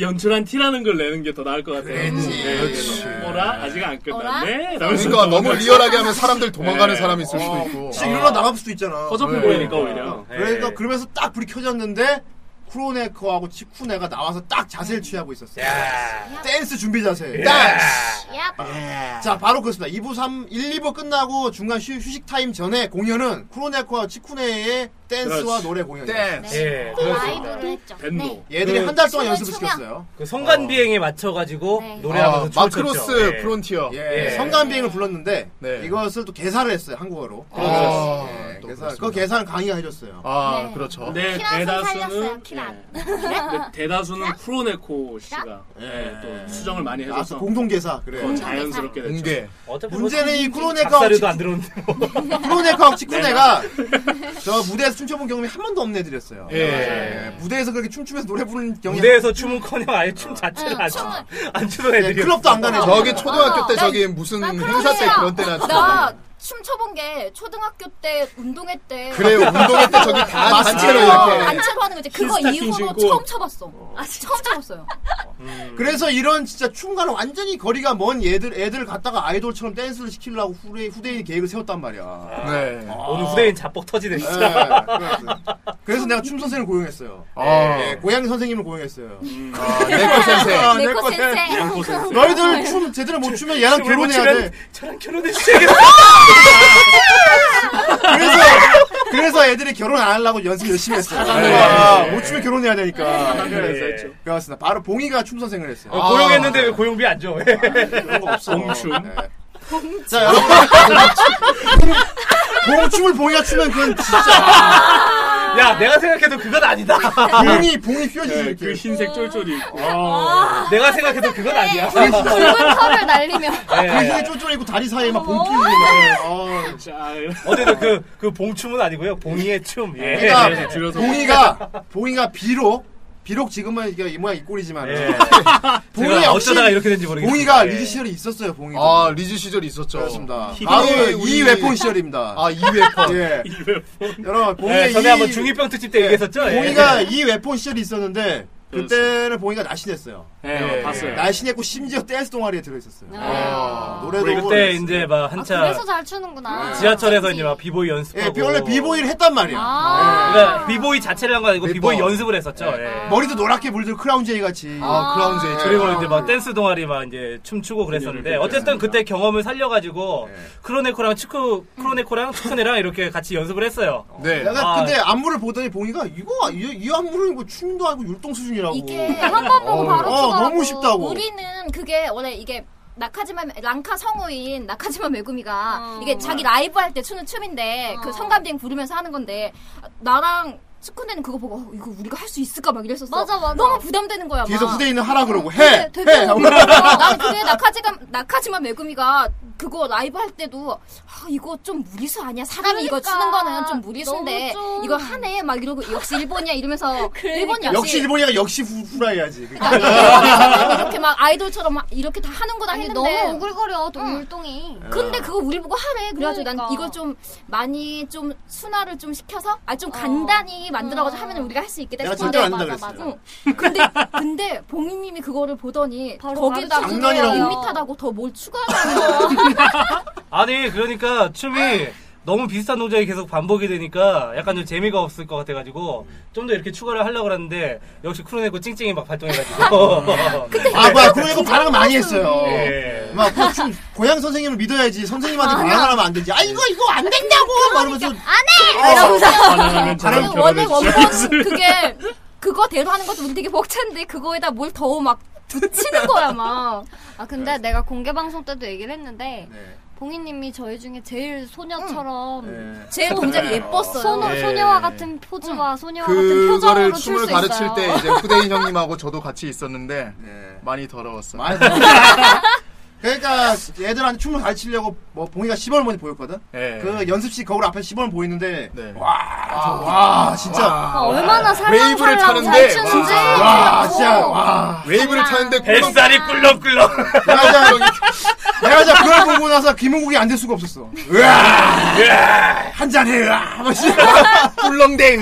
[SPEAKER 6] 연출한 티라는 걸 내는 게 더 나을 것 같아요.
[SPEAKER 2] 그렇지.
[SPEAKER 6] 그래서 뭐라 아직 안 끝났네. 라면서
[SPEAKER 4] 그러니까 너무 리얼하게 하면 사람들 도망가는
[SPEAKER 6] 네.
[SPEAKER 4] 사람이 있을 수도 있고.
[SPEAKER 2] 진짜 일어나 나갈 수도 있잖아.
[SPEAKER 6] 허접해
[SPEAKER 4] 네.
[SPEAKER 6] 보이니까 오히려.
[SPEAKER 3] 예.
[SPEAKER 2] 그러니까 그러면서 딱 불이 켜졌는데 쿠로네코하고 치쿠네가 나와서 딱 자세를 취하고 있었어요. 댄스 준비 자세. 댄스.
[SPEAKER 5] 네.
[SPEAKER 7] 아,
[SPEAKER 2] 자, 바로 그렇습니다. 2부 3 1, 2부 끝나고 중간 휴, 휴식 타임 전에 공연은 쿠로네코와 치쿠네의 댄스와
[SPEAKER 6] 그렇지.
[SPEAKER 2] 노래 공연이에요.
[SPEAKER 4] 댄스.
[SPEAKER 6] 네,
[SPEAKER 3] 예.
[SPEAKER 7] 라이브를 했죠.
[SPEAKER 6] 벤노.
[SPEAKER 7] 네.
[SPEAKER 2] 얘들이
[SPEAKER 3] 그-
[SPEAKER 2] 한 달 동안
[SPEAKER 7] 춤을
[SPEAKER 2] 연습을
[SPEAKER 7] 추며.
[SPEAKER 2] 시켰어요.
[SPEAKER 3] 그 성간 비행에 맞춰가지고
[SPEAKER 7] 네.
[SPEAKER 4] 아,
[SPEAKER 3] 노래하면서 춤을
[SPEAKER 4] 마크로스
[SPEAKER 3] 췄죠. 예.
[SPEAKER 4] 프론티어.
[SPEAKER 2] 예,
[SPEAKER 3] 예.
[SPEAKER 2] 성간 비행을 불렀는데
[SPEAKER 4] 네.
[SPEAKER 2] 이것을 또 개사를 했어요 한국어로.
[SPEAKER 4] 아,
[SPEAKER 2] 예,
[SPEAKER 4] 또
[SPEAKER 2] 그래서
[SPEAKER 4] 그렇습니다.
[SPEAKER 2] 그 개사는 강의가 해줬어요.
[SPEAKER 4] 아,
[SPEAKER 7] 네.
[SPEAKER 4] 그렇죠.
[SPEAKER 6] 근데
[SPEAKER 7] 키란 씨 살렸어요,
[SPEAKER 6] 대다수는
[SPEAKER 7] 키란.
[SPEAKER 6] 예. 근데 대다수는 쿠로네코 씨가 예,
[SPEAKER 2] 예.
[SPEAKER 6] 또 수정을 많이
[SPEAKER 2] 아,
[SPEAKER 6] 해줘서
[SPEAKER 2] 공동 개사 그래.
[SPEAKER 7] 음,
[SPEAKER 2] 아,
[SPEAKER 6] 더 자연스럽게 됐죠.
[SPEAKER 4] 공개.
[SPEAKER 3] 어차피 뭐
[SPEAKER 2] 문제는 이 쿠로네코와
[SPEAKER 3] 작사료도 안
[SPEAKER 2] 치쿠-
[SPEAKER 3] 들어오는데.
[SPEAKER 2] 쿠로네코와 치쿠네가 저 무대에서 춤춰본 경험이 한 번도 없는 애들이었어요.
[SPEAKER 4] 예.
[SPEAKER 2] 예, 무대에서 그렇게 춤추면서 노래 부르는 경이
[SPEAKER 3] 무대에서 춤은커녕 아예 어. 춤 자체를 안, 안 추는
[SPEAKER 2] 예,
[SPEAKER 3] 애들이
[SPEAKER 2] 클럽도 안 가네.
[SPEAKER 4] 저기
[SPEAKER 2] 진짜.
[SPEAKER 4] 초등학교 때
[SPEAKER 7] 나-
[SPEAKER 4] 저기 무슨 행사 때 그런 때나
[SPEAKER 7] 나 춤춰본 게 초등학교 때 운동회 때
[SPEAKER 4] 그래요. 운동회 때 저기 다 단체로 이렇게.
[SPEAKER 7] 단체로 하는 거지. 그거
[SPEAKER 6] 흰 스타킹
[SPEAKER 7] 이후로
[SPEAKER 6] 신고.
[SPEAKER 7] 처음 쳐봤어. 아, 처음 쳐봤어요.
[SPEAKER 2] 예. 그래서 이런 진짜 춤과는 완전히 거리가 먼 애들 애들을 갖다가 아이돌처럼 댄스를 시키려고 후대 후대인 계획을 세웠단 말이야.
[SPEAKER 4] 네.
[SPEAKER 3] 아, 오늘 후대인 자뻑 터지네
[SPEAKER 2] 예,
[SPEAKER 3] 진짜.
[SPEAKER 2] 그래서,
[SPEAKER 3] (laughs)
[SPEAKER 2] 그래서 내가 춤 선생을 고용했어요.
[SPEAKER 4] 아,
[SPEAKER 2] 예, 고양이 선생님을 고용했어요.
[SPEAKER 4] 네코 센세.
[SPEAKER 2] 아, 내
[SPEAKER 7] 네코
[SPEAKER 2] 거네.
[SPEAKER 7] 센세.
[SPEAKER 6] 어.
[SPEAKER 2] 너희들 춤 제대로 못 추면 얘랑
[SPEAKER 3] 아, 춤을 못
[SPEAKER 2] 결혼해야
[SPEAKER 3] 추면
[SPEAKER 2] 돼. 아.
[SPEAKER 3] 저랑 결혼해 주세요.
[SPEAKER 2] 그래서
[SPEAKER 6] 아.
[SPEAKER 2] 그래서 애들이 결혼 안 하려고 연습 열심히 했어요.
[SPEAKER 6] 네.
[SPEAKER 2] 아, 못 추면 결혼해야 되니까. 네.
[SPEAKER 6] 그래서 했죠.
[SPEAKER 2] 그렇습니다. 바로 봉이가 춤 선생을 했어요.
[SPEAKER 4] 아.
[SPEAKER 3] 고용했는데 왜 고용비 안 줘?
[SPEAKER 2] 그런 거 없어.
[SPEAKER 6] 봉춤.
[SPEAKER 2] 네. 자, 여러분. 봉춤을 봉이가 추면 그건 진짜.
[SPEAKER 3] 야 내가 생각해도 그건 (laughs) 아니다.
[SPEAKER 2] 봉이, 봉이 휘어지지,
[SPEAKER 6] 예,
[SPEAKER 2] 이렇게.
[SPEAKER 6] 그 흰색 쫄쫄이
[SPEAKER 7] 음.
[SPEAKER 6] 어. 있고.
[SPEAKER 7] 아.
[SPEAKER 3] 내가 생각해도 그건 아니야. 예,
[SPEAKER 7] 붉은 털을 날리며
[SPEAKER 2] 그
[SPEAKER 6] 네.
[SPEAKER 2] 흰색 쫄쫄이 있고 다리 사이에 막 아, 봉끼 있는 거.
[SPEAKER 6] 자,
[SPEAKER 3] 어제도 그, 그 봉춤은 아니고요. 봉이의 춤.
[SPEAKER 6] 네,
[SPEAKER 3] 예.
[SPEAKER 2] 그러니까
[SPEAKER 6] 줄여서
[SPEAKER 2] 봉이가, 봉이가 비록, 비록 지금은 이게 이 모양 이 꼴이지만.
[SPEAKER 3] 예.
[SPEAKER 6] 네.
[SPEAKER 2] 봉이
[SPEAKER 3] 제가
[SPEAKER 2] 역시.
[SPEAKER 3] 어쩌다가 이렇게 된지 모르겠어요.
[SPEAKER 2] 봉이가
[SPEAKER 3] 예.
[SPEAKER 2] 리즈 시절이 있었어요, 봉이가.
[SPEAKER 4] 아, 리즈 시절이 있었죠.
[SPEAKER 2] 그렇습니다.
[SPEAKER 4] 히딩의
[SPEAKER 2] 바로
[SPEAKER 4] 우리-
[SPEAKER 2] 이 웨폰 시절입니다.
[SPEAKER 4] 아, 2회판.
[SPEAKER 3] (laughs)
[SPEAKER 2] 예. 여러분, 봉이의
[SPEAKER 3] 예,
[SPEAKER 2] 이
[SPEAKER 3] 전에 한번 중2병 특집 때 얘기했었죠? 예.
[SPEAKER 2] 봉이가 이 웨폰 시절이 있었는데, 그때는 봉이가 날씬했어요.
[SPEAKER 6] 예, 봤어요.
[SPEAKER 2] 날씬했고 심지어 댄스 동아리에 들어있었어요.
[SPEAKER 4] 아.
[SPEAKER 2] 노래도
[SPEAKER 3] 우리
[SPEAKER 2] 그랬어요.
[SPEAKER 3] 아, 그때 이제 막 한참
[SPEAKER 5] 그래서 잘 추는구나. 아.
[SPEAKER 3] 지하철에서 이제 막 비보이
[SPEAKER 2] 예,
[SPEAKER 3] 연습하고.
[SPEAKER 2] 비- 원래 비보이를 네, 했단 말이야.
[SPEAKER 7] 아.
[SPEAKER 3] 그러니까 비보이 자체를 한 거 아니고 비보이
[SPEAKER 4] 비보이.
[SPEAKER 3] 연습을 했었죠. 예.
[SPEAKER 2] 예. 머리도 노랗게 물들 크라운 제이 어, 같이.
[SPEAKER 4] 아, 크라운 제이.
[SPEAKER 3] 그리고 이제 막 댄스 동아리 막 이제 춤추고 네. 그렇죠, 그랬었는데 어쨌든 그때 경험을 살려가지고 네. 크로네코랑 치쿠 크로네코랑 치쿠네랑 이렇게 같이 연습을 했어요.
[SPEAKER 4] 네.
[SPEAKER 2] 내가
[SPEAKER 3] 아.
[SPEAKER 2] 근데 안무를 보더니 봉이가 이거 이, 이 안무는 이거 춤도 아니고 율동 수준이라고.
[SPEAKER 7] 이게
[SPEAKER 5] 한 번 보고 바로
[SPEAKER 2] 어,
[SPEAKER 5] 추더라고.
[SPEAKER 2] 너무 쉽다고.
[SPEAKER 7] 우리는 그게 원래 이게 나카지마 랑카 성우인 나카지마 메구미가
[SPEAKER 5] 어.
[SPEAKER 7] 이게 자기 라이브 할 때 추는 춤인데 그
[SPEAKER 5] 어.
[SPEAKER 7] 성감비행 부르면서 하는 건데 나랑 스쿤데는 그거 보고 어, 이거 우리가 할 수 있을까 막 이랬었어.
[SPEAKER 5] 맞아, 맞아.
[SPEAKER 7] 너무 부담되는 거야.
[SPEAKER 2] (laughs) 뒤에서
[SPEAKER 7] 막.
[SPEAKER 2] 후대인은 하라 그러고 해.
[SPEAKER 7] 아.
[SPEAKER 2] (laughs)
[SPEAKER 7] 되게
[SPEAKER 2] 해.
[SPEAKER 7] 웃겨. 난 그게 나카지가 나카지마 메구미가 그거 라이브 할 때도 아, 이거 좀 무리수 아니야? 사람이 이거
[SPEAKER 5] 그러니까.
[SPEAKER 7] 치는 거는 좀
[SPEAKER 5] 너무
[SPEAKER 7] 무리수인데
[SPEAKER 5] 좀. 그러니까.
[SPEAKER 7] 이거 하네 막 이러고 역시 일본이야 이러면서 일본 역시,
[SPEAKER 2] 역시 일본이가 역시 후- 후라이야지.
[SPEAKER 7] 그러니까 이렇게 막 아이돌처럼 막 이렇게 다 하는구나
[SPEAKER 5] 아니 너무
[SPEAKER 7] 그 했는데
[SPEAKER 5] 오글거려 동물똥이.
[SPEAKER 7] 근데 그거 우리 보고 하래. 그래가지고 난
[SPEAKER 5] 그러니까.
[SPEAKER 7] 이거 좀 많이 좀 순화를 좀 시켜서 아
[SPEAKER 5] 어.
[SPEAKER 7] 좀 간단히 만들어가지고 하면 우리가 할 수 있겠다
[SPEAKER 2] 내가
[SPEAKER 7] 싶은데
[SPEAKER 2] 진짜 안
[SPEAKER 5] 맞아,
[SPEAKER 2] 된다 그랬어요.
[SPEAKER 7] 응. 근데 근데 봉이님이 그거를 보더니
[SPEAKER 5] 바로
[SPEAKER 7] 거기다
[SPEAKER 5] 바로
[SPEAKER 2] 장난이라고.
[SPEAKER 7] 밋밋하다고 더 뭘 추가하는 거야.
[SPEAKER 3] 아니 그러니까 춤이 너무 비슷한 동작이 계속 반복이 되니까 약간 좀 재미가 없을 것 같아가지고 좀 더 이렇게 추가를 하려고 그랬는데 역시 크로네코 찡찡이 막 발동해가지고 음.
[SPEAKER 2] 아, 뭐야. 그러니까 반항 많이 했어요.
[SPEAKER 3] 예.
[SPEAKER 2] 막 고추- 고향 선생님을 믿어야지 선생님한테 반항을 하면 안 되지. 아 이거 이거 안 된다고 막 이러면서 어. 안 해.
[SPEAKER 6] 반항하면 저랑
[SPEAKER 7] 그 원래
[SPEAKER 6] 결혼해
[SPEAKER 7] 원본
[SPEAKER 6] 주시겠어요?
[SPEAKER 7] 그게 그거대로 하는 것도 우리 되게 벅찬데 그거에다 뭘 더 막 붙이는 거야 막.
[SPEAKER 5] 아 근데 내가 공개 방송 때도 얘기를 했는데
[SPEAKER 2] 네.
[SPEAKER 5] 봉희님이 저희 중에 제일 소녀처럼
[SPEAKER 2] 네.
[SPEAKER 7] 제일 동작이 예뻤어요.
[SPEAKER 5] 소녀
[SPEAKER 4] 예.
[SPEAKER 5] 소녀와 같은 포즈와 소녀와 같은
[SPEAKER 4] 그거를
[SPEAKER 5] 표정으로 출
[SPEAKER 4] 춤을
[SPEAKER 5] 수
[SPEAKER 4] 가르칠
[SPEAKER 5] 있어요.
[SPEAKER 4] 때 이제 후대인 형님하고 저도 같이 있었는데
[SPEAKER 2] 네.
[SPEAKER 4] 많이 더러웠어요.
[SPEAKER 2] 많이 그러니까 애들한테 춤을 가르치려고 뭐 봉이가 시범을 보였거든.
[SPEAKER 4] 예.
[SPEAKER 2] 그 연습실 거울 앞에 시범을 보이는데
[SPEAKER 4] 네.
[SPEAKER 2] 와와 진짜
[SPEAKER 5] 아, 얼마나
[SPEAKER 4] 웨이브를
[SPEAKER 5] 살랑살랑
[SPEAKER 4] 타는데,
[SPEAKER 5] 잘 추는지.
[SPEAKER 4] 진짜.
[SPEAKER 2] 와 아. 진짜 와
[SPEAKER 4] 웨이브를 차는데
[SPEAKER 3] (laughs) 뱃살이 (laughs) 꿀렁꿀렁
[SPEAKER 2] 내가 자 내가 자 그걸 보고 나서 김은국이 안 될 수가 없었어. 으아 한잔해 으아 막 진짜.
[SPEAKER 4] 꿀렁대.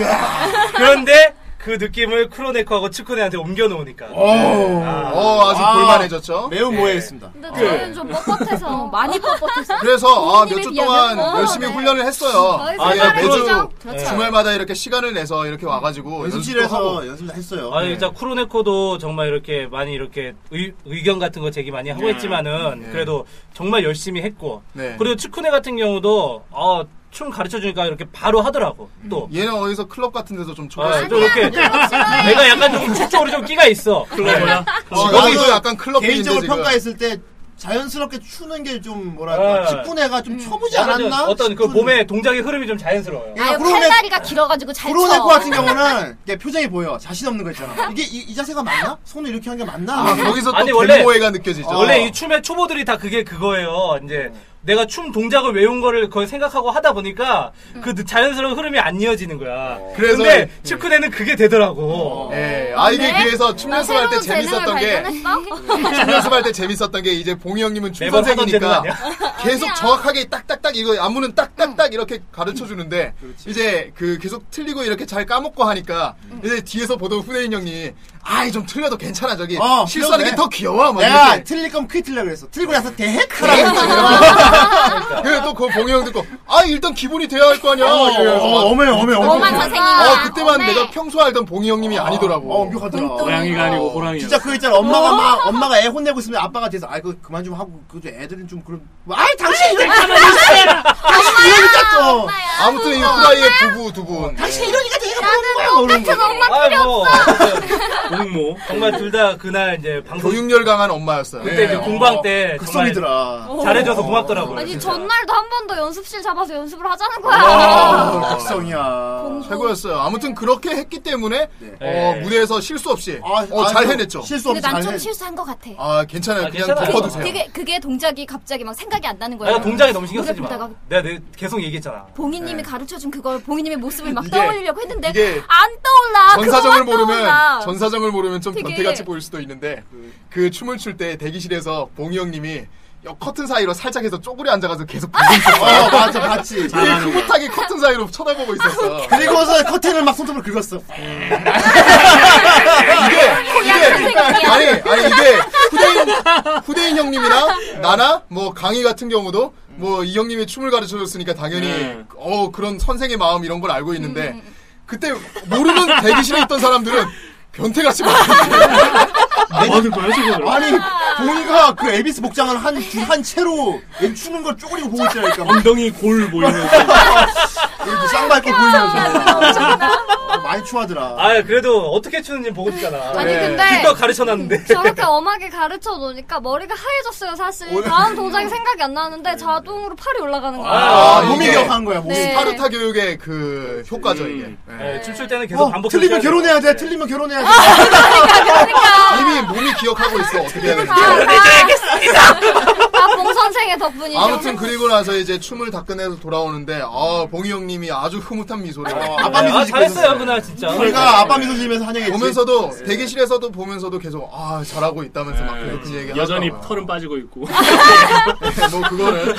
[SPEAKER 3] 그런데 그 느낌을 크로네코하고 츠코네한테 옮겨놓으니까
[SPEAKER 2] 오.
[SPEAKER 4] 어 아주
[SPEAKER 2] 아.
[SPEAKER 4] 볼만해졌죠. 예.
[SPEAKER 2] 매우 모해했습니다.
[SPEAKER 5] 근데 저는 좀
[SPEAKER 7] 어,
[SPEAKER 5] 뻣뻣해서
[SPEAKER 7] 많이 뻣뻣해서
[SPEAKER 4] 그래서 아, 몇
[SPEAKER 7] 부모님에
[SPEAKER 4] 주
[SPEAKER 7] 비하면
[SPEAKER 4] 동안
[SPEAKER 7] 뭐,
[SPEAKER 4] 열심히
[SPEAKER 5] 네.
[SPEAKER 4] 훈련을 했어요.
[SPEAKER 5] 저희
[SPEAKER 4] 아,
[SPEAKER 3] 생활은
[SPEAKER 4] 매주
[SPEAKER 3] 그렇죠.
[SPEAKER 7] 그렇죠.
[SPEAKER 4] 주말마다 이렇게 시간을 내서 이렇게 와가지고 연습실에서 하고.
[SPEAKER 2] 네. 연습실에서 연습을 했어요.
[SPEAKER 3] 아,
[SPEAKER 2] 네.
[SPEAKER 3] 진짜 쿠로네코도 정말 이렇게 많이 이렇게 의, 견 같은 거 제기 많이 하고 했지만은 그래도 정말 열심히 했고
[SPEAKER 4] 네.
[SPEAKER 3] 그리고 츠쿠네 같은 경우도 아, 춤 가르쳐 주니까 이렇게 바로 하더라고 또
[SPEAKER 4] 얘는 어디서 클럽 같은 데서 좀
[SPEAKER 3] 아,
[SPEAKER 4] 초대하고.
[SPEAKER 3] 좀
[SPEAKER 2] 네.
[SPEAKER 3] 이렇게
[SPEAKER 4] (laughs)
[SPEAKER 3] 내가 약간 좀 축적으로 좀 끼가 있어 네.
[SPEAKER 6] 그거야.
[SPEAKER 4] 어,
[SPEAKER 2] 직업이
[SPEAKER 4] 나도 약간 클럽
[SPEAKER 2] 개인적으로
[SPEAKER 4] 지금.
[SPEAKER 2] 평가했을 때 자연스럽게 추는 게 좀 뭐랄까
[SPEAKER 3] 네.
[SPEAKER 2] 직분애가 좀 초보지 않았나?
[SPEAKER 3] 어떤 그
[SPEAKER 2] 싶은-
[SPEAKER 3] 몸의 동작의 흐름이 좀 자연스러워요
[SPEAKER 2] 야, 그러네.
[SPEAKER 7] 팔다리가 길어가지고 잘 쳐.
[SPEAKER 2] 브로네코 같은 경우는 이게 표정이 보여 자신 없는 거 있잖아 이게 이, 이 자세가 맞나? 손을 이렇게 한 게 맞나?
[SPEAKER 4] 아, 거기서
[SPEAKER 3] 아니,
[SPEAKER 4] 또
[SPEAKER 3] 원래-
[SPEAKER 4] 갯모해가 느껴지죠.
[SPEAKER 3] 원래 이 춤의 초보들이 다 그게 그거예요. 이제 내가 춤 동작을 외운 거를 거의 생각하고 하다 보니까 그 자연스러운 흐름이 안 이어지는 거야.
[SPEAKER 4] 그래서-
[SPEAKER 3] 근데 측근에는 그게 되더라고.
[SPEAKER 4] 예, 아 이게
[SPEAKER 5] 네?
[SPEAKER 4] 그래서 춤 연습할 때 재밌었던 게 (laughs) 춤 연습할 때 재밌었던 게 이제 봉이 형님은 춤
[SPEAKER 3] 매번
[SPEAKER 4] 선생이니까
[SPEAKER 3] 하던 재능
[SPEAKER 4] 계속 정확하게 딱딱딱 이거 안무는 딱딱딱 이렇게 가르쳐 주는데 이제 그 계속 틀리고 이렇게 잘 까먹고 하니까 이제 뒤에서 보던 후대인 형이 아이 좀 틀려도 괜찮아 저기
[SPEAKER 2] 어,
[SPEAKER 4] 실수하는 게
[SPEAKER 2] 그러네.
[SPEAKER 4] 더 귀여워 막
[SPEAKER 2] 내가
[SPEAKER 4] 이렇게 네,
[SPEAKER 2] 틀릴 거면 크게 틀려 그랬어 틀리고 나서 뭐 대헤크라고
[SPEAKER 4] 그래 또그 봉이 형 듣고 아 일단 기본이 돼야 할 거 아니야 이러면서 막
[SPEAKER 2] 어메 어메
[SPEAKER 7] 엄한
[SPEAKER 2] 어메
[SPEAKER 7] 선생님이야.
[SPEAKER 4] 어, 그때만 내가 평소 알던 봉이 형님이 아니더라고.
[SPEAKER 2] 어 엄격하더라
[SPEAKER 6] 고양이가 아니고 호랑이야.
[SPEAKER 2] 진짜 그거 있잖아 엄마가 막 엄마가 애 혼내고 있으면 아빠가 뒤에서 아이 그 그만 좀 하고 그좀 애들은 좀 그런 뭐, 아이 당신 이러니까 당신 이러니까 또
[SPEAKER 4] 아무튼 이 후라이의 부부 두 분.
[SPEAKER 2] 당신 이러니까 내가 보는 거야 뭐 이러는 거야.
[SPEAKER 3] 아니 뭐, 어쨌든
[SPEAKER 6] 공모.
[SPEAKER 3] 정말 둘 다 그날 이제 방송
[SPEAKER 4] 네. 교육열 강한 엄마였어요. 네.
[SPEAKER 3] 그때 이제 공방 때 정말
[SPEAKER 2] 극성이더라
[SPEAKER 3] 잘해줘서 고맙더라고요.
[SPEAKER 5] 아니
[SPEAKER 3] 진짜.
[SPEAKER 5] 전날도 한 번 더 연습실 잡아서 연습을 하자는 거야.
[SPEAKER 2] 아, 극성이야
[SPEAKER 4] 최고였어요. 아무튼 그렇게 했기 때문에 어,
[SPEAKER 3] 네.
[SPEAKER 4] 무대에서 실수 없이
[SPEAKER 2] 아,
[SPEAKER 4] 어,
[SPEAKER 2] 아,
[SPEAKER 4] 잘
[SPEAKER 2] 저
[SPEAKER 4] 해냈죠.
[SPEAKER 2] 실수
[SPEAKER 7] 근데
[SPEAKER 2] 없이
[SPEAKER 7] 난
[SPEAKER 2] 잘
[SPEAKER 7] 좀
[SPEAKER 2] 해.
[SPEAKER 7] 실수한 것 같아.
[SPEAKER 4] 아 괜찮아요.
[SPEAKER 3] 아,
[SPEAKER 4] 그냥
[SPEAKER 3] 괜찮아요.
[SPEAKER 4] 덮어두세요.
[SPEAKER 7] 그게 그게 동작이 갑자기 막 생각이 안 나는 거야.
[SPEAKER 3] 내가 아, 동작에 너무 신경
[SPEAKER 7] 우리가
[SPEAKER 3] 쓰지 마.
[SPEAKER 7] 보다가
[SPEAKER 3] 내가 내- 계속 얘기했잖아.
[SPEAKER 7] 봉이님이 가르쳐준 그걸 봉이님의 모습을 막
[SPEAKER 4] 네. 이게-
[SPEAKER 7] 떠올리려고 했는데
[SPEAKER 4] 이게
[SPEAKER 7] 안 떠올라.
[SPEAKER 4] 전사정을
[SPEAKER 7] 아, 그거만 떠올라.
[SPEAKER 4] 모르면 전사정을 모르면 좀
[SPEAKER 7] 되게-
[SPEAKER 4] 변태같이 보일 수도 있는데 그 춤을 출 때 대기실에서 봉이 형님이 옆 커튼 사이로 살짝 해서 쪼그려 앉아가서 계속 보고 있었어.
[SPEAKER 2] 어 맞아 봤지
[SPEAKER 4] 되게 흐뭇하게 커튼 사이로 쳐다보고 있었어.
[SPEAKER 2] 그리고서 커튼을 막 손톱으로 긁었어
[SPEAKER 4] 이게 이게 아니 아니 이게 후대인 후대인 형님이랑 나나 뭐 강희 같은 경우도 뭐 이 형님이 춤을 가르쳐 줬으니까 당연히
[SPEAKER 2] 네.
[SPEAKER 6] 음.
[SPEAKER 4] 어 그런 선생의 마음 음. 이런 걸 알고 있는데 그때 모르는 대기실에 있던 사람들은 변태같이 막
[SPEAKER 6] 아, 뭐 하는 거야, 저거?
[SPEAKER 2] 아니 봉이가 그 에비스 복장을 한 한 채로 얘 추는 걸 쪼그리고 보고 있다니까 막
[SPEAKER 6] 엉덩이 골뭐 보이는
[SPEAKER 2] 이렇게 쌍발고 보이면서 어, 많이 추하더라
[SPEAKER 3] 아 그래도 어떻게 추는지 보고 싶잖아.
[SPEAKER 5] 아니 근데
[SPEAKER 3] 기껏 가르쳐놨는데.
[SPEAKER 5] 저렇게 엄하게 가르쳐 놓으니까 머리가 하얘졌어요 사실.
[SPEAKER 2] 오늘-
[SPEAKER 5] 다음 동작이 생각이 안 나는데 자동으로 팔이 올라가는 거야.
[SPEAKER 2] 아,
[SPEAKER 4] 아,
[SPEAKER 2] 몸이
[SPEAKER 4] 이게-
[SPEAKER 2] 기억한 거야 몸이
[SPEAKER 5] 네.
[SPEAKER 4] 파르타 교육의 그 효과죠 이게
[SPEAKER 6] 음.
[SPEAKER 3] 네, 춤출 때는 계속
[SPEAKER 2] 어,
[SPEAKER 3] 반복.
[SPEAKER 2] 틀리면 결혼해야 돼 틀리면 결혼해야
[SPEAKER 4] 아,
[SPEAKER 2] 돼
[SPEAKER 5] 그러니까
[SPEAKER 4] (laughs) 예, 네, 이미 몸이 기억하고 있어 어떻게 해야 되는지
[SPEAKER 5] 아, 아, 아, 봉 선생의 덕분이죠.
[SPEAKER 4] 아무튼 그리고 나서 이제 춤을 다 끝내서 돌아오는데 아 봉이 형님이 아주 흐뭇한 미소를
[SPEAKER 2] 아,
[SPEAKER 3] 아,
[SPEAKER 2] 아빠 미소 짓고
[SPEAKER 3] 잘했어요
[SPEAKER 2] 있었어요.
[SPEAKER 3] 그날 진짜.
[SPEAKER 4] 그러니까.
[SPEAKER 2] 우리가 아빠 미소 지면서 환영했지.
[SPEAKER 4] 보면서도 대기실에서도 보면서도 계속 아 잘하고 있다면서 막 계속 그 얘기
[SPEAKER 6] 네. 여전히 털은 빠지고 있고.
[SPEAKER 4] 뭐 그거는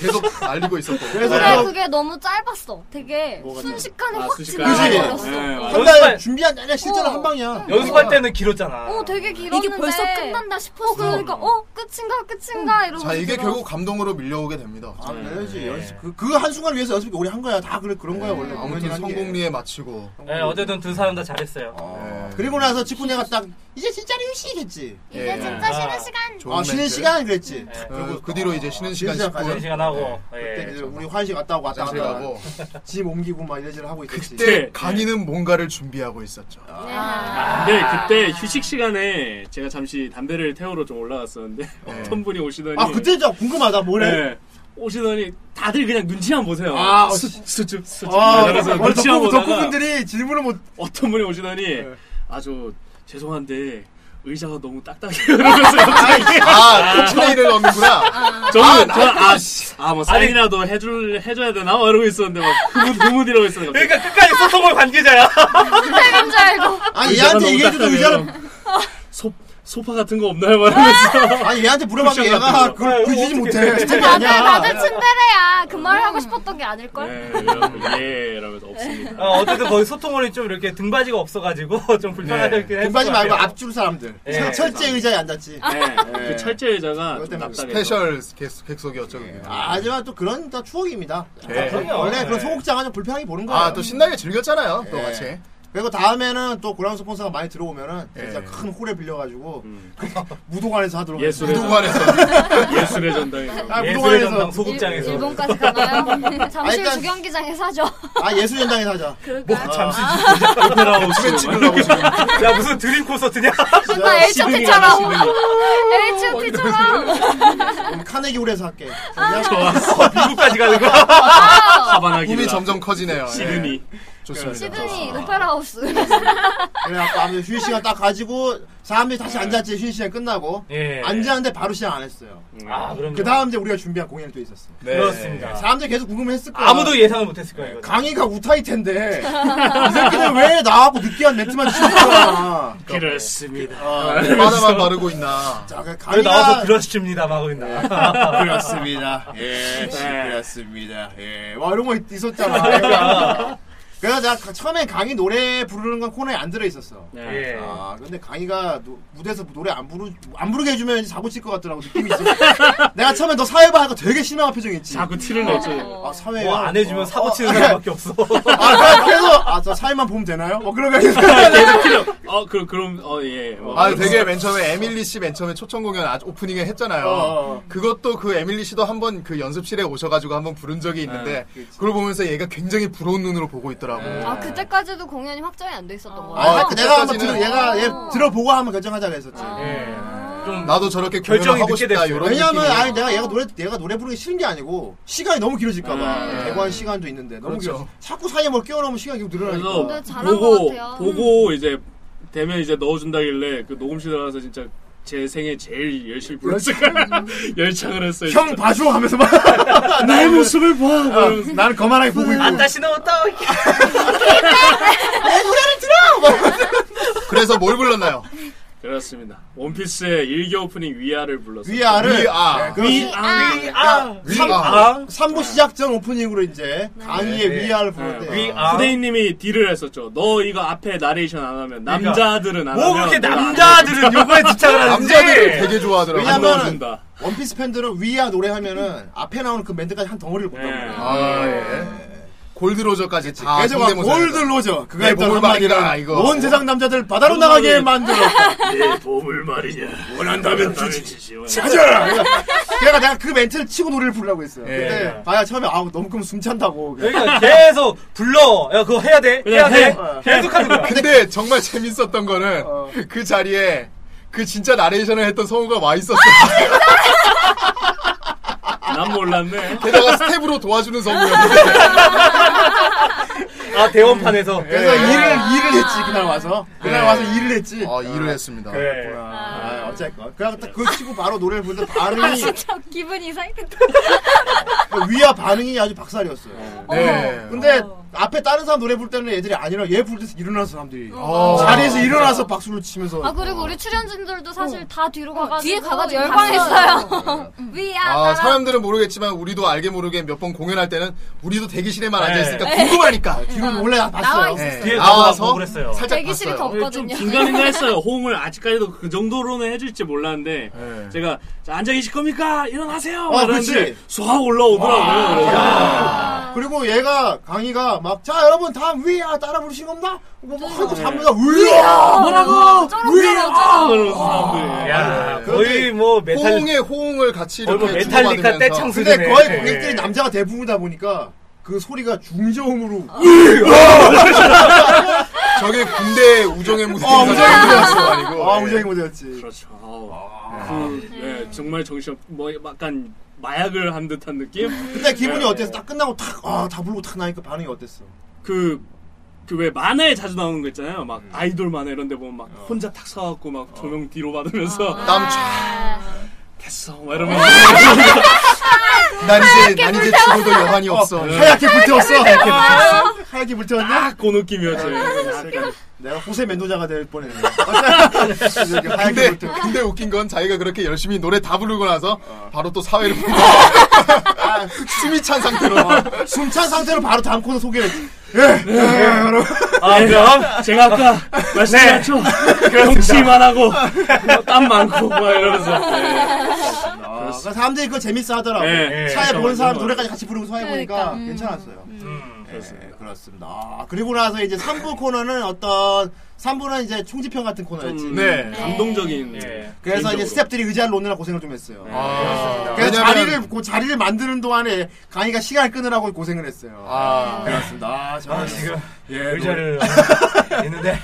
[SPEAKER 4] 계속 알리고 네. 있었고
[SPEAKER 2] 그래서
[SPEAKER 5] 근데
[SPEAKER 2] 또
[SPEAKER 5] 그게 너무 짧았어. 되게
[SPEAKER 2] 뭐가
[SPEAKER 5] 순식간에
[SPEAKER 6] 아,
[SPEAKER 5] 확
[SPEAKER 6] 순식간에.
[SPEAKER 5] 지나가버렸어.
[SPEAKER 6] 그지? 예, 맞아.
[SPEAKER 2] 한달 준비한 날에 실제로 한 방이야.
[SPEAKER 3] 연습할 때는 길었잖아.
[SPEAKER 5] 어, 되게 길었는데.
[SPEAKER 7] 이게 벌써 끝난다
[SPEAKER 5] 싶었어. 그러니까 어, 끝인가 끝인가 이러고.
[SPEAKER 4] 자 이게
[SPEAKER 5] 들어갔어.
[SPEAKER 4] 결국 감동으로 밀려오게 됩니다
[SPEAKER 2] 아, 그래야지. 연습. 그, 그 한순간 위해서 연습 우리 한 거야. 다 그런, 그런 거야, 원래.
[SPEAKER 4] 아무튼
[SPEAKER 2] 공연이라는 게.
[SPEAKER 4] 성공리에 마치고
[SPEAKER 3] 네, 어쨌든 두 사람 다 잘했어요.
[SPEAKER 2] 어.
[SPEAKER 4] 네.
[SPEAKER 2] 그리고 나서 직분내가 딱, 이제 진짜로 유시겠지.
[SPEAKER 5] 이제
[SPEAKER 4] 예.
[SPEAKER 5] 진짜
[SPEAKER 3] 아.
[SPEAKER 5] 쉬는 시간.
[SPEAKER 4] 좋은
[SPEAKER 2] 아, 쉬는
[SPEAKER 4] 멘트.
[SPEAKER 2] 시간? 그랬지.
[SPEAKER 4] 어, 그 뒤로 이제 쉬는 시간
[SPEAKER 2] 쉬는 시간 아,
[SPEAKER 4] 10분
[SPEAKER 2] 가자.
[SPEAKER 3] 시간 하고.
[SPEAKER 2] 네. 그때
[SPEAKER 3] 예.
[SPEAKER 2] 이제 우리 화장실 갔다 오고 왔다
[SPEAKER 4] 화장실
[SPEAKER 2] 갔다
[SPEAKER 4] 가고
[SPEAKER 2] 하고 짐 옮기고 막 이래저래 하고 있었지.
[SPEAKER 4] 그때
[SPEAKER 6] 네.
[SPEAKER 4] 간이는 뭔가를 준비하고 있었죠
[SPEAKER 7] 아.
[SPEAKER 5] 아.
[SPEAKER 6] 근데 네, 그때 휴식 시간에 제가 잠시 담배를 태우러 좀 올라갔었는데 어떤 분이 오시더니
[SPEAKER 2] 아, 그때 진짜 궁금하다. 뭐래?
[SPEAKER 6] 네. 오시더니 다들 그냥 눈치만 보세요.
[SPEAKER 2] 아,
[SPEAKER 6] 수, 수줍 수줍.
[SPEAKER 2] 아,
[SPEAKER 6] 이러면서
[SPEAKER 2] 원래
[SPEAKER 6] 눈치만
[SPEAKER 2] 덕후,
[SPEAKER 6] 보다가
[SPEAKER 2] 덕후분들이 질문을 못.
[SPEAKER 6] 어떤 분이 오시더니 아주 죄송한데 의자가 너무 딱딱해요. (laughs) 이러면서 갑자기
[SPEAKER 4] 아 코치네이를 넣는구나
[SPEAKER 6] 저는 아, 저아아뭐 사인이라도 해줄 해줘야 되나 막 이러고 있었는데 막 흐뭇 흐뭇이라고 있었는데 갑자기
[SPEAKER 3] 그러니까 끝까지 소통을 관계자야. (laughs)
[SPEAKER 5] 선생님인 줄 알고.
[SPEAKER 2] 아니,
[SPEAKER 6] 의자가
[SPEAKER 2] 얘한테
[SPEAKER 6] 너무
[SPEAKER 2] 얘기해줘도
[SPEAKER 6] 딱딱해요.
[SPEAKER 2] 의자를.
[SPEAKER 6] 소 소파 같은 거 없나요? 막 이러면서
[SPEAKER 2] 아니, 얘한테 물어봐도
[SPEAKER 6] 쿠션 같은
[SPEAKER 2] 얘가
[SPEAKER 6] 거.
[SPEAKER 2] 그걸 굳이 못해. 스텝이
[SPEAKER 5] 다들 다들
[SPEAKER 2] 아니야.
[SPEAKER 5] 츤데레야. 그 말 하고 싶었던 게 아닐 걸.
[SPEAKER 6] 네, 이러면서, 예 이러면서 없습니다.
[SPEAKER 3] 어, 어쨌든 거기 소통원이 좀 이렇게 등받이가 없어가지고 (laughs) 좀 불편하긴 했어요.
[SPEAKER 2] 네. 등받이 말고 앞줄 사람들.
[SPEAKER 3] 예.
[SPEAKER 2] 철- 철제 의자에 앉았지.
[SPEAKER 6] 네, 그 철제 의자가
[SPEAKER 2] 그것
[SPEAKER 6] 좀
[SPEAKER 2] 때문에
[SPEAKER 6] 납작해서
[SPEAKER 4] 스페셜 객- 객석이었죠 그게
[SPEAKER 2] 아, 하지만 또 그런 또 추억입니다.
[SPEAKER 4] 네.
[SPEAKER 3] 그럼요.
[SPEAKER 2] 원래
[SPEAKER 3] 네.
[SPEAKER 2] 그런 소극장은 좀 불편하게 보는 거야.
[SPEAKER 4] 아 또 신나게 즐겼잖아요 또
[SPEAKER 2] 예.
[SPEAKER 4] 같이
[SPEAKER 2] 그리고 다음에는 또 고랑 스폰서가 많이 들어오면은
[SPEAKER 4] 예.
[SPEAKER 2] 진짜 큰 홀에 빌려가지고 그 (laughs) 무도관에서 하도록
[SPEAKER 6] 예술의
[SPEAKER 2] 하겠습니다.
[SPEAKER 4] 무도관에서 (laughs)
[SPEAKER 6] 예술의 전당이라고.
[SPEAKER 2] 아,
[SPEAKER 3] 예술의
[SPEAKER 2] 무도관에서
[SPEAKER 3] 전당
[SPEAKER 5] 일-
[SPEAKER 3] 소극장에서.
[SPEAKER 5] 일본까지 가나요? 잠실
[SPEAKER 2] 일단-
[SPEAKER 5] 주경기장에서 하죠.
[SPEAKER 2] 아 예술 전당에서 하자.
[SPEAKER 3] 뭐 잠시 오페라
[SPEAKER 4] 집에
[SPEAKER 3] 하우스.
[SPEAKER 4] 찍으려고 지금
[SPEAKER 3] (laughs) 야 무슨 드림 콘서트냐? (laughs)
[SPEAKER 5] 나 H.O.T.처럼. H.O.T.처럼.
[SPEAKER 2] 그럼 카네기 홀에서 할게.
[SPEAKER 3] 미국까지 가는 거야?
[SPEAKER 6] 하바나 길라.
[SPEAKER 4] 꿈이 점점 커지네요 예.
[SPEAKER 6] 시드니.
[SPEAKER 4] 좋습니다
[SPEAKER 5] 시드니 오페라 하우스.
[SPEAKER 2] 그래 갖고 아무튼 휴일 시간 딱 가지고 사람들이 다시 앉았지 휴일 시간 끝나고
[SPEAKER 3] 예.
[SPEAKER 2] 앉았는데 바로 시작 안 했어요.
[SPEAKER 3] 아 그럼.
[SPEAKER 2] 그 다음 이제 우리가 준비한 공연이 또 있었어.
[SPEAKER 4] 네.
[SPEAKER 3] 그렇습니다.
[SPEAKER 2] 사람들이 계속 궁금했을 거야.
[SPEAKER 3] 아. 아무도 예상을 못했을 거예요. 이거.
[SPEAKER 2] 강의가 우타이텐데 (laughs) 이 새끼들 왜 나하고 느끼한 멘트만 치는 거야. 어, 네.
[SPEAKER 6] 그렇습니다.
[SPEAKER 4] 바다만 바르고 있나
[SPEAKER 2] 자, 그
[SPEAKER 3] 아, 네. 왜
[SPEAKER 2] 강의가 아,
[SPEAKER 3] 나와서 그렇습니다 막 하고 있나?
[SPEAKER 2] 그렇습니다. 예,
[SPEAKER 3] 네.
[SPEAKER 2] 그렇습니다. 예. 와, 이런 거 있-
[SPEAKER 3] (laughs)
[SPEAKER 2] 있었잖아. 그래서 제가 처음에 강희 노래 부르는 건 코너에 안 들어있었어.
[SPEAKER 6] 네.
[SPEAKER 3] (laughs) 예.
[SPEAKER 2] 아, 근데 강희가 노- 무대에서 노래 안, 부르, 안 부르게 해주면 사고 칠 것 같더라고, 느낌이 있어. (laughs) 내가 처음에 너 사회봐 하니까 되게 심한 표정이지.
[SPEAKER 6] 자꾸 그 티를
[SPEAKER 5] 네.
[SPEAKER 6] 내죠.
[SPEAKER 5] 어.
[SPEAKER 2] 아, 사회.
[SPEAKER 3] 뭐 안 해주면 사고 치는
[SPEAKER 2] 아,
[SPEAKER 3] 사람밖에 없어.
[SPEAKER 2] (laughs) 아, 그래서, 아, 저 사회만 보면 되나요? 뭐 그런 거 계속.
[SPEAKER 6] (laughs) 계속 티를. 어, 그럼, 그럼, 어, 예. 뭐.
[SPEAKER 4] 아 되게 맨 처음에 에밀리 씨 맨 처음에 초청 공연 아주 오프닝에 했잖아요.
[SPEAKER 2] 어.
[SPEAKER 4] 그것도 그 에밀리 씨도 한번 그 연습실에 오셔가지고 한번 부른 적이 있는데
[SPEAKER 2] 네,
[SPEAKER 4] 그걸 보면서 얘가 굉장히 부러운 눈으로 보고 있더라고.
[SPEAKER 5] 아 그때까지도 공연이 확정이 안 돼 있었던 거야.
[SPEAKER 2] 아,
[SPEAKER 4] 아,
[SPEAKER 2] 내가 한번 들어,
[SPEAKER 4] 그때까지는-
[SPEAKER 2] 얘가, 얘 들어보고 한번 결정하자 그랬었지.
[SPEAKER 3] 예. 좀
[SPEAKER 4] 나도 저렇게
[SPEAKER 3] 결정이
[SPEAKER 4] 결정을 하고
[SPEAKER 3] 늦게
[SPEAKER 4] 싶다
[SPEAKER 3] 됐어요.
[SPEAKER 4] 이런
[SPEAKER 2] 왜냐면
[SPEAKER 4] 느낌이.
[SPEAKER 2] 아니 내가 얘가 노래 얘가 노래 부르기 싫은 게 아니고 시간이 너무 길어질까봐 대관 시간도 있는데 너무
[SPEAKER 4] 그렇죠.
[SPEAKER 2] 길어 자꾸 사이에 뭘 끼워넣으면 시간이 계속
[SPEAKER 6] 그래서
[SPEAKER 2] 늘어나니까
[SPEAKER 5] 근데 잘한 것
[SPEAKER 6] 보고,
[SPEAKER 5] 같아요.
[SPEAKER 6] 보고 이제 되면 이제 넣어준다길래 그 녹음실 들어가서 진짜 제 생에 제일 열심히 불렀을까
[SPEAKER 5] 음.
[SPEAKER 6] (laughs) 열창을 했어요.
[SPEAKER 2] 형
[SPEAKER 6] 진짜.
[SPEAKER 2] 봐줘 하면서 막
[SPEAKER 6] 나의 모습을 봐.
[SPEAKER 2] 어,
[SPEAKER 6] 그러면서
[SPEAKER 2] 나는 거만하게 보고 있고
[SPEAKER 3] 안다 신호 왔다.
[SPEAKER 4] 그래서
[SPEAKER 2] (laughs)
[SPEAKER 4] 뭘 불렀나요?
[SPEAKER 6] 그렇습니다. 원피스의 일기 오프닝 위아를 불렀어요.
[SPEAKER 2] 위아를 네,
[SPEAKER 4] 위아.
[SPEAKER 3] 위아
[SPEAKER 4] 위아.
[SPEAKER 3] 위아
[SPEAKER 2] 3부 시작 전 오프닝으로 이제 강의의
[SPEAKER 3] 네.
[SPEAKER 2] 위아를 부르는데
[SPEAKER 3] 위아.
[SPEAKER 6] 네. 후대인님이 딜을 했었죠. 너 이거 앞에 나레이션 안 하면 남자들은 안
[SPEAKER 3] 뭐
[SPEAKER 6] 하면
[SPEAKER 3] 그렇게
[SPEAKER 6] 내가 안
[SPEAKER 3] 남자들은 요거에 집착을 하는지. 네.
[SPEAKER 4] 남자들이 되게 좋아하더라고.
[SPEAKER 6] 안
[SPEAKER 2] 아, 네. 왜냐면-
[SPEAKER 6] 넣어준다.
[SPEAKER 2] 원피스 팬들은 위아 노래하면은 앞에 나오는 그 멘트까지 한 덩어리를 본단
[SPEAKER 6] 예.
[SPEAKER 2] 말이야
[SPEAKER 4] 아 예. 골드로저까지 다.
[SPEAKER 2] 그래서 막
[SPEAKER 4] 성대모사를
[SPEAKER 2] 골드 로저 그가
[SPEAKER 4] 아, 내
[SPEAKER 2] 했던
[SPEAKER 4] 몸을
[SPEAKER 2] 한마디는
[SPEAKER 4] 말이다, 이거. 네.
[SPEAKER 2] 온 세상 남자들 바다로 나가게
[SPEAKER 4] (laughs)
[SPEAKER 2] 만들어
[SPEAKER 6] 내 몸을 말이냐. 원한다면 주지.
[SPEAKER 2] 가자! 내가 내가 그 멘트를 치고 노래를 부르려고 했어요.
[SPEAKER 4] 예.
[SPEAKER 2] 근데 바야 처음에 아우 너무 그럼 숨 찬다고.
[SPEAKER 4] 네.
[SPEAKER 3] 그러니까 계속 불러. 야 그거 해야 돼. 해야
[SPEAKER 6] 그냥
[SPEAKER 3] 돼.
[SPEAKER 6] 해.
[SPEAKER 3] 계속 하는 거야.
[SPEAKER 4] 근데 정말 재밌었던 거는
[SPEAKER 2] 어.
[SPEAKER 4] 그 자리에 그 진짜 나레이션을 했던 성우가 와 있었어.
[SPEAKER 6] 난 몰랐네.
[SPEAKER 4] (laughs) 게다가 스텝으로 도와주는 성우였는데.
[SPEAKER 3] 아 대원판에서.
[SPEAKER 4] 네.
[SPEAKER 3] 네.
[SPEAKER 2] 그래서 일을 일을 했지 그날 와서 그날 와서 일을 했지.
[SPEAKER 4] 아 일을 했습니다.
[SPEAKER 3] 그래.
[SPEAKER 2] 아, 어쨌건. 그냥 딱 그거 치고 바로 노래를 부르는데
[SPEAKER 4] (laughs)
[SPEAKER 2] 반응이,
[SPEAKER 5] 참 기분이 이상했겠다.
[SPEAKER 2] 그 위와 반응이 아주 박살이었어요.
[SPEAKER 4] 네.
[SPEAKER 2] 근데 앞에 다른 사람 노래 부를 때는 애들이 안 일어나, 얘 부를 때 일어나서 사람들이.
[SPEAKER 4] 어.
[SPEAKER 2] 자리에서 일어나서 박수를 치면서.
[SPEAKER 5] 아 그리고 우리 출연진들도 사실 다 뒤로 가가지고
[SPEAKER 7] 어, 뒤에 가가지고
[SPEAKER 5] 열광했어요.
[SPEAKER 4] 아,
[SPEAKER 5] 위아
[SPEAKER 4] 사람들은 모르겠지만 우리도 알게 모르게 몇 번 공연할 때는 우리도 대기실에만
[SPEAKER 3] 네.
[SPEAKER 4] 앉아 있으니까 궁금하니까
[SPEAKER 2] 뒤로 원래 다
[SPEAKER 5] 나와
[SPEAKER 2] 봤어요.
[SPEAKER 5] 있었어요.
[SPEAKER 4] 네.
[SPEAKER 3] 뒤에
[SPEAKER 4] 나와서
[SPEAKER 3] 가서 그랬어요.
[SPEAKER 4] 살짝
[SPEAKER 5] 대기실이
[SPEAKER 4] 봤어요.
[SPEAKER 5] 덥-
[SPEAKER 6] 좀
[SPEAKER 5] 없거든요.
[SPEAKER 6] 긴가민가 했어요. 호응을 아직까지도 그 정도로는 해줄지 몰랐는데
[SPEAKER 4] 네.
[SPEAKER 6] 제가 자, 앉아 계실 겁니까? 일어나세요.
[SPEAKER 2] 아,
[SPEAKER 6] 말하는데
[SPEAKER 2] 그치. 아.
[SPEAKER 6] 쏴 올라오더라고요. 아.
[SPEAKER 2] 그리고 얘가 강의가 막 자 여러분 다음 위야 아, 따라 부르신 겁니다. 뭐
[SPEAKER 5] 네.
[SPEAKER 2] 하고 잠보다 위야
[SPEAKER 6] 아,
[SPEAKER 2] 뭐라고 위야
[SPEAKER 6] 그러면서
[SPEAKER 2] 아.
[SPEAKER 6] 사람들이.
[SPEAKER 3] 야,
[SPEAKER 2] 그런데
[SPEAKER 3] 거의 뭐 메탈
[SPEAKER 4] 호응에 호응을 같이
[SPEAKER 3] 거의
[SPEAKER 4] 이렇게
[SPEAKER 3] 뭐 메탈리카
[SPEAKER 4] 주고받으면서.
[SPEAKER 3] 떼창
[SPEAKER 2] 근데
[SPEAKER 3] 수준의
[SPEAKER 2] 거의
[SPEAKER 3] 예.
[SPEAKER 2] 고객들이 남자가 대부분이다 보니까 그 소리가 중저음으로
[SPEAKER 5] 어.
[SPEAKER 4] 저게 군대 우정의 무대
[SPEAKER 2] 아, 우정의
[SPEAKER 4] (laughs) 무대였어 아니고
[SPEAKER 2] 아
[SPEAKER 4] 예.
[SPEAKER 2] 우정이 모델였지.
[SPEAKER 6] 그렇죠. 그, 예, 정말 정신 뭐 약간 마약을 한 듯한 느낌?
[SPEAKER 2] 그때 기분이
[SPEAKER 6] 네.
[SPEAKER 2] 어땠어? 딱 끝나고 탁아다 부르고 탁 나니까 반응이 어땠어?
[SPEAKER 6] 그, 그 왜 만화에 자주 나오는 거 있잖아요. 막
[SPEAKER 2] 음.
[SPEAKER 6] 아이돌 만화 이런 데 보면 막
[SPEAKER 2] 어.
[SPEAKER 6] 혼자 탁 서갖고 막 조명 뒤로 받으면서
[SPEAKER 4] 땀 촤.
[SPEAKER 6] 어.
[SPEAKER 5] 아.
[SPEAKER 6] 됐어. 막 이러면서
[SPEAKER 5] 아,
[SPEAKER 4] 난 이제 난 이제 죽어도 여한이 없어.
[SPEAKER 2] 하얗게 불태웠어. 네. 하얗게 불태웠냐?
[SPEAKER 6] 딱그 느낌이었어요. 약간.
[SPEAKER 2] 내가 호세 멘도자가 될 뻔했네. 이렇게 하얗게
[SPEAKER 4] 근데
[SPEAKER 2] 불태.
[SPEAKER 4] 근데 웃긴 건 자기가 그렇게 열심히 노래 다 부르고 나서 바로 또 사회를 보고 숨이 찬 상태로
[SPEAKER 2] 숨찬 상태로 바로 다음 코너 소개를. 했지. 예, 예, 여러분.
[SPEAKER 6] 아,
[SPEAKER 4] 네.
[SPEAKER 6] 그럼 제가 아까 말씀드렸죠.
[SPEAKER 4] (laughs)
[SPEAKER 6] 동치만 하고 뭐땀 많고 막 이러면서.
[SPEAKER 4] 음,
[SPEAKER 2] 아, 그러니까 사람들이 그거 재밌어 하더라고.
[SPEAKER 6] 예, 예.
[SPEAKER 2] 차에
[SPEAKER 6] 그렇죠.
[SPEAKER 2] 보는 사람
[SPEAKER 6] 그런
[SPEAKER 2] 노래까지 같이 부르고 서해 보니까 괜찮았어요. 네,
[SPEAKER 3] 음.
[SPEAKER 2] 그렇습니다. 그렇습니다. 아, 그리고 나서 이제 3부 코너는 어떤 3부는 이제 총지평 같은 코너였지.
[SPEAKER 6] 좀
[SPEAKER 4] 네.
[SPEAKER 6] 음, 감동적인.
[SPEAKER 3] 예.
[SPEAKER 2] 그래서 이제
[SPEAKER 6] 개인적으로.
[SPEAKER 2] 스탭들이 의자를 놓느라 고생을 좀 했어요.
[SPEAKER 4] 아,
[SPEAKER 2] 그래서
[SPEAKER 4] 왜냐면
[SPEAKER 2] 자리를 그 자리를 만드는 동안에 강의가 시간을 끊으라고 고생을 했어요.
[SPEAKER 4] 아.
[SPEAKER 2] 그렇습니다. 아,
[SPEAKER 3] 아,
[SPEAKER 2] 저는
[SPEAKER 3] 지금
[SPEAKER 2] 예,
[SPEAKER 3] 의자를 (laughs) 했는데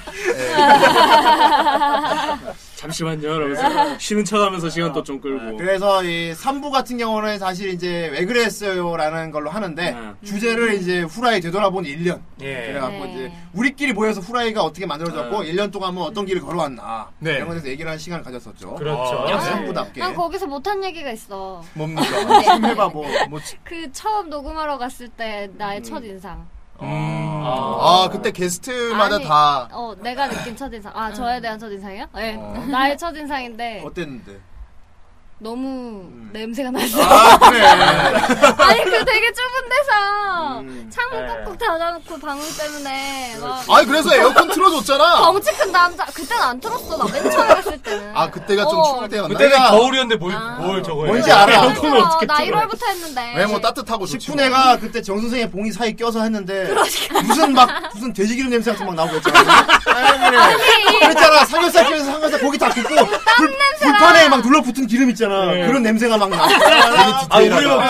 [SPEAKER 6] 잠시만요. 이러면서 쉬는 척하면서 시간 또 좀
[SPEAKER 2] 노래.
[SPEAKER 4] 아,
[SPEAKER 6] 끌고.
[SPEAKER 4] 네.
[SPEAKER 2] 그래서 이 3부 같은 경우는 사실 이제 왜 그랬어요라는 걸로 하는데
[SPEAKER 6] 네.
[SPEAKER 2] 주제를
[SPEAKER 5] 음.
[SPEAKER 2] 이제 후라이 되돌아본 1년
[SPEAKER 3] 예.
[SPEAKER 2] 그래갖고 이제
[SPEAKER 5] 네.
[SPEAKER 2] 우리끼리 모여서 후라이가 어떻게 만들어졌고
[SPEAKER 6] 네.
[SPEAKER 2] 1년 동안 뭐 어떤 길을 걸어왔나
[SPEAKER 4] 네.
[SPEAKER 2] 이런 것에 대해서 얘기를 하는 시간을 가졌었죠. 아,
[SPEAKER 4] 아,
[SPEAKER 3] 그렇죠.
[SPEAKER 2] 약
[SPEAKER 3] 네.
[SPEAKER 2] 3부답게
[SPEAKER 5] 난 거기서 못한 얘기가 있어.
[SPEAKER 2] (laughs)
[SPEAKER 4] 뭡니까?
[SPEAKER 2] 좀 해봐 뭐. 뭐
[SPEAKER 5] 그 처음 녹음하러 갔을 때 나의 첫 인상.
[SPEAKER 4] 음. 아 그때 게스트마다
[SPEAKER 5] 아니,
[SPEAKER 4] 다
[SPEAKER 5] 어, 내가 느낀 첫 인상. 아, 저에 대한 첫 인상이요? 예. 나의 첫 인상인데
[SPEAKER 2] 어땠는데?
[SPEAKER 5] 너무 냄새가 났어.
[SPEAKER 2] 아 그래.
[SPEAKER 5] 아니 그 되게 좁은 데서
[SPEAKER 2] 음.
[SPEAKER 5] 창문
[SPEAKER 3] 네.
[SPEAKER 5] 꾹꾹 닫아놓고 방울 때문에 막
[SPEAKER 4] 아니 그래서 에어컨 틀어줬잖아.
[SPEAKER 5] 덩치 큰 남자 그땐 안 틀었어 나 맨 처음에 갔을 때는
[SPEAKER 4] 아 그때가 아. 좀
[SPEAKER 5] 어,
[SPEAKER 4] 추울 때였나?
[SPEAKER 3] 그때는 겨울이었는데 뭘, 뭘 저거
[SPEAKER 2] 뭔지
[SPEAKER 3] 해요?
[SPEAKER 2] 알아.
[SPEAKER 5] 안 틀어. 나 1월부터 했는데
[SPEAKER 4] 왜뭐 따뜻하고 좋지. 뭐.
[SPEAKER 2] 식분해가 그때 정 선생의 봉이 사이 껴서 했는데 무슨 막 무슨 돼지기름 냄새 같은 거 막 나오고 있잖아. 그랬잖아 삼겹살 껴서 삼겹살 고기 다
[SPEAKER 5] 그
[SPEAKER 2] 굽고 불, 불판에 막 눌러붙은 기름 있잖아.
[SPEAKER 4] 네.
[SPEAKER 2] 그런 냄새가 막 나.
[SPEAKER 3] 아, 우리 뭐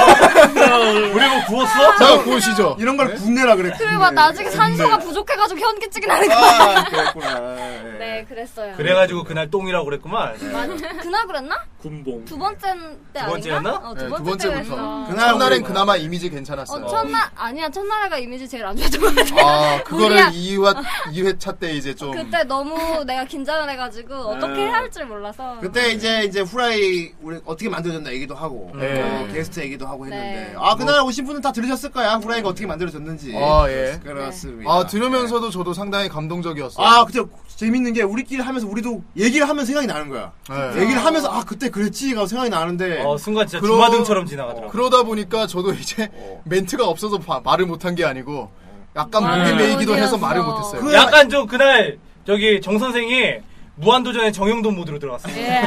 [SPEAKER 3] 구웠어? 우리 뭐 구웠어?
[SPEAKER 2] 아.
[SPEAKER 4] 자 보시죠. 네?
[SPEAKER 2] 이런 걸 굽내라 그래.
[SPEAKER 5] 그리고 막 나중에 산소가 부족해가지고 현기증이 나는 거야
[SPEAKER 2] 음. 아, 그랬구나. 예.
[SPEAKER 5] 네 그랬어요
[SPEAKER 3] 그래가지고 그날 똥이라고 그랬구만.
[SPEAKER 5] 많이- 그날 그랬나?
[SPEAKER 6] 군봉.
[SPEAKER 5] 두 번째 때
[SPEAKER 3] 번째였나?
[SPEAKER 5] 아닌가? 어,
[SPEAKER 4] 네,
[SPEAKER 5] 두
[SPEAKER 4] 두
[SPEAKER 5] 번째
[SPEAKER 4] 번째부터.
[SPEAKER 5] 때 그랬어
[SPEAKER 2] 그날
[SPEAKER 4] 첫날엔
[SPEAKER 2] 우리-
[SPEAKER 4] 그나마 이미지 괜찮았어요.
[SPEAKER 5] 어, 첫날 아니야 첫날에가 이미지 제일 안 좋았던 것 같아
[SPEAKER 4] 아 그거를
[SPEAKER 5] 우리야.
[SPEAKER 4] 2회 2회차 때 이제 좀
[SPEAKER 5] 그때 너무 내가 긴장을 해가지고 어떻게 해야 할지 몰라서
[SPEAKER 2] 음. 그때 이제 이제 후라이 우리 어떻게 만들어졌나 얘기도 하고
[SPEAKER 4] 음. 네.
[SPEAKER 2] 어, 게스트 얘기도 하고 했는데
[SPEAKER 5] 네.
[SPEAKER 2] 아 그날 오신 분은 다 들으셨을 거야 후라이가 어떻게 만들어졌는지
[SPEAKER 4] 음. 아, 예.
[SPEAKER 2] 그렇습니다.
[SPEAKER 4] 아 들으면서도 저도 상당히 감동적이었어요.
[SPEAKER 2] 아, 그때 재밌는 게 우리끼리 하면서 우리도 얘기를 하면 생각이 나는 거야.
[SPEAKER 4] 네. 아,
[SPEAKER 2] 얘기를 하면서 아 그때 그랬지가 생각이 나는데
[SPEAKER 3] 어, 순간 진짜
[SPEAKER 4] 그러-
[SPEAKER 3] 주마등처럼 지나가더라고.
[SPEAKER 4] 그러다 보니까 저도 이제 멘트가 없어서 바- 말을 못한 게 아니고 약간 목이 메이기도 해서
[SPEAKER 5] 어디였어.
[SPEAKER 4] 말을 못했어요.
[SPEAKER 2] 그-
[SPEAKER 3] 약간 좀 그날 저기 정 선생이 무한도전의 정영돈 모드로 들어갔어. 요
[SPEAKER 5] 예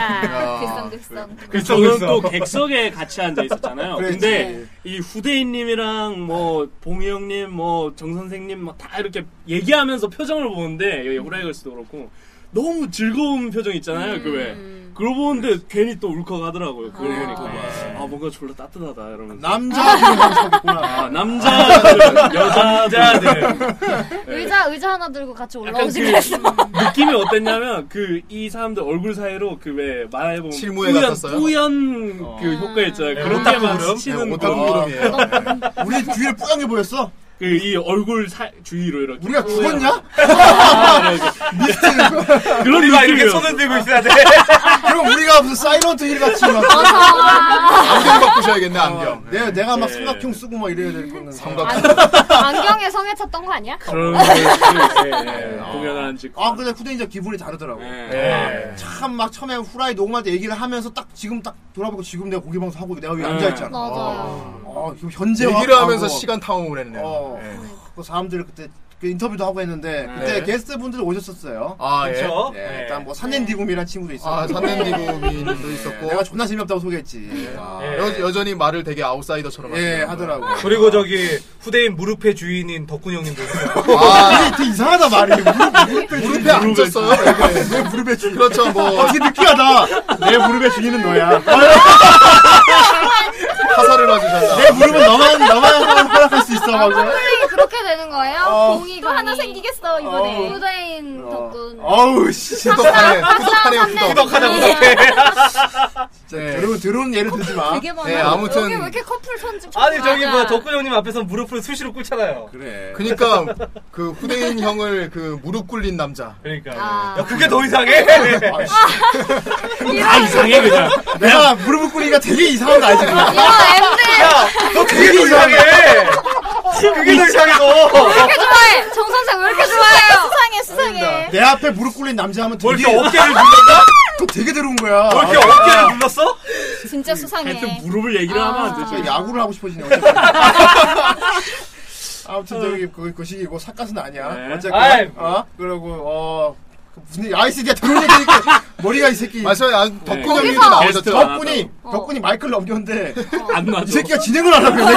[SPEAKER 5] 글썽글썽
[SPEAKER 3] 그래서
[SPEAKER 6] 저는
[SPEAKER 3] 그래서
[SPEAKER 6] 또 객석에 같이 앉아 있었잖아요.
[SPEAKER 2] 그랬지.
[SPEAKER 6] 근데 이 후대인님이랑 뭐 봉희 형님, 뭐 정선생님 막 다 이렇게 얘기하면서 표정을 보는데 여기 호라이걸스도 그렇고 너무 즐거운 표정 있잖아요. 그 왜. 그걸 보는데 괜히 또 울컥하더라고요. 그걸 보니까 아 뭔가 졸라 따뜻하다 이러면서
[SPEAKER 2] 남자들이
[SPEAKER 6] 아,
[SPEAKER 2] 감사하구나.
[SPEAKER 6] 남자들 여자들
[SPEAKER 3] 남자들.
[SPEAKER 5] 의자 의자 하나 들고 같이
[SPEAKER 6] 약간 그
[SPEAKER 5] 올라오지 그랬어 (laughs)
[SPEAKER 6] 느낌이 어땠냐면 그 이 사람들 얼굴 사이로 그 왜 말해 보면
[SPEAKER 4] 실무에
[SPEAKER 6] 뿌연
[SPEAKER 4] 갔었어요?
[SPEAKER 6] 뿌연
[SPEAKER 2] 어.
[SPEAKER 6] 그 효과 있잖아요.
[SPEAKER 3] 네,
[SPEAKER 6] 그런
[SPEAKER 3] 오딱
[SPEAKER 6] 게막
[SPEAKER 3] 구름.
[SPEAKER 4] 네,
[SPEAKER 6] 스치는
[SPEAKER 4] (laughs) 오타쿠
[SPEAKER 6] 거.
[SPEAKER 4] 구름이에요.
[SPEAKER 2] 우리 뒤에 뿌연 게 보였어.
[SPEAKER 6] 그 이 얼굴 사, 주위로 이렇게
[SPEAKER 4] 음.
[SPEAKER 2] 우리가 죽었냐?
[SPEAKER 6] 그런
[SPEAKER 3] (laughs) 우리가 이렇게
[SPEAKER 6] 느낌이었어.
[SPEAKER 3] 손을 들고 있어야 돼.
[SPEAKER 2] 그럼 우리가 무슨 사이런트 힐 같이 막
[SPEAKER 4] 안경 아, 바꾸셔야겠네 안경.
[SPEAKER 2] 내가 내가 막 삼각형 쓰고 막 이래야 될 건데
[SPEAKER 4] 삼각.
[SPEAKER 5] 안경에 성에 찼던 거 아니야?
[SPEAKER 6] 그런 느낌, 예, 예, 공연하는 집.
[SPEAKER 2] 아 근데 쿠데인자 기분이 다르더라고.
[SPEAKER 4] 네.
[SPEAKER 6] 예.
[SPEAKER 2] 참 막 처음에 후라이 녹음할 때 얘기를 하면서 딱 지금 딱 돌아보고 지금 내가 고기 방송 하고 내가 여기
[SPEAKER 6] 네.
[SPEAKER 2] 앉아 있잖아.
[SPEAKER 5] 맞아요.
[SPEAKER 2] 어 지금 현재
[SPEAKER 4] 얘기를 하면서 시간 탕후를 했네요.
[SPEAKER 2] 어.
[SPEAKER 4] 예.
[SPEAKER 2] 그 사람들 그때 그 인터뷰도 하고 했는데 그때
[SPEAKER 4] 네.
[SPEAKER 2] 게스트 분들 오셨었어요.
[SPEAKER 4] 아 예.
[SPEAKER 3] 그렇죠.
[SPEAKER 2] 예,
[SPEAKER 3] 예.
[SPEAKER 2] 일단 뭐 산넨디굼이라는 친구도 있었고.
[SPEAKER 4] 아
[SPEAKER 2] (laughs)
[SPEAKER 4] 산넨디고민도
[SPEAKER 2] 예,
[SPEAKER 4] 있었고
[SPEAKER 2] 내가 존나 재미없다고 소개했지. 아,
[SPEAKER 3] 예.
[SPEAKER 4] 여, 여전히 말을 되게 아웃사이더처럼
[SPEAKER 2] 예,
[SPEAKER 4] 하시는 거예요.
[SPEAKER 2] 하더라고.
[SPEAKER 3] 그리고 저기 후대인 무릎의 주인인 덕군 형님도 있어요.
[SPEAKER 4] 아,
[SPEAKER 2] 이게 되게 이상하다 말이.
[SPEAKER 4] 무릎에 앉았어요.
[SPEAKER 2] 내 무릎에 주.
[SPEAKER 4] 그렇죠 뭐
[SPEAKER 2] 아, 어, 되게 느끼하다. 아, 내 무릎에 주인은 너야.
[SPEAKER 4] 화살을 맞으셨나.
[SPEAKER 2] 내 무릎은 너만 너만 허락할 수 있어. 막. 이래.
[SPEAKER 5] 후대인 네, 그렇게 되는 거예요?
[SPEAKER 2] 어.
[SPEAKER 5] 공이
[SPEAKER 7] 또 하나 생기겠어 이번에.
[SPEAKER 5] 후대인
[SPEAKER 2] 어.
[SPEAKER 5] 덕분.
[SPEAKER 2] 어우 씨.
[SPEAKER 4] 후덕하네. 후덕하네 후덕.
[SPEAKER 3] 구독하다 구독해.
[SPEAKER 4] 네.
[SPEAKER 2] 여러분 들어오는 예를 들지 마.
[SPEAKER 7] 되게 많아.
[SPEAKER 4] 네
[SPEAKER 5] 여기 왜
[SPEAKER 4] 아무튼
[SPEAKER 5] 이렇게 커플 손짓
[SPEAKER 3] 아니 저기
[SPEAKER 7] 맞아.
[SPEAKER 3] 뭐 덕군 형님 앞에서 무릎을 수시로 꿇잖아요.
[SPEAKER 2] 그래.
[SPEAKER 4] 그니까 그 후대인 형을 그 무릎 꿇린 남자.
[SPEAKER 3] 그러니까
[SPEAKER 7] 아.
[SPEAKER 3] 야 그게 더 이상해.
[SPEAKER 6] 다 이상해 그냥.
[SPEAKER 2] 내가 무릎을 꿇으니까 되게 이상한 거 알지? 그거?
[SPEAKER 5] 야, 엠들
[SPEAKER 3] 너 그게 더 이상해. (laughs)
[SPEAKER 6] 아,
[SPEAKER 3] 그게 더 이상해
[SPEAKER 5] 왜
[SPEAKER 3] 너.
[SPEAKER 5] 이렇게 좋아해? 정 선생 왜 이렇게 좋아해요?
[SPEAKER 7] 수상해 수상해.
[SPEAKER 2] 내 앞에 무릎 꿇린 남자 하면
[SPEAKER 3] 뭘
[SPEAKER 2] 되게
[SPEAKER 3] 이렇게 어깨를
[SPEAKER 6] 아.
[SPEAKER 3] 눌렀나?
[SPEAKER 2] 그거 되게 더러운 거야.
[SPEAKER 3] 뭘 이렇게 어깨를 눌렀어?
[SPEAKER 7] 진짜 수상해.
[SPEAKER 6] 하여튼 무릎을 얘기를 하면 안 되죠.
[SPEAKER 2] 진짜 야구를 하고 싶어지네. 어쨌든. 아무튼 저기 그, 그 시기고 삿갓은 아니야.
[SPEAKER 6] 네.
[SPEAKER 2] 어쨌건
[SPEAKER 3] 아이.
[SPEAKER 2] 어? 그러고 어 무슨 아이스 니가 들어오는 얘기니까 머리가 이 새끼.
[SPEAKER 4] 맞아요. 아, 덕분
[SPEAKER 6] 거기서-
[SPEAKER 4] 형님도 나오셨죠.
[SPEAKER 6] 게스트가- 어.
[SPEAKER 2] 덕분이
[SPEAKER 5] 어.
[SPEAKER 2] 덕분이 마이크를 넘겼는데
[SPEAKER 6] 안 놔줘.
[SPEAKER 2] 이 새끼가 진행을 하라고. 해.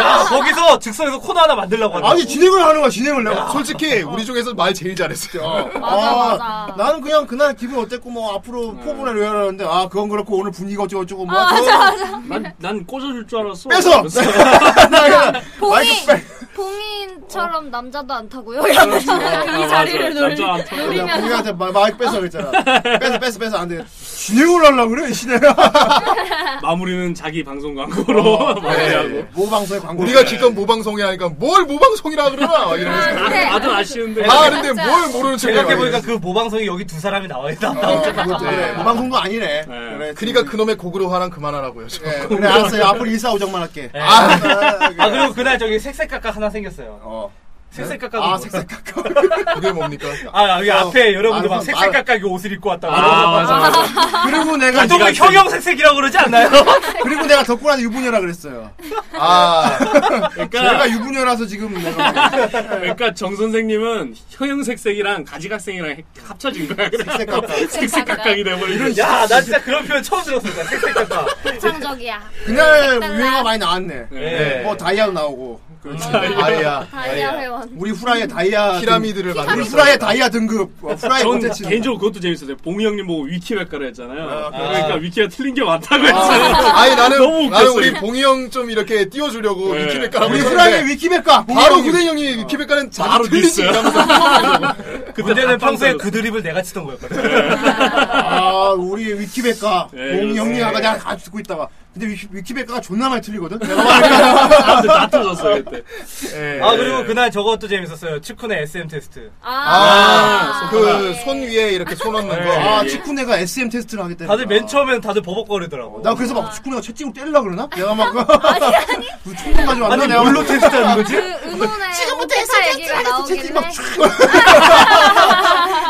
[SPEAKER 3] 야 거기서 즉석에서 코너 하나 만들려고 한다.
[SPEAKER 2] 아니 진행을 하는 거야 진행을 내가.
[SPEAKER 4] 솔직히 우리 중에서 말 제일 잘했어요.
[SPEAKER 2] 어. 아,
[SPEAKER 7] 맞아.
[SPEAKER 2] 나는 그냥 그날 기분 어땠고 뭐 앞으로 포부나 이러라는데아 그건 그렇고 오늘 분위기가 어쩌고저쩌고 뭐 맞아 맞아
[SPEAKER 6] 난, 난 꽂아줄 줄 알았어.
[SPEAKER 2] 뺏어
[SPEAKER 6] (laughs) 그래서
[SPEAKER 2] 마이크
[SPEAKER 5] 봉인
[SPEAKER 2] 뺏
[SPEAKER 5] 봉인처럼 남자도 안 타고요. 이런 거.
[SPEAKER 6] 이그 자리를 놀리.
[SPEAKER 2] 그냥 우리한테 마- 마이크 뺏어 그랬잖아 뺏어 뺏어 뺏어 안돼 진행을 하려고 그래 이 시내야
[SPEAKER 6] 마무리는 자기 방송 (laughs) 광고로 마무리하고.
[SPEAKER 2] 네. 모방송에 광고
[SPEAKER 4] 우리가 기껏 모방송이 하니까 뭘 모방송이라 그러나 이러면서
[SPEAKER 5] 근데-
[SPEAKER 6] 나도 아, 아쉬운데.
[SPEAKER 4] 다 아는데 뭘 모르는 척해요.
[SPEAKER 3] 생각해보니까 그 모방송에 여기 두 사람이 나와 있다.
[SPEAKER 2] 아. 어, 그래 모방송도 아니네 그래
[SPEAKER 4] 그러니까 그놈의 곡으로 화랑 그만하라고요. 저.
[SPEAKER 2] 예, 그래 알았어요 앞으로 일사오정만 할게
[SPEAKER 3] 예.
[SPEAKER 2] 아,
[SPEAKER 3] 아 그리고 그날 저기 색색각각 하나 생겼어요.
[SPEAKER 2] 어.
[SPEAKER 3] 색색각각.
[SPEAKER 2] 아 색색깎아
[SPEAKER 4] 그게 뭡니까?
[SPEAKER 3] 아 여기 앞에 여러분들
[SPEAKER 2] 아,
[SPEAKER 3] 막 색색각각 옷을 입고 왔다고.
[SPEAKER 6] 아, 맞아, 맞아.
[SPEAKER 2] 그리고 내가
[SPEAKER 3] 보통 은 형형색색이라고 그러지 않나요?
[SPEAKER 2] 그리고 내가 덕분한테 유부녀라 그랬어요
[SPEAKER 4] 아,
[SPEAKER 6] 그러니까,
[SPEAKER 2] 제가 유부녀라서 지금 내가 뭐
[SPEAKER 6] 그러니까 정 선생님은 형형색색이랑 가지각색이랑 해- 합쳐진 거야.
[SPEAKER 2] 색색깎아
[SPEAKER 6] 색색각각이 돼버리는.
[SPEAKER 3] 야, 나 진짜 그런 표현 처음 들었어. 색색각각.
[SPEAKER 5] 창적이야.
[SPEAKER 2] 그날 유행어 많이 나왔네
[SPEAKER 3] 예.
[SPEAKER 2] 뭐 다이아도 나오고
[SPEAKER 4] 아이야.
[SPEAKER 5] 다이아 회원.
[SPEAKER 2] 우리 후라이의 다이아
[SPEAKER 4] 피라미드를
[SPEAKER 2] 등- 우리
[SPEAKER 4] 만들어.
[SPEAKER 2] 후라이의 다이아 등급 어, 후라이
[SPEAKER 6] 전
[SPEAKER 2] 콘텐츠
[SPEAKER 6] 개인적으로 그것도 재밌었어요. 봉이 형님 보고 위키백과를 했잖아요.
[SPEAKER 2] 아,
[SPEAKER 6] 그러니까 위키가 틀린 게 맞다고 했잖아요.
[SPEAKER 4] 아니
[SPEAKER 6] 너무
[SPEAKER 4] 나는 나는
[SPEAKER 6] 웃겼어요.
[SPEAKER 4] 우리 봉이 형 좀 이렇게 띄워주려고
[SPEAKER 6] 네.
[SPEAKER 4] 위키백과 라고
[SPEAKER 2] 우리
[SPEAKER 4] 했는데
[SPEAKER 2] 후라이의 위키백과
[SPEAKER 4] 바로 그-
[SPEAKER 2] 공룡이-
[SPEAKER 4] 후대 형이 위키백과는
[SPEAKER 6] 바로
[SPEAKER 4] 바로 틀리지.
[SPEAKER 6] 디스요. (laughs)
[SPEAKER 3] 문제는
[SPEAKER 6] 다
[SPEAKER 3] 평소에
[SPEAKER 6] 깜짝
[SPEAKER 3] 그 드립을 내가 치던 거였거든.
[SPEAKER 2] 아 우리의 위키백과
[SPEAKER 6] 예,
[SPEAKER 2] 공이 형님
[SPEAKER 6] 그렇습니다.
[SPEAKER 2] 아까 내가 같이 듣고 있다가 근데 위키, 위키백과가 존나 많이 틀리거든 내가 말할까?
[SPEAKER 6] 놀랐어요. 아, 다 터졌어요 그때.
[SPEAKER 4] 예.
[SPEAKER 3] 아, 그리고 그날 저것도 재밌었어요. 축구네 SM 테스트.
[SPEAKER 4] 아,
[SPEAKER 6] 아,
[SPEAKER 4] 그 손 위에 이렇게 손 얹는 거.
[SPEAKER 2] 아
[SPEAKER 6] 예.
[SPEAKER 2] 축구네가 SM 테스트를 하겠다
[SPEAKER 3] 다들 맨
[SPEAKER 2] 처음
[SPEAKER 3] 처음엔 다들 버벅거리더라고.
[SPEAKER 2] 나 그래서 막 축구네가 채찍으로 때리려 그러나? 내가 막 (laughs) 무슨 총금 가져왔나?
[SPEAKER 3] 아니,
[SPEAKER 2] 내가
[SPEAKER 3] 뭘로
[SPEAKER 2] 막-
[SPEAKER 3] 테스트하는 거지?
[SPEAKER 5] 그 은혼의
[SPEAKER 7] 지금부터
[SPEAKER 5] 오케타
[SPEAKER 7] 해서
[SPEAKER 5] 얘기가 나오긴
[SPEAKER 2] 채팅 막 (laughs)
[SPEAKER 5] 해.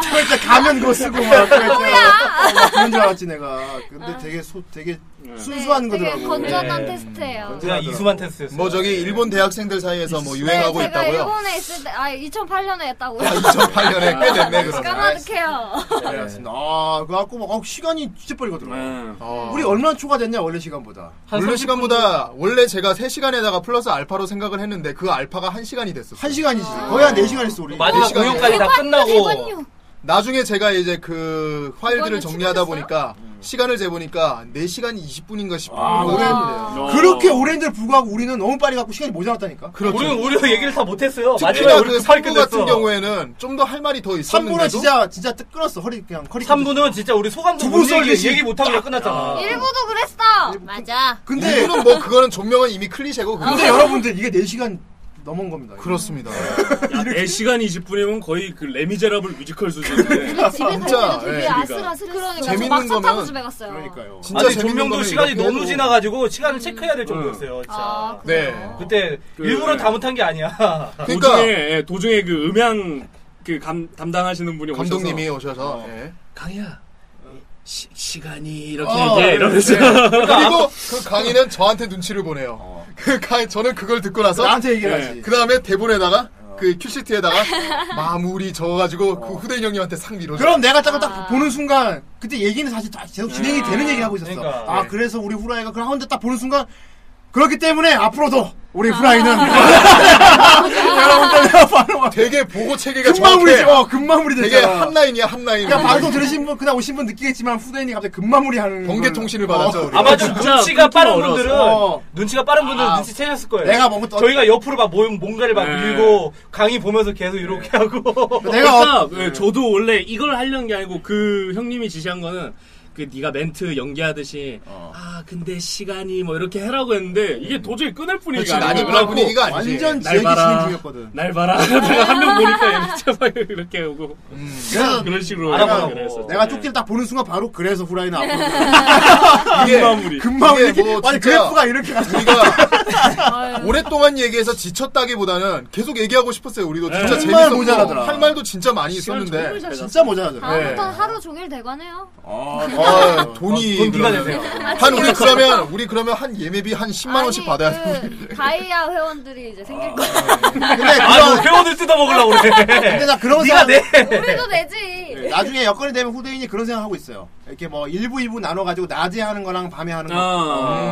[SPEAKER 2] 그거 진짜 가면 그거 쓰고 막 그랬잖아. 어, 그런 줄 알았지 내가 근데 되게 소, 되게
[SPEAKER 3] 네.
[SPEAKER 2] 순수한
[SPEAKER 5] 아. 네, 되게
[SPEAKER 2] 거더라고
[SPEAKER 5] 건전한
[SPEAKER 3] 예.
[SPEAKER 5] 테스트예요.
[SPEAKER 2] 건전-
[SPEAKER 3] 그냥 이수만 테스트였어요.
[SPEAKER 4] 뭐 저기 일본 대학생들 사이에서 뭐 유행하고
[SPEAKER 5] 네, 제가
[SPEAKER 4] 있다고요.
[SPEAKER 5] 일본에 있을 때, 아, 2008년에 했다고요.
[SPEAKER 4] 아, (laughs) 2008년에 꽤 됐네 그러면.
[SPEAKER 5] (laughs) 까마득해요.
[SPEAKER 2] 네, 알았습니다. 아, 그래갖고 막, 어, 시간이 진짜 빨리 가더라고요.
[SPEAKER 3] 네.
[SPEAKER 6] 예.
[SPEAKER 4] 어.
[SPEAKER 2] 우리 얼마나 초과됐냐, 원래 시간보다.
[SPEAKER 3] 한
[SPEAKER 4] 원래
[SPEAKER 3] 30분
[SPEAKER 4] 시간보다 원래 제가 3시간에다가 플러스 알파로 생각을 했는데 그 알파가 1시간이 됐었어요.
[SPEAKER 2] 한 시간이지.
[SPEAKER 5] 아.
[SPEAKER 2] 거의 한 4시간 했어, 우리.
[SPEAKER 3] 마지막
[SPEAKER 4] 시간에.
[SPEAKER 3] 공연까지 다 끝나고
[SPEAKER 5] 대관료.
[SPEAKER 4] 나중에 제가 이제 그
[SPEAKER 5] 그거는
[SPEAKER 4] 파일들을 정리하다
[SPEAKER 5] 찍으셨어요? 음.
[SPEAKER 4] 보니까 시간을 재보니까 4시간 20분인가 싶어요.
[SPEAKER 2] 아, 오래 했는데요. 그렇게 오랜데도 불구하고 우리는 너무 빨리 갖고 시간이 모자랐다니까.
[SPEAKER 4] 그렇죠.
[SPEAKER 3] 우리는 오히려 얘기를 다 못했어요. 마지막에
[SPEAKER 4] 특히나
[SPEAKER 3] 우리
[SPEAKER 4] 그
[SPEAKER 3] 끝
[SPEAKER 4] 삼부
[SPEAKER 3] 끝
[SPEAKER 4] 같은 경우에는 좀 더 할 말이 더
[SPEAKER 2] 3분은
[SPEAKER 4] 있었는데도
[SPEAKER 2] 진짜, 진짜 뜨- 끌었어. 허리, 그냥 허리.
[SPEAKER 3] 3분은 진짜 우리 소감도
[SPEAKER 2] 두분
[SPEAKER 3] 못 얘기,
[SPEAKER 2] 썰듯이.
[SPEAKER 3] 얘기 못하고 그냥 끝났잖아.
[SPEAKER 5] 일부도 그랬어.
[SPEAKER 7] 맞아.
[SPEAKER 2] 근데,
[SPEAKER 4] 이분은 뭐 그거는 조명은 이미 클리셰고
[SPEAKER 2] 근데 여러분들 이게 4시간 넘은 겁니다. 이거.
[SPEAKER 4] 그렇습니다.
[SPEAKER 6] 야, 4시간 20분이면 거의 그 레미제라블
[SPEAKER 5] (laughs)
[SPEAKER 6] 뮤지컬 수준인데.
[SPEAKER 7] 우리 집에 갈
[SPEAKER 4] 진짜,
[SPEAKER 7] 때도 되게
[SPEAKER 4] 예.
[SPEAKER 7] 아슬아슬했어요.
[SPEAKER 5] 그러니까.
[SPEAKER 4] 재밌는
[SPEAKER 7] 막차 타고
[SPEAKER 4] 거면
[SPEAKER 7] 집에 갔어요.
[SPEAKER 2] 그러니까요.
[SPEAKER 4] 진짜
[SPEAKER 3] 아니
[SPEAKER 4] 재밌는
[SPEAKER 3] 조명도
[SPEAKER 4] 거는
[SPEAKER 3] 시간이
[SPEAKER 4] 이렇게
[SPEAKER 3] 너무
[SPEAKER 4] 해도-
[SPEAKER 3] 지나가지고 시간을 체크해야 될 정도였어요. 진짜.
[SPEAKER 7] 아,
[SPEAKER 4] 네.
[SPEAKER 3] 그때
[SPEAKER 6] 그-
[SPEAKER 3] 일부러 다 못한 게 아니야.
[SPEAKER 4] 그러니까
[SPEAKER 6] 도중에 예, 도중에 그 음향 그 감, 담당하시는 분이
[SPEAKER 4] 감독님이
[SPEAKER 6] 오셔서
[SPEAKER 4] 오셔서
[SPEAKER 6] 어.
[SPEAKER 4] 예.
[SPEAKER 6] 강희야 시, 시간이 이렇게
[SPEAKER 4] 어,
[SPEAKER 6] 얘기해 예, 이러면서 (laughs)
[SPEAKER 4] 그리고 그 강의는 저한테 눈치를 보내요.
[SPEAKER 2] 어.
[SPEAKER 4] 그 강의 저는 그걸 듣고 나서
[SPEAKER 2] 나한테
[SPEAKER 3] 네.
[SPEAKER 2] 얘기하지.
[SPEAKER 4] 그 다음에 대본에다가 그 큐시트에다가 마무리 적어가지고 그 후대인 형님한테 상 밀어줘.
[SPEAKER 2] 그럼 내가 딱,
[SPEAKER 4] 아.
[SPEAKER 2] 딱 보는 순간 그때 얘기는 사실 다 계속 진행이
[SPEAKER 4] 네.
[SPEAKER 2] 되는 얘기 하고 있었어.
[SPEAKER 3] 그러니까.
[SPEAKER 2] 아
[SPEAKER 3] 네.
[SPEAKER 2] 그래서 우리 후라이가 그걸 하는데 딱 보는 순간 그렇기 때문에 앞으로도 우리
[SPEAKER 4] 아. (laughs)
[SPEAKER 2] 후라이는 여러분들 바로
[SPEAKER 4] 되게 보고 체계가
[SPEAKER 2] 금마무리지.
[SPEAKER 4] 정확해.
[SPEAKER 2] 어 금마무리
[SPEAKER 4] 되게
[SPEAKER 2] 됐잖아.
[SPEAKER 4] 한 라인이야 한 라인.
[SPEAKER 2] 그러니까 방송 들으신 분 그냥 오신 분 느끼겠지만 후대인이 갑자기 금마무리 하는
[SPEAKER 4] 번개
[SPEAKER 2] 걸-
[SPEAKER 4] 통신을
[SPEAKER 2] 어.
[SPEAKER 4] 받았죠 우리.
[SPEAKER 3] 아마 좀
[SPEAKER 6] 진짜
[SPEAKER 3] 눈치가 빠른
[SPEAKER 6] 끊기가
[SPEAKER 3] 분들은
[SPEAKER 2] 어려워서. 어.
[SPEAKER 3] 눈치가 빠른 분들은
[SPEAKER 2] 아,
[SPEAKER 3] 눈치 채셨을 거예요.
[SPEAKER 2] 내가 먹은 또
[SPEAKER 3] 저희가 옆으로 막 모, 뭔가를 막
[SPEAKER 6] 네.
[SPEAKER 3] 밀고 강의 보면서 계속 이렇게 하고
[SPEAKER 2] 내가 어,
[SPEAKER 6] 그러니까
[SPEAKER 4] 네.
[SPEAKER 6] 예, 저도 원래 이걸 하려는 게 아니고 그 형님이 지시한 거는 그 네가 멘트 연기하듯이
[SPEAKER 4] 어.
[SPEAKER 6] 아 근데 시간이 뭐 이렇게 해라고 했는데 이게 도저히 끊을
[SPEAKER 4] 음. 그렇지
[SPEAKER 6] 분위기가
[SPEAKER 4] 난이
[SPEAKER 6] 아니더라고.
[SPEAKER 4] 그런 분위기가 아니지. 음.
[SPEAKER 2] 완전
[SPEAKER 6] 날
[SPEAKER 2] 지혜기
[SPEAKER 6] 봐라.
[SPEAKER 2] 치는 중이었거든.
[SPEAKER 6] 날 봐라 (laughs) 하다가 한 명 보니까 진짜 막 이렇게 오고
[SPEAKER 4] 음.
[SPEAKER 2] 그래서
[SPEAKER 6] 그런 식으로
[SPEAKER 3] 알아보라고.
[SPEAKER 6] 그래서.
[SPEAKER 2] 내가
[SPEAKER 6] 예.
[SPEAKER 2] 쪽지를 딱 보는 순간 바로 그래서 후라이는 앞으로
[SPEAKER 4] 이게
[SPEAKER 6] 그 마무리.
[SPEAKER 2] 금마무리.
[SPEAKER 4] 네. 이게 뭐
[SPEAKER 2] 아니
[SPEAKER 4] 진짜-
[SPEAKER 2] 그래프가 이렇게 가.
[SPEAKER 4] 우리가 오랫동안 얘기해서 지쳤다기보다는 계속 얘기하고 싶었어요. 우리도 진짜
[SPEAKER 6] 정말
[SPEAKER 4] 재밌었고
[SPEAKER 2] 네. 모자라더라.
[SPEAKER 4] 할 말도 진짜 많이
[SPEAKER 6] 시간 정말
[SPEAKER 4] 있었는데
[SPEAKER 6] 잘 갔어.
[SPEAKER 2] 진짜 모자라죠. 네.
[SPEAKER 4] 네.
[SPEAKER 5] 다음부터 하루 종일 대관해요.
[SPEAKER 2] 아,
[SPEAKER 4] 아, 돈이
[SPEAKER 3] 돈 네가
[SPEAKER 4] 그러면-
[SPEAKER 3] 내세요.
[SPEAKER 4] 한 우리 그러면 우리 그러면 한 예매비 한 10만 원씩
[SPEAKER 5] 아니,
[SPEAKER 4] 받아야 돼.
[SPEAKER 5] 그 (laughs) 다이아 회원들이 이제
[SPEAKER 2] 아,
[SPEAKER 5] 생길 거예요.
[SPEAKER 2] 근데
[SPEAKER 3] 아뭐
[SPEAKER 2] 그런,
[SPEAKER 3] 회원을 뜯어먹으려고
[SPEAKER 2] 근데 (laughs)
[SPEAKER 3] 그래.
[SPEAKER 2] 나 그런
[SPEAKER 3] 네가
[SPEAKER 2] 생각
[SPEAKER 3] 내
[SPEAKER 5] 우리도 내지.
[SPEAKER 2] 네, 나중에 여건이 되면 후대인이 그런 생각하고 있어요. 이렇게 뭐 일부 일부 나눠가지고 낮에 하는 거랑 밤에 하는 거.
[SPEAKER 3] 어.
[SPEAKER 6] 아.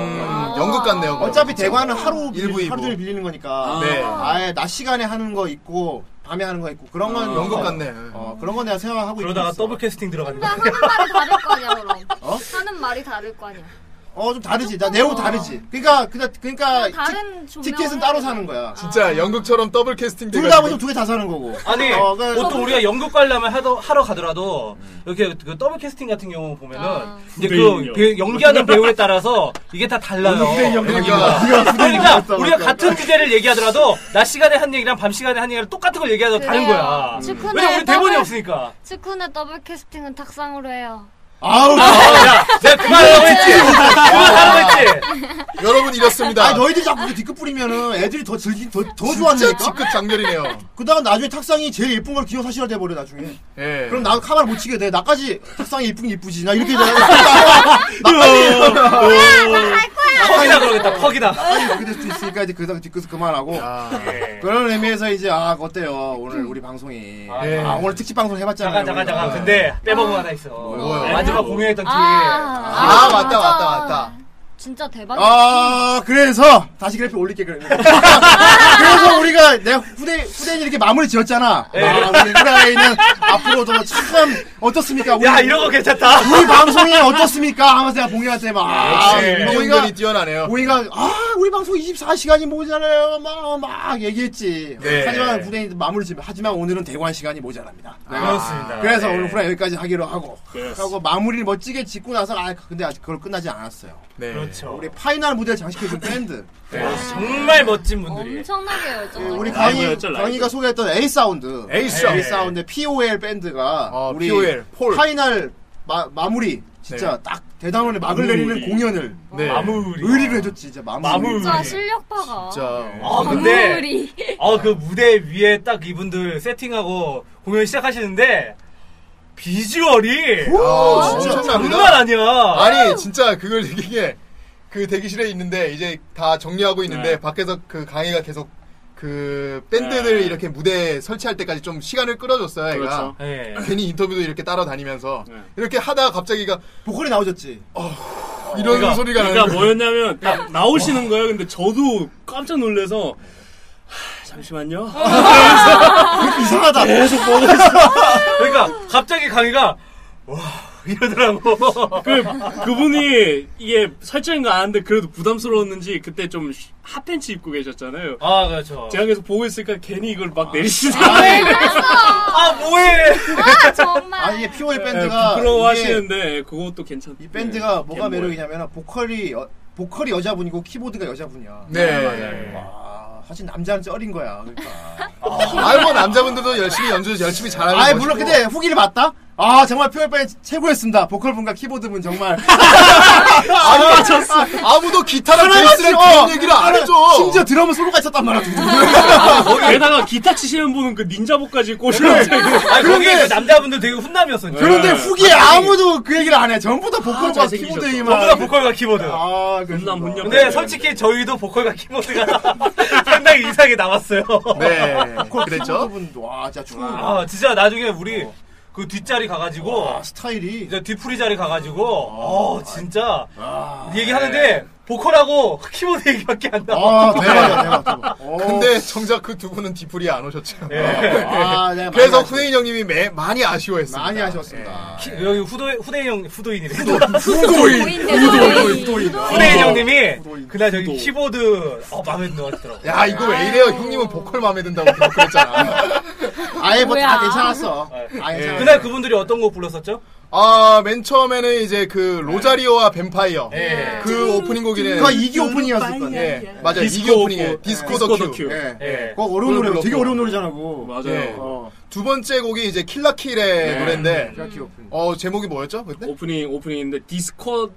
[SPEAKER 4] 음, 연극 같네요. 그럼.
[SPEAKER 2] 어차피 대관은
[SPEAKER 3] 뭐
[SPEAKER 2] 하루 빌-
[SPEAKER 4] 일부, 일부.
[SPEAKER 2] 하루 종일 빌리는 거니까.
[SPEAKER 6] 아.
[SPEAKER 4] 네.
[SPEAKER 2] 아예 낮 시간에 하는 거 있고 밤에 하는 거 있고 그런 건
[SPEAKER 6] 아,
[SPEAKER 4] 연극 같네.
[SPEAKER 2] 어, 그런 건 내가 생각하고
[SPEAKER 3] 그러다가
[SPEAKER 2] 있긴
[SPEAKER 3] 더블
[SPEAKER 2] 있어.
[SPEAKER 3] 캐스팅 들어가는
[SPEAKER 5] 근데
[SPEAKER 3] 거야.
[SPEAKER 5] 하는 말이 다를 거 아니야, 그럼.
[SPEAKER 2] 어?
[SPEAKER 5] 하는 말이 다를 거 아니야.
[SPEAKER 2] 어, 좀 다르지. 나 내용 다르지. 그러니까 그냥 그러니까
[SPEAKER 5] 다른
[SPEAKER 2] 티-
[SPEAKER 5] 조명.
[SPEAKER 2] 티켓은 따로 사는 거야.
[SPEAKER 4] 진짜 연극처럼 더블 캐스팅
[SPEAKER 2] 아. 둘 다
[SPEAKER 4] 돼가지고
[SPEAKER 2] 보면 두 개 다 사는 거고.
[SPEAKER 3] 아니
[SPEAKER 2] 어, 그러니까
[SPEAKER 3] 보통 우리가 연극 가려면 하더, 하러 가더라도 이렇게 그 더블 캐스팅 같은 경우 보면은
[SPEAKER 5] 아.
[SPEAKER 3] 이제 그
[SPEAKER 6] 후대인이요.
[SPEAKER 3] 배- 연기하는 배우에 따라서 이게 다 달라요.
[SPEAKER 4] 그러니까
[SPEAKER 3] 어.
[SPEAKER 2] (laughs)
[SPEAKER 3] 그러니까 우리가 같은 주제를 얘기하더라도 낮 시간에 한 얘기랑 밤 시간에 한 얘기랑 똑같은 걸 얘기하더라도 다른
[SPEAKER 5] 그래요. 음.
[SPEAKER 3] 거야.
[SPEAKER 5] 측근의
[SPEAKER 3] 왜냐면 우리 대본이
[SPEAKER 5] 더블-
[SPEAKER 3] 없으니까.
[SPEAKER 5] 측훈의 더블 캐스팅은 탁상으로 해요.
[SPEAKER 2] 아우.
[SPEAKER 3] (laughs) 야, 내가 그만하라고 했지. 그만하라고 했지.
[SPEAKER 4] 여러분 이렇습니다.
[SPEAKER 2] 아니 너희들 자꾸 그 뒤끝 뿌리면은 애들이 더 즐기 더더
[SPEAKER 4] 진짜
[SPEAKER 2] 좋아하니까.
[SPEAKER 4] 직급 장렬이네요.
[SPEAKER 2] 그다음 나중에 탁상이 제일 예쁜 걸 기어 사실화 돼버려 나중에.
[SPEAKER 4] 예.
[SPEAKER 2] 그럼 나도 카메라 못 치게 돼. 나까지 탁상이 이쁘긴 이쁘지. 나 이렇게
[SPEAKER 3] (laughs)
[SPEAKER 2] 되잖아. 나까지.
[SPEAKER 3] 퍽이다 그러겠다. 퍽이다.
[SPEAKER 2] 아니 여기 될 수도 있으니까 이제 그다음 뒤끝은 그만하고.
[SPEAKER 4] 아,
[SPEAKER 3] 예.
[SPEAKER 2] 그런 의미에서 이제 아 어때요 오늘 우리 방송이. 아,
[SPEAKER 4] 예.
[SPEAKER 2] 오늘 특집 방송 해봤잖아요.
[SPEAKER 3] 네. 잠깐 잠깐 잠깐.
[SPEAKER 2] 우리가.
[SPEAKER 3] 근데 빼먹은 거 하나 있어.
[SPEAKER 4] 뭐요?
[SPEAKER 3] 마지막 공연했던 뒤에
[SPEAKER 4] 아, 맞다 맞다 맞다.
[SPEAKER 5] 아, 진짜 대박이야.
[SPEAKER 2] 아 그래서 다시 그래픽 올릴게 (laughs) 그래. 그래서 우리가 내 후대 후대인 이렇게 마무리 지었잖아.
[SPEAKER 3] 네.
[SPEAKER 2] 아, 우리 후라이는 앞으로도 참 어떻습니까? 우리,
[SPEAKER 3] 야 이런 거 괜찮다.
[SPEAKER 2] 우리 방송이 어떻습니까? 하면서 내가 봉이한테 막 아,
[SPEAKER 4] 역시
[SPEAKER 2] 우리 봉이가
[SPEAKER 4] 운동들이 네, 뛰어나네요.
[SPEAKER 2] 봉이가 아 우리 방송 24시간이 모자라요 막 막 얘기했지.
[SPEAKER 4] 네.
[SPEAKER 2] 하지만 후대인 마무리 지면 하지만 오늘은 대관 시간이 모자랍니다. 아,
[SPEAKER 3] 그렇습니다.
[SPEAKER 2] 그래서
[SPEAKER 3] 네.
[SPEAKER 2] 오늘 후라이 여기까지 하기로 하고
[SPEAKER 6] 그렇습니다.
[SPEAKER 2] 하고 마무리를 멋지게 짓고 나서 아 근데 아직 그걸 끝나지 않았어요.
[SPEAKER 4] 네.
[SPEAKER 3] 그렇죠.
[SPEAKER 2] 우리 파이널 무대를 장식해준 밴드.
[SPEAKER 3] 와, 정말 멋진 분들이.
[SPEAKER 5] 엄청나게
[SPEAKER 2] 예,
[SPEAKER 5] 열정.
[SPEAKER 2] 우리 강희,
[SPEAKER 6] 라이브였죠, 라이브.
[SPEAKER 2] 강희가 소개했던 A 사운드.
[SPEAKER 4] A 사운드.
[SPEAKER 2] 의 POL 밴드가
[SPEAKER 4] 어,
[SPEAKER 2] 우리
[SPEAKER 4] POL, 폴.
[SPEAKER 2] 파이널 마, 마무리 진짜 딱 대단원에 막을
[SPEAKER 6] 마무리.
[SPEAKER 2] 내리는 공연을
[SPEAKER 4] 네.
[SPEAKER 3] 마무리.
[SPEAKER 2] 의리로 해줬지 진짜 마무리.
[SPEAKER 3] 마무리.
[SPEAKER 5] 진짜 실력파가.
[SPEAKER 4] 진짜.
[SPEAKER 3] 아 근데
[SPEAKER 5] (laughs) 우리
[SPEAKER 3] 아 그 무대 위에 딱 이분들 세팅하고 공연 시작하시는데 비주얼이
[SPEAKER 4] 아,
[SPEAKER 2] 진짜
[SPEAKER 3] 장난
[SPEAKER 4] 엄청납니다.
[SPEAKER 2] 뭐-
[SPEAKER 3] 아니야.
[SPEAKER 4] 아니 진짜 그걸 되게 그 대기실에 있는데 이제 다 정리하고 있는데
[SPEAKER 6] 네.
[SPEAKER 4] 밖에서 그 강의가 계속 그 밴드를
[SPEAKER 6] 네.
[SPEAKER 4] 이렇게 무대에 설치할 때까지 좀 시간을 끌어줬어요. 얘가.
[SPEAKER 6] 그렇죠.
[SPEAKER 3] 예.
[SPEAKER 4] 괜히 인터뷰도 이렇게 따라다니면서
[SPEAKER 6] 네.
[SPEAKER 4] 이렇게 하다가 갑자기가
[SPEAKER 2] 보컬이 나오셨지.
[SPEAKER 4] 이런
[SPEAKER 6] 그러니까,
[SPEAKER 4] 소리가
[SPEAKER 6] 그러니까
[SPEAKER 4] 나는
[SPEAKER 6] 뭐였냐면 나, 나오시는 거예요. 근데 저도 깜짝 놀라서 하, 잠시만요.
[SPEAKER 2] 이상하다. 아, 계속 뭐
[SPEAKER 3] 그러니까 갑자기 강의가 와 이러더라고.
[SPEAKER 6] 그 그분이 이게 설정인가 아는데 그래도 부담스러웠는지 그때 좀 쉬- 핫팬츠 입고 계셨잖아요.
[SPEAKER 3] 아 그렇죠.
[SPEAKER 6] 제가 계속 보고 있으니까 괜히 이걸 막 내리시더라고요.
[SPEAKER 3] 아 뭐해?
[SPEAKER 5] 아 정말.
[SPEAKER 2] 아니 이게 POL
[SPEAKER 6] 예,
[SPEAKER 2] 밴드가 이게
[SPEAKER 6] 부끄러워하시는데 예, 그것도 괜찮.
[SPEAKER 2] 이 밴드가
[SPEAKER 6] 예,
[SPEAKER 2] 뭐가
[SPEAKER 6] 뭐-
[SPEAKER 2] 네.
[SPEAKER 6] 네,
[SPEAKER 2] 매력이냐면 보컬이 여, 보컬이 여자분이고 키보드가 여자분이야.
[SPEAKER 4] 네.
[SPEAKER 2] 와. 아, 사실 남자는 쩔인 거야. 그러니까.
[SPEAKER 4] 아유 뭐 남자분들도 열심히 연주 열심히 잘하는
[SPEAKER 2] 아,
[SPEAKER 4] 것이고.
[SPEAKER 2] 물론 근데 후기를 봤다. 아 정말 표현방이 최고였습니다. 보컬분과 키보드분 정말 (laughs)
[SPEAKER 4] 아니 맞췄어. 아무도 기타랑
[SPEAKER 2] 하나같이,
[SPEAKER 4] 베이스랑
[SPEAKER 2] 어.
[SPEAKER 4] 그런 얘기를 안 해줘.
[SPEAKER 2] 심지어 드럼은 솔로가 있었단 말이야. (laughs)
[SPEAKER 6] 네. 어, 게다가 기타 치시는 분은 그 닌자복까지 꼬시면서
[SPEAKER 3] (laughs) 아, 그런데 남자분들 되게 훈남이었어요.
[SPEAKER 2] 그런데
[SPEAKER 6] 네.
[SPEAKER 2] 후기에 아무도 그 얘기를 안 해. 전부 다 보컬과
[SPEAKER 6] 잘생기셨어.
[SPEAKER 2] 키보드 얘기만.
[SPEAKER 3] 전부 다 보컬과 키보드.
[SPEAKER 2] 아, 그렇구나.
[SPEAKER 6] 문 옆에.
[SPEAKER 3] 근데 솔직히 저희도 보컬과 키보드가 (laughs) 상당히 이상하게 나왔어요.
[SPEAKER 2] (laughs)
[SPEAKER 4] 네.
[SPEAKER 2] 그렇죠.
[SPEAKER 4] 그랬죠.
[SPEAKER 2] 키보드분도 아, 와 진짜 추.
[SPEAKER 3] 아, 진짜 나중에 우리 그 뒷자리 가가지고
[SPEAKER 2] 어. 아, 스타일이.
[SPEAKER 3] 이제 뒤풀이 자리 가가지고 어 진짜
[SPEAKER 2] 아,
[SPEAKER 3] 얘기하는데 보컬하고 키보드 얘기밖에 안 나. 와
[SPEAKER 2] 아, 대박이야, 대박, 대박. 어.
[SPEAKER 4] 근데 정작 그 두 분은 디플이 안 오셨죠.
[SPEAKER 2] 아, 네,
[SPEAKER 4] (laughs) 그래서
[SPEAKER 2] 많이 아쉬-
[SPEAKER 4] 후대인 형님이 매, 많이 아쉬워했습니다.
[SPEAKER 2] 많이 아쉬웠습니다.
[SPEAKER 3] 여기 후도 후대인 형 후도인이래.
[SPEAKER 4] 후도인.
[SPEAKER 2] 네. 후도인.
[SPEAKER 3] 후대인 형님이
[SPEAKER 2] 후도인.
[SPEAKER 3] 그날 저기 키보드 어 마음에 들더라고.
[SPEAKER 4] 야 이거 왜 이래요? 형님은 보컬 마음에 든다고 그렇게 그랬잖아.
[SPEAKER 2] 아예 뭐 다
[SPEAKER 7] 뭐야.
[SPEAKER 2] 괜찮았어. 아,
[SPEAKER 4] 예.
[SPEAKER 2] 괜찮았어.
[SPEAKER 3] 그날 그분들이 어떤 곡 불렀었죠?
[SPEAKER 4] 아맨 처음에는 이제 그 로자리오와 뱀파이어
[SPEAKER 3] 네. 예.
[SPEAKER 4] 그 오프닝 곡이네.
[SPEAKER 2] 그거 이기 오프닝이었을 거네.
[SPEAKER 4] 예 맞아
[SPEAKER 6] 디스코
[SPEAKER 4] 이게 오프닝이에요.
[SPEAKER 6] 오프-
[SPEAKER 4] 디스코
[SPEAKER 6] 예.
[SPEAKER 4] 더
[SPEAKER 6] 디스코
[SPEAKER 4] 큐. 네.
[SPEAKER 6] 더
[SPEAKER 2] 예.
[SPEAKER 6] 큐.
[SPEAKER 3] 예.
[SPEAKER 2] 그거 어려운
[SPEAKER 6] 그걸
[SPEAKER 2] 노래, 되게
[SPEAKER 6] 불렀고.
[SPEAKER 2] 어려운 노래잖아고.
[SPEAKER 6] 맞아요.
[SPEAKER 4] 예.
[SPEAKER 2] 어.
[SPEAKER 4] 두 번째 곡이 이제 킬라킬의 노래인데
[SPEAKER 2] 그냥 기억 오프닝.
[SPEAKER 4] 어 제목이 뭐였죠 그때?
[SPEAKER 6] 오프닝 오프닝인데 디스코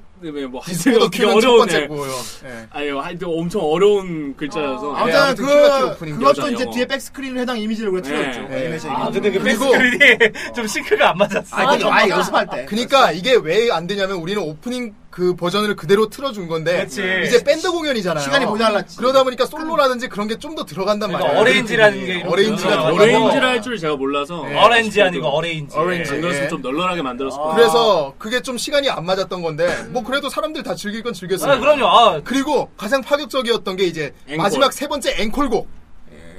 [SPEAKER 6] 뭐
[SPEAKER 4] 디스코 더
[SPEAKER 6] 되게
[SPEAKER 4] 큐는 첫
[SPEAKER 6] 어려운 네.
[SPEAKER 4] 번째
[SPEAKER 6] 애.
[SPEAKER 4] 곡이요. 예.
[SPEAKER 6] 아니요 뭐 하여튼 엄청 어려운 글자여서
[SPEAKER 4] 예,
[SPEAKER 2] 아무튼
[SPEAKER 4] 아무튼 킬라킬
[SPEAKER 2] 그
[SPEAKER 4] 오프닝
[SPEAKER 2] 그것도
[SPEAKER 6] 여자
[SPEAKER 2] 이제
[SPEAKER 6] 영어.
[SPEAKER 2] 뒤에 백스크린을 해당 이미지를 우리가
[SPEAKER 6] 예.
[SPEAKER 2] 틀었죠.
[SPEAKER 4] 예.
[SPEAKER 2] 애니메이션
[SPEAKER 3] 아
[SPEAKER 2] 이미지.
[SPEAKER 3] 근데 그
[SPEAKER 4] 그리고-
[SPEAKER 3] 백스크린이 (laughs) 좀 싱크가 안 맞았어.
[SPEAKER 2] 아니, 그거 아예 연습할
[SPEAKER 3] 네,
[SPEAKER 2] 때.
[SPEAKER 4] 그니까 그러니까 이게 왜 안 되냐면 우리는 오프닝 그 버전을 그대로 틀어준 건데
[SPEAKER 3] 그렇지.
[SPEAKER 4] 이제 밴드 공연이잖아요.
[SPEAKER 2] 시간이 모자랐지.
[SPEAKER 4] 그러다 보니까 솔로라든지 그런 게 좀 더 들어간단
[SPEAKER 3] 그러니까
[SPEAKER 4] 말이에요.
[SPEAKER 3] 어레인지라는
[SPEAKER 4] 그래서
[SPEAKER 3] 게
[SPEAKER 4] 어레인지가
[SPEAKER 3] 있구나.
[SPEAKER 4] 들어가고
[SPEAKER 6] 오렌지를 할 줄 제가 몰라서 네.
[SPEAKER 3] 어렌지
[SPEAKER 6] 예.
[SPEAKER 3] 아니고 어레인지.
[SPEAKER 4] 어레인지.
[SPEAKER 6] 안 네. 그랬으면 좀 널널하게 만들었을
[SPEAKER 3] 아.
[SPEAKER 6] 거예요.
[SPEAKER 4] 그래서 그게 좀 시간이 안 맞았던 건데 뭐 그래도 사람들 다 즐길 건 즐겼어요.
[SPEAKER 3] 아 그럼요. 아,
[SPEAKER 4] 그리고 가장 파격적이었던 게 이제
[SPEAKER 6] 앵콜.
[SPEAKER 4] 마지막 세 번째 앵콜곡.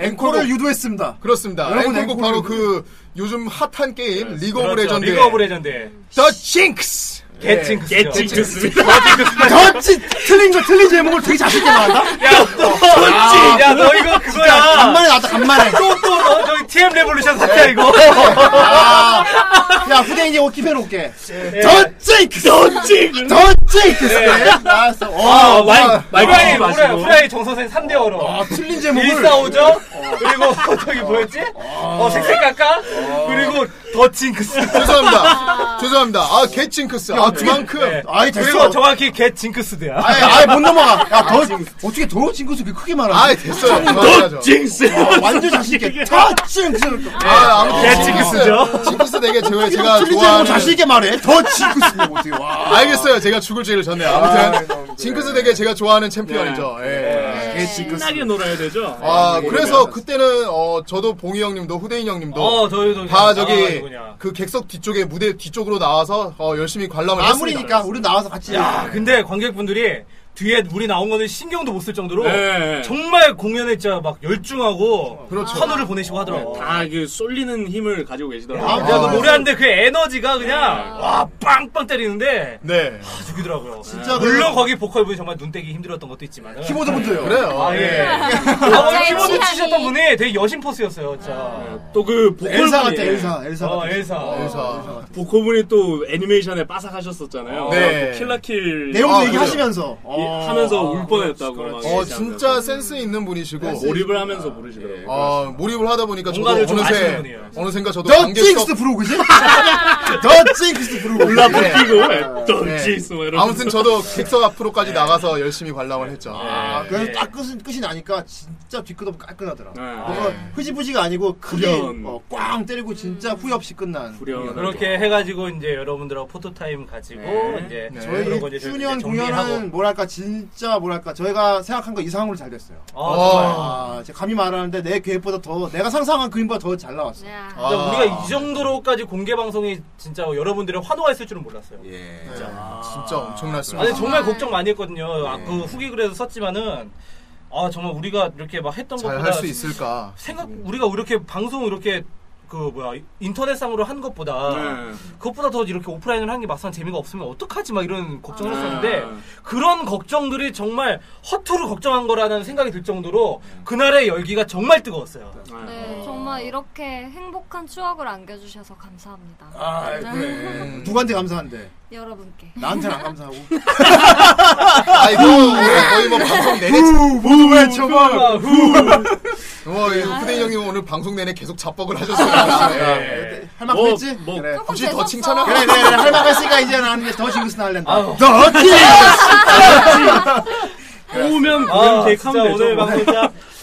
[SPEAKER 2] 앵콜을
[SPEAKER 4] 앵콜곡.
[SPEAKER 2] 유도했습니다.
[SPEAKER 4] 그렇습니다.
[SPEAKER 2] 여러분
[SPEAKER 4] 앵콜곡
[SPEAKER 2] 앵콜을
[SPEAKER 4] 바로
[SPEAKER 2] 유도-
[SPEAKER 4] 그 요즘 핫한 게임 리그 오브
[SPEAKER 3] 그렇죠.
[SPEAKER 4] 레전드.
[SPEAKER 3] 리그 오브 레전드.
[SPEAKER 4] 더 징크스.
[SPEAKER 3] 개칭
[SPEAKER 6] 예, 찍겠습니다.
[SPEAKER 2] 아, 덧지 틀린 거 틀린 제목을 되게 자신있게 나왔다.
[SPEAKER 3] 야너 야, 너 이거 그거야.
[SPEAKER 2] 간만에 나왔다 간만에.
[SPEAKER 3] 또또너 저기 TM 레볼루션 사자 이거.
[SPEAKER 2] 야 후대인이 옷 입혀놓게. 덧지 덧지 덧지 네. 나왔어.
[SPEAKER 6] 아,
[SPEAKER 2] 와
[SPEAKER 6] 마이
[SPEAKER 3] 후라이
[SPEAKER 6] 마이크
[SPEAKER 3] 후라이
[SPEAKER 6] 마시고.
[SPEAKER 3] 후라이 정선생 3대
[SPEAKER 2] 아,
[SPEAKER 3] 5로
[SPEAKER 2] 틀린 제목을.
[SPEAKER 3] 145죠 그리고 (laughs) 저기 뭐였지? 어 색색깎아 그리고 더 징크스
[SPEAKER 4] 죄송합니다. 죄송합니다. 아, 개 징크스. 아, 그만큼.
[SPEAKER 3] 네.
[SPEAKER 2] 아이
[SPEAKER 3] 그리고
[SPEAKER 2] 됐어.
[SPEAKER 3] 정확히 겟 징크스드야
[SPEAKER 2] 아예 아예 못 넘어가. 야 더 어떻게 더 징크스 그렇게 크게 말하?
[SPEAKER 4] 아, 됐어요. 그만하죠.
[SPEAKER 6] 징스.
[SPEAKER 2] 완전 자신있게 더 징크스.
[SPEAKER 4] 아, 아무튼
[SPEAKER 3] 개 네, 징크스죠.
[SPEAKER 4] 징크스 되게
[SPEAKER 2] 틀린
[SPEAKER 4] 제가, 제가
[SPEAKER 2] 제목을
[SPEAKER 4] 좋아하는.
[SPEAKER 2] 자신있게 말해. 더 (laughs) 징크스 어떻게 와.
[SPEAKER 4] 알겠어요. 제가 죽을 죄를 졌네요.
[SPEAKER 2] 아이,
[SPEAKER 4] 아무튼
[SPEAKER 2] 너무 그래.
[SPEAKER 4] 징크스 되게 제가 좋아하는 챔피언이죠. 예.
[SPEAKER 2] 개 징크스.
[SPEAKER 6] 신나게 놀아야 되죠.
[SPEAKER 4] 아,
[SPEAKER 2] 네.
[SPEAKER 4] 그래서 그때는 어, 저도 봉희 형님도 후대인 형님도
[SPEAKER 3] 어 저희도
[SPEAKER 4] 다
[SPEAKER 3] 그냥
[SPEAKER 4] 저기
[SPEAKER 3] 나가가지고 그냥.
[SPEAKER 4] 그 객석 뒤쪽에 무대 뒤쪽으로 나와서 어, 열심히 관람을 했습니다.
[SPEAKER 2] 마무리니까 우리 나와서 같이.
[SPEAKER 3] 야 근데 관객분들이 뒤에 우리 나온 거는 신경도 못 쓸 정도로
[SPEAKER 6] 네.
[SPEAKER 3] 정말 공연에 진짜 막 열중하고
[SPEAKER 4] 그렇죠.
[SPEAKER 3] 환호를 보내시고 하더라고
[SPEAKER 6] 다 그 쏠리는 힘을 가지고 계시더라고요.
[SPEAKER 3] 아,
[SPEAKER 2] 아,
[SPEAKER 3] 그 노래하는데 그 에너지가 그냥 와 빵빵 때리는데
[SPEAKER 4] 네.
[SPEAKER 3] 다 죽이더라고요.
[SPEAKER 2] 진짜
[SPEAKER 3] 물론
[SPEAKER 2] 그래요.
[SPEAKER 3] 거기 보컬분이 정말 눈 떼기 힘들었던 것도 있지만
[SPEAKER 2] 키보드 분들요.
[SPEAKER 4] 그래요.
[SPEAKER 3] 아 예. 아,
[SPEAKER 7] 갑자기
[SPEAKER 3] 키보드
[SPEAKER 7] 취향이.
[SPEAKER 3] 치셨던 분이 되게 여신 포스였어요, 진짜.
[SPEAKER 6] 또 그 보컬
[SPEAKER 2] 엘사 같아
[SPEAKER 6] 분이-
[SPEAKER 2] 엘사 엘사
[SPEAKER 3] 어,
[SPEAKER 2] 같아.
[SPEAKER 3] 엘사.
[SPEAKER 4] 그래서 어,
[SPEAKER 6] 보코분이 또 애니메이션에 빠삭하셨었잖아요.
[SPEAKER 4] 네.
[SPEAKER 6] 그 킬라킬
[SPEAKER 2] 내용도
[SPEAKER 4] 아,
[SPEAKER 2] 얘기하시면서
[SPEAKER 6] 예,
[SPEAKER 2] 어.
[SPEAKER 6] 하면서 울 뻔했다고. 막
[SPEAKER 4] 어,
[SPEAKER 6] 얘기하면서.
[SPEAKER 4] 진짜 센스 있는 분이시고
[SPEAKER 6] 몰입을 하면서 부르시더라고요.
[SPEAKER 4] 아, 몰입을 하다 보니까 저도
[SPEAKER 3] 뭔가를 좀 아시는
[SPEAKER 4] 어느새
[SPEAKER 3] 분이에요.
[SPEAKER 4] 어느샌가 저도
[SPEAKER 2] 더
[SPEAKER 4] 관객석
[SPEAKER 2] 징크스 부르고 그지? 더 징크스 부르고
[SPEAKER 6] 올라
[SPEAKER 4] 네.
[SPEAKER 6] 뽑히고
[SPEAKER 4] 네.
[SPEAKER 6] 던지스 막 이러면서.
[SPEAKER 4] 아무튼 저도 객석 앞으로까지 나가서 열심히 관람을 했죠.
[SPEAKER 2] 아, 그래서
[SPEAKER 3] 예.
[SPEAKER 2] 딱 끝이, 끝이 나니까 진짜 뒤끝없이 깔끔하더라.
[SPEAKER 6] 네.
[SPEAKER 3] 아.
[SPEAKER 2] 뭔가 흐지부지가 아니고 크게
[SPEAKER 6] 후련.
[SPEAKER 2] 어, 꽝 때리고 진짜 후회 없이 끝난. 예.
[SPEAKER 6] 후련.
[SPEAKER 3] 그렇게 해가지고 이제 여러분들하고 포토타임 가지고
[SPEAKER 6] 네.
[SPEAKER 3] 이제
[SPEAKER 4] 네.
[SPEAKER 2] 저희
[SPEAKER 3] 예, 그런 거 이제 저희가
[SPEAKER 2] 주년
[SPEAKER 3] 이제 정리하고.
[SPEAKER 2] 공연은 뭐랄까 진짜 뭐랄까 저희가 생각한 거 이상으로 잘 됐어요.
[SPEAKER 3] 아, 정말.
[SPEAKER 2] 아, 제가 감히 말하는데 내 계획보다 더 내가 상상한 그림보다 더 잘 나왔어.
[SPEAKER 5] 네.
[SPEAKER 2] 요
[SPEAKER 7] 야.
[SPEAKER 4] 아.
[SPEAKER 3] 진짜 우리가 이 정도로까지 공개 방송이 진짜 여러분들을 환호했을 줄은 몰랐어요.
[SPEAKER 2] 예.
[SPEAKER 4] 네, 진짜 엄청났습니다.
[SPEAKER 3] 아니 정말 걱정 많이 했거든요. 아, 그 후기 글에도 썼지만은 아 정말 우리가 이렇게 막 했던
[SPEAKER 4] 잘
[SPEAKER 3] 것보다
[SPEAKER 4] 할 수 있을까?
[SPEAKER 3] 생각 우리가 이렇게 방송 이렇게 그 뭐야 인터넷상으로 한
[SPEAKER 6] 네.
[SPEAKER 3] 것보다
[SPEAKER 6] 아,
[SPEAKER 3] 그것보다 더 이렇게 오프라인을 하는 게 막상 재미가 없으면 어떡하지 막 이런 걱정을 했었는데 그런 걱정들이 정말 허투루 걱정한 거라는 생각이 들 정도로 그날의 열기가 정말 뜨거웠어요.
[SPEAKER 5] 네, 정말 이렇게 행복한 추억을 안겨주셔서 감사합니다.
[SPEAKER 2] 아 그래. 누구한테 감사한데?
[SPEAKER 5] 여러분께.
[SPEAKER 2] 나한테는 안 감사하고.
[SPEAKER 4] 아이고 거의 뭐 방송 내내
[SPEAKER 2] 모두 외쳐봐.
[SPEAKER 3] 아, 후.
[SPEAKER 4] 어, 예, 후대인 형님 오늘 방송 내내 계속 자뻑을 하셨어요.
[SPEAKER 2] 아, 네. 할 만큼 했지?
[SPEAKER 6] 뭐,
[SPEAKER 2] 그래.
[SPEAKER 4] 굳이
[SPEAKER 7] 재수
[SPEAKER 4] 더
[SPEAKER 7] 없어.
[SPEAKER 4] 칭찬을
[SPEAKER 5] 네,
[SPEAKER 2] 그래, 그래, 그래. 할 만큼 했으니까 이제 나는 이제 더 징크스나 할랜다. 네.
[SPEAKER 3] 아유.
[SPEAKER 2] 더티!
[SPEAKER 6] 오면
[SPEAKER 3] 아,
[SPEAKER 6] 그냥 계획
[SPEAKER 3] 진짜
[SPEAKER 6] 하면 되죠.
[SPEAKER 3] 오늘 방송 진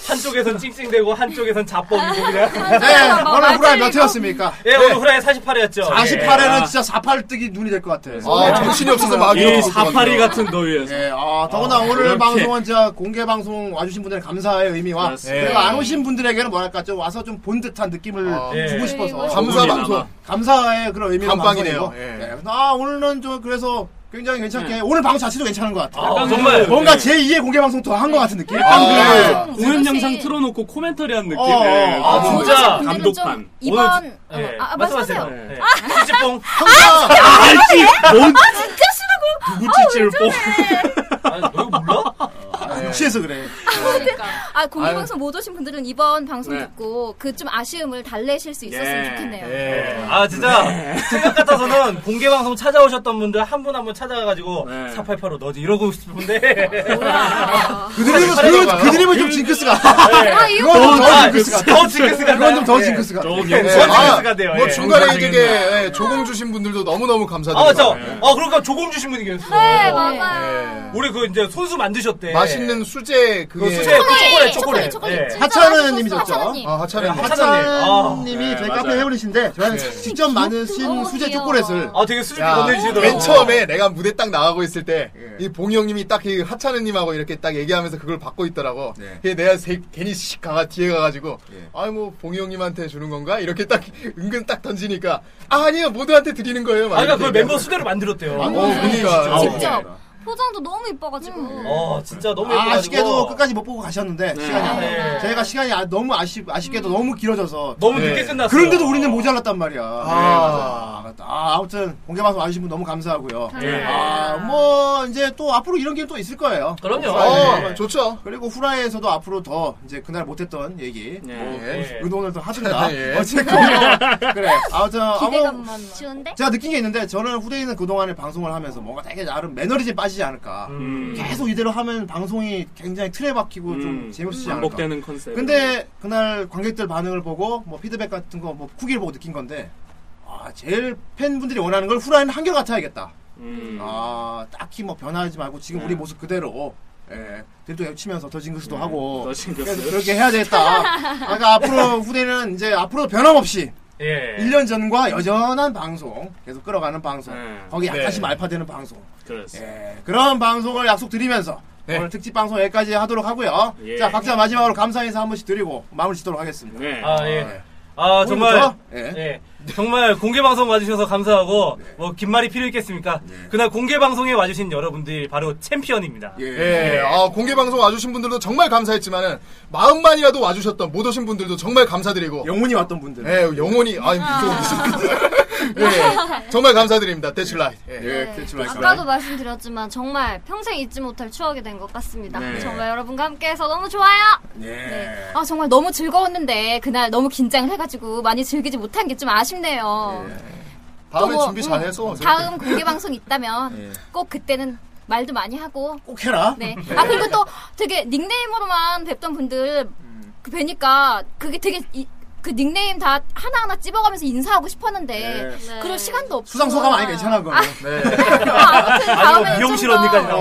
[SPEAKER 3] 한쪽에선 찡찡대고 한쪽에선 자뻑이고
[SPEAKER 7] 아.
[SPEAKER 3] 그냥.
[SPEAKER 7] (laughs)
[SPEAKER 2] 네, 오늘 후라이 몇 회였습니까?
[SPEAKER 3] 예, 오늘 후라이 48회였죠. 예.
[SPEAKER 2] 48회는 진짜 48 뜨기 눈이 될 것 네. 같아.
[SPEAKER 4] 아 정신이 없어서 막
[SPEAKER 6] 이 예, 사파리 같은 더위에서.
[SPEAKER 2] 예, 아, 더구나 오늘
[SPEAKER 6] 그렇게.
[SPEAKER 2] 방송은 진짜 공개 방송 와주신 분들의 감사의 의미와
[SPEAKER 6] 그렇습니다.
[SPEAKER 2] 그리고 안 오신 분들에게는 뭐랄까 좀 와서 좀 본 듯한 느낌을
[SPEAKER 4] 아,
[SPEAKER 3] 예.
[SPEAKER 2] 주고 싶어서
[SPEAKER 4] 감사 방송.
[SPEAKER 2] 감사의 그런 의미로
[SPEAKER 4] 감빵이네요.
[SPEAKER 2] 방송이고.
[SPEAKER 4] 예.
[SPEAKER 2] 네, 아 오늘은 좀 그래서 굉장히 괜찮게 오늘 방송 자체도 괜찮은 것 같아요.
[SPEAKER 3] 아, 정말.
[SPEAKER 2] 뭔가 제2의 공개 방송 더 한 것 같은 느낌.
[SPEAKER 6] 약간
[SPEAKER 4] 아,
[SPEAKER 6] 그 공연
[SPEAKER 7] 사실-
[SPEAKER 6] 영상 틀어놓고 코멘터리 한 느낌.
[SPEAKER 2] 어,
[SPEAKER 6] 예.
[SPEAKER 2] 어, 아,
[SPEAKER 3] 진짜.
[SPEAKER 7] 근데는
[SPEAKER 6] 감독판.
[SPEAKER 7] 뭐 좀 이번 어,
[SPEAKER 3] 예.
[SPEAKER 7] 아, 아, 말씀하세요.
[SPEAKER 3] 예. 찌찌뽕.
[SPEAKER 6] 알지? 뭔? 아, 진짜 싫어, 누구 찌찌를 뽑
[SPEAKER 3] 아, 너 이거 몰라?
[SPEAKER 2] 취해서 아, 네. 그래.
[SPEAKER 7] 아 공개 방송 못 오신 분들은 이번 방송
[SPEAKER 6] 네.
[SPEAKER 7] 듣고 그 좀 아쉬움을 달래실 수 있었으면
[SPEAKER 6] 예.
[SPEAKER 7] 좋겠네요.
[SPEAKER 4] 예.
[SPEAKER 3] 아 진짜 생각 같아서는 공개 방송 찾아오셨던 분들 한 분 한 분 찾아가가지고
[SPEAKER 6] 네.
[SPEAKER 3] 488로 너지 이러고 싶은데
[SPEAKER 2] 그들이면
[SPEAKER 4] 잘해봐요.
[SPEAKER 2] 그들이면 좀 징크스가.
[SPEAKER 5] 아, 이거
[SPEAKER 2] 그건 좀더
[SPEAKER 3] 아,
[SPEAKER 2] 징크스가.
[SPEAKER 3] 더 징크스가
[SPEAKER 2] 그건 좀 더
[SPEAKER 3] 나요.
[SPEAKER 2] 징크스가.
[SPEAKER 6] 조금
[SPEAKER 4] 예.
[SPEAKER 6] 영상.
[SPEAKER 3] 아, 징크스가 돼요,
[SPEAKER 4] 뭐
[SPEAKER 3] 예.
[SPEAKER 4] 중간에
[SPEAKER 6] 영상
[SPEAKER 4] 이게 예, 조공 주신 분들도 너무너무 감사드립니다.
[SPEAKER 3] 아, 저, 어, 그러니까 조공 주신 분이 계셨어.
[SPEAKER 5] 네, 맞아요.
[SPEAKER 3] 우리 그 이제 손수 만드셨대.
[SPEAKER 4] 맛있는 수제
[SPEAKER 3] 그
[SPEAKER 2] 예.
[SPEAKER 4] 그게
[SPEAKER 3] 수제 초콜릿,
[SPEAKER 7] 초콜릿,
[SPEAKER 3] 초콜릿.
[SPEAKER 7] 초콜릿,
[SPEAKER 5] 네.
[SPEAKER 3] 예.
[SPEAKER 7] 초콜릿.
[SPEAKER 2] 하찮은 님이셨죠?
[SPEAKER 7] 하찮은 님.
[SPEAKER 5] 어.
[SPEAKER 4] 아, 하찮은
[SPEAKER 3] 네,
[SPEAKER 4] 거.
[SPEAKER 3] 하찮은
[SPEAKER 2] 하찬님이
[SPEAKER 6] 네,
[SPEAKER 2] 저희
[SPEAKER 6] 맞아요.
[SPEAKER 2] 카페 회원이신데 저희는
[SPEAKER 4] 네.
[SPEAKER 2] 직접 만드신
[SPEAKER 7] 너무
[SPEAKER 2] 수제
[SPEAKER 7] 귀여워.
[SPEAKER 2] 초콜릿을
[SPEAKER 3] 아, 되게 수줍게
[SPEAKER 4] 야,
[SPEAKER 3] 건네주시더라고.
[SPEAKER 4] 맨 처음에 내가 무대 딱 나가고 있을 때,
[SPEAKER 2] 예.
[SPEAKER 4] 이 봉이 형님이 딱 그 하찮은님하고 이렇게 딱 얘기하면서 그걸 받고 있더라고.
[SPEAKER 2] 네.
[SPEAKER 4] 그게 내가 세- 괜히 씩 가가 뒤에 가가지고,
[SPEAKER 2] 예.
[SPEAKER 4] 아이 뭐 봉이 형님한테 주는 건가? 이렇게 딱 (laughs) 은근 딱 던지니까, 아, 아니에요 모두한테 드리는 거예요. 막
[SPEAKER 3] 아, 그러니까
[SPEAKER 4] 이렇게
[SPEAKER 3] 그 멤버
[SPEAKER 4] 얘기하고.
[SPEAKER 3] 수대로
[SPEAKER 2] 아,
[SPEAKER 3] 만들었대요.
[SPEAKER 4] 어, 그러니까.
[SPEAKER 7] 직접.
[SPEAKER 5] 포장도 너무 이뻐가지고.
[SPEAKER 3] 어, 진짜 너무 예뻐가지고.
[SPEAKER 2] 네. 아, 아쉽게도 끝까지 못 보고 가셨는데 시간이
[SPEAKER 3] 아, 네.
[SPEAKER 2] 저희가 시간이 아- 너무 아쉽 아쉽게도 너무 길어져서
[SPEAKER 3] 너무
[SPEAKER 4] 네.
[SPEAKER 3] 늦게 끝났어.
[SPEAKER 2] 예. 그런데도 우리는 모자랐단 말이야.
[SPEAKER 4] 아.
[SPEAKER 2] 네, 맞아. 아, 아무튼 공개 방송 와주신 분 너무 감사하고요.
[SPEAKER 3] 예.
[SPEAKER 2] 아, 뭐 이제 또 앞으로 이런 게 또 있을 거예요.
[SPEAKER 3] 그럼요.
[SPEAKER 4] 어,
[SPEAKER 2] 아,
[SPEAKER 3] 네.
[SPEAKER 4] 좋죠.
[SPEAKER 2] 그리고 후라이에서도 앞으로 더 이제 그날 못했던 얘기,
[SPEAKER 6] 네.
[SPEAKER 2] 뭐
[SPEAKER 3] 예.
[SPEAKER 2] 의논을 더 하든가.
[SPEAKER 4] 예.
[SPEAKER 2] 어쨌건 그래. 아무튼 아무
[SPEAKER 7] 기대감만 주는데?
[SPEAKER 2] 제가 느낀 게 있는데 저는 후대인은 그동안에 방송을 하면서 뭔가 되게 나름 매너리즘에 빠지지 않을까.
[SPEAKER 3] 음.
[SPEAKER 2] 계속 이대로 하면 방송이 굉장히 틀에 박히고 좀
[SPEAKER 6] 음.
[SPEAKER 2] 재미없지 않을까.
[SPEAKER 6] 반복되는 컨셉.
[SPEAKER 2] 근데 그날 관객들 반응을 보고 뭐 피드백 같은 거 뭐 후기를 보고 느낀 건데 아 제일 팬분들이 원하는 걸 후라이는 한결 같아야겠다.
[SPEAKER 6] 음.
[SPEAKER 2] 아 딱히 뭐 변하지 말고 지금
[SPEAKER 6] 네.
[SPEAKER 2] 우리 모습 그대로 예 들도 외치면서 더 징그스도 하고
[SPEAKER 6] 더 징그스.
[SPEAKER 2] 그래서 그렇게 해야
[SPEAKER 6] (laughs)
[SPEAKER 2] 되겠다. 그러니까 앞으로 후대는 이제 앞으로 변함없이
[SPEAKER 6] 네.
[SPEAKER 3] 예.
[SPEAKER 2] 1년 전과 여전한 방송 계속 끌어가는 방송
[SPEAKER 6] 네.
[SPEAKER 2] 거기 약간씩
[SPEAKER 4] 네.
[SPEAKER 2] 알파되는 방송
[SPEAKER 6] 그렇습니다.
[SPEAKER 2] 예, 그런 방송을 약속드리면서
[SPEAKER 4] 네.
[SPEAKER 2] 오늘 특집 방송 여기까지 하도록 하고요.
[SPEAKER 6] 예.
[SPEAKER 2] 자, 각자 마지막으로 감사 인사 한 번씩 드리고 마무리 짓도록 하겠습니다.
[SPEAKER 6] 네.
[SPEAKER 3] 아, 예. 아, 정말.
[SPEAKER 2] 오늘부터? 예. 네.
[SPEAKER 3] 예. 정말 공개 방송 와주셔서 감사하고 뭐 긴 말이 필요 있겠습니까? 그날 공개 방송에 와주신 여러분들이 바로 챔피언입니다.
[SPEAKER 2] 예.
[SPEAKER 4] 예, 아, 공개 방송 와주신 분들도 정말 감사했지만은, 마음만이라도 와주셨던 못 오신 분들도 정말 감사드리고,
[SPEAKER 2] 영혼이 왔던 분들.
[SPEAKER 3] 네.
[SPEAKER 4] 예, 영혼이, 아이, 무슨, (laughs) 예, 정말 감사드립니다. 대출라이. 예.
[SPEAKER 2] 예, 대출 말씀.
[SPEAKER 5] 네. 아까도 말씀드렸지만 정말 평생 잊지 못할 추억이 된 것 같습니다.
[SPEAKER 2] 네.
[SPEAKER 5] 정말 여러분과 함께해서 너무 좋아요.
[SPEAKER 2] 예.
[SPEAKER 7] 아 정말 너무 즐거웠는데 그날 너무 긴장을 해가지고 많이 즐기지 못한 게 좀 아쉽네요.
[SPEAKER 4] 다음에
[SPEAKER 7] 또 뭐,
[SPEAKER 4] 준비 잘해서. 저렇게.
[SPEAKER 7] 다음 공개 방송 있다면
[SPEAKER 4] 네.
[SPEAKER 2] 예.
[SPEAKER 7] 꼭 그때는 말도 많이 하고
[SPEAKER 2] 꼭 해라.
[SPEAKER 7] 네. 아 그리고 또 되게 닉네임으로만 뵙던 분들 그 뵈니까 그게 되게 이- 그 닉네임 다 하나하나 찝어가면서 인사하고 싶었는데
[SPEAKER 2] 네.
[SPEAKER 7] 그럴 시간도 없고
[SPEAKER 2] 수상 소감 아니 괜찮아 그거.
[SPEAKER 7] 아무튼
[SPEAKER 3] 아니
[SPEAKER 7] 다음에
[SPEAKER 3] 뭐 미용실 언니까지
[SPEAKER 7] 좀더
[SPEAKER 2] 네.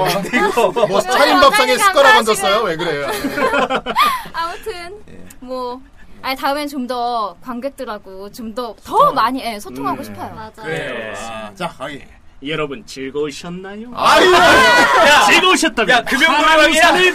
[SPEAKER 2] (laughs)
[SPEAKER 3] 나왔는데 이거
[SPEAKER 4] 뭐, 차림 밥상에
[SPEAKER 7] 사장님
[SPEAKER 4] 숟가락
[SPEAKER 7] 감사하시고.
[SPEAKER 4] 얹었어요? 왜 그래요?
[SPEAKER 7] 네. 아무튼 뭐 아니 다음엔 좀 더 관객들하고 좀 더 더 많이 예, 소통하고
[SPEAKER 6] 음.
[SPEAKER 7] 싶어요.
[SPEAKER 3] 네.
[SPEAKER 2] 그래요. 아, 자, 가기.
[SPEAKER 6] 여러분 즐거우셨나요?
[SPEAKER 4] 아유,
[SPEAKER 6] 즐거우셨다면
[SPEAKER 3] 야, 금요일이야.
[SPEAKER 6] 사랑의 우산을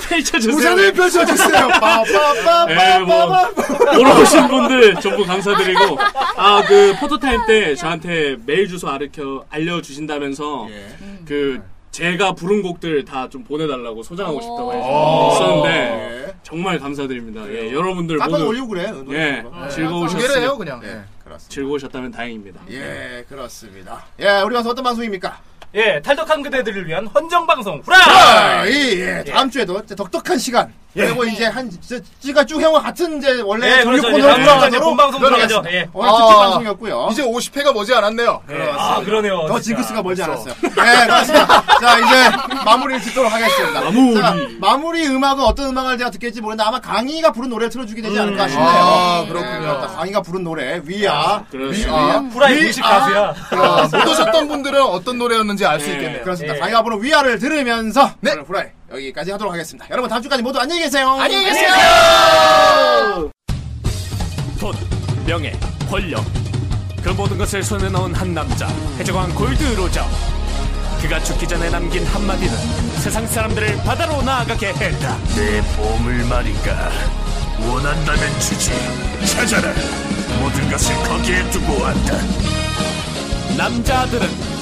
[SPEAKER 3] 네.
[SPEAKER 6] 펼쳐주세요. (laughs)
[SPEAKER 3] (laughs)
[SPEAKER 4] 우산을 펼쳐주세요.
[SPEAKER 6] 예, 뭐,
[SPEAKER 4] 빠빠빠빠빠빠.
[SPEAKER 6] 오러오신 분들 전부 감사드리고, 아, 그, 포토타임 때 저한테 메일 주소 알려, 알려주신다면서,
[SPEAKER 2] 예.
[SPEAKER 3] 네.
[SPEAKER 6] 그, 제가 부른 곡들 다 좀 보내달라고 소장하고 싶다고
[SPEAKER 4] 오.
[SPEAKER 3] 어.
[SPEAKER 8] 아.
[SPEAKER 6] 해서 있었는데,
[SPEAKER 2] 예.
[SPEAKER 3] 네.
[SPEAKER 6] 정말 감사드립니다. 예, 여러분들
[SPEAKER 2] 깜빡
[SPEAKER 6] 모두,
[SPEAKER 2] 올리고 그래. 노래
[SPEAKER 6] 예,
[SPEAKER 2] 부르는 거.
[SPEAKER 8] 네,
[SPEAKER 4] 공개를 해요,
[SPEAKER 6] 즐거우셨으면,
[SPEAKER 3] 네.
[SPEAKER 4] 그냥. 예.
[SPEAKER 2] 그렇습니다.
[SPEAKER 6] 즐거우셨다면 다행입니다.
[SPEAKER 2] 예, 그렇습니다. 예, 우리 와서 어떤 방송입니까?
[SPEAKER 3] 예, 탈덕한 그대들을 위한 헌정 방송 후라!
[SPEAKER 2] 아, 이, 예, 다음 주에도 이제 덕덕한 시간. 그리고 이제 한 진짜 찌가 쭉 해온 같은 이제 원래
[SPEAKER 3] 예,
[SPEAKER 2] 전력
[SPEAKER 3] 그렇죠.
[SPEAKER 2] 본
[SPEAKER 3] 이제 다음 주에 이제 본 방송 들어가죠. 예.
[SPEAKER 2] 오늘 특집
[SPEAKER 4] 아,
[SPEAKER 2] 방송이었고요.
[SPEAKER 4] 이제 50회가 머지 않았네요.
[SPEAKER 3] 예, 아, 그러네요.
[SPEAKER 2] 더
[SPEAKER 3] 진짜.
[SPEAKER 2] 징크스가 멀지 않았어요. 네, 그렇습니다. 자, 이제 마무리를 짓도록 하겠습니다. 마무리. 마무리 음악은 어떤 음악을 제가 듣겠지 모르는데 아마 강희가 부른 노래를 틀어주게 되지 않을까 싶네요.
[SPEAKER 4] 아, 그렇군요.
[SPEAKER 2] 그렇다. 강희가 부른 노래, 위아.
[SPEAKER 6] 그렇습니다.
[SPEAKER 3] 후라이 공식 가수야.
[SPEAKER 4] 아, 못 오셨던 분들은 어떤 노래였는지 알 수
[SPEAKER 6] 예.
[SPEAKER 4] 있겠네요.
[SPEAKER 2] 그렇습니다.
[SPEAKER 3] 예.
[SPEAKER 2] 강희가 부른 위아를 들으면서
[SPEAKER 4] 네.
[SPEAKER 2] 오늘 후라이 여기까지 하도록 하겠습니다. 여러분 다음 주까지 모두 안녕히 계세요. 안녕히
[SPEAKER 4] 계세요.
[SPEAKER 8] 돈, 명예, 권력 그 모든 것을 손에 넣은 한 남자 해적왕 골드 로저 그가 죽기 전에 남긴 한마디는 세상 사람들을 바다로 나아가게 했다 내 보물 말인가 원한다면 주지 찾아라 모든 것을 거기에 두고 왔다 남자들은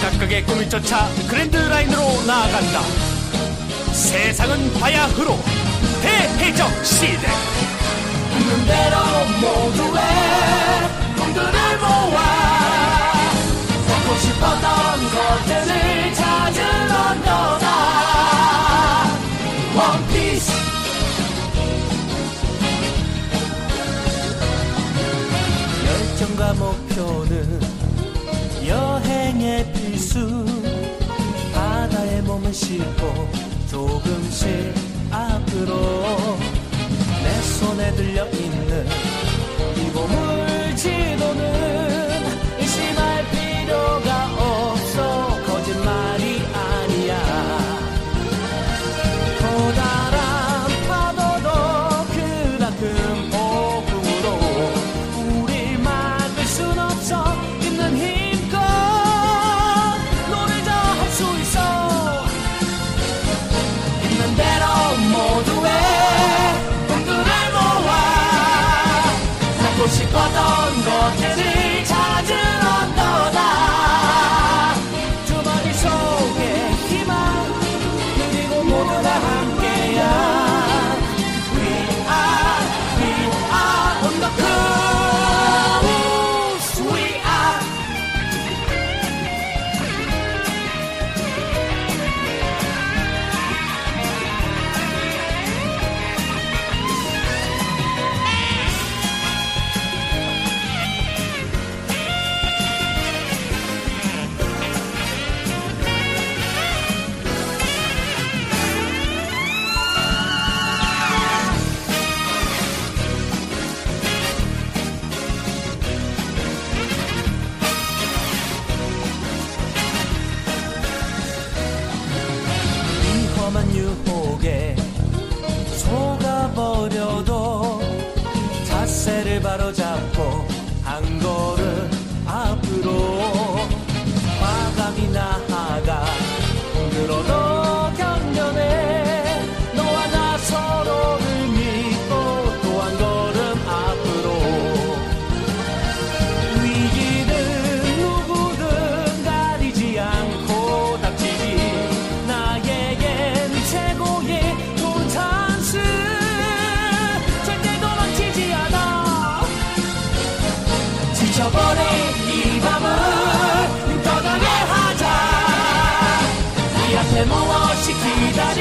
[SPEAKER 8] 각각의 꿈을 쫓아 그랜드 라인으로 나아간다 세상은 바야흐로 대해적 시대 있는 대로 모두의 꿈들을 모아 걷고 싶었던 것들을 찾으러 떠나 원피스 열정과 목표는 여행의 필수 바다에 몸을 싣고 조금씩 앞으로 내 손에 들려있는 이 보물 지도는 의심할 필요가 없어 거짓말이 아니야 커다란 파도도 그만큼 폭풍으로 우리 막을 순 없어 있는 힘껏 노래자 할 수 있어 있는 대로 모두의 꿈들을 모아 갖고 싶었던 것들을 찾으러 떠나 주머니 속에 희망 그리고 모두 다 함께야 We are, we are on the cruise We are 위험한 유혹에 속아버려도 자세를 바로잡고 한 걸음 앞으로 과감히 나아가 흔들어도 견뎌내 너와 나 서로를 믿고 또 한 걸음 앞으로 위기는 누구든 가리지 않고 닥치기 나에겐 최고의 좋은 찬스 절대 도망치지 않아 지쳐버린 이 밤을 떠나게 하자 이 앞에 무엇이 기다려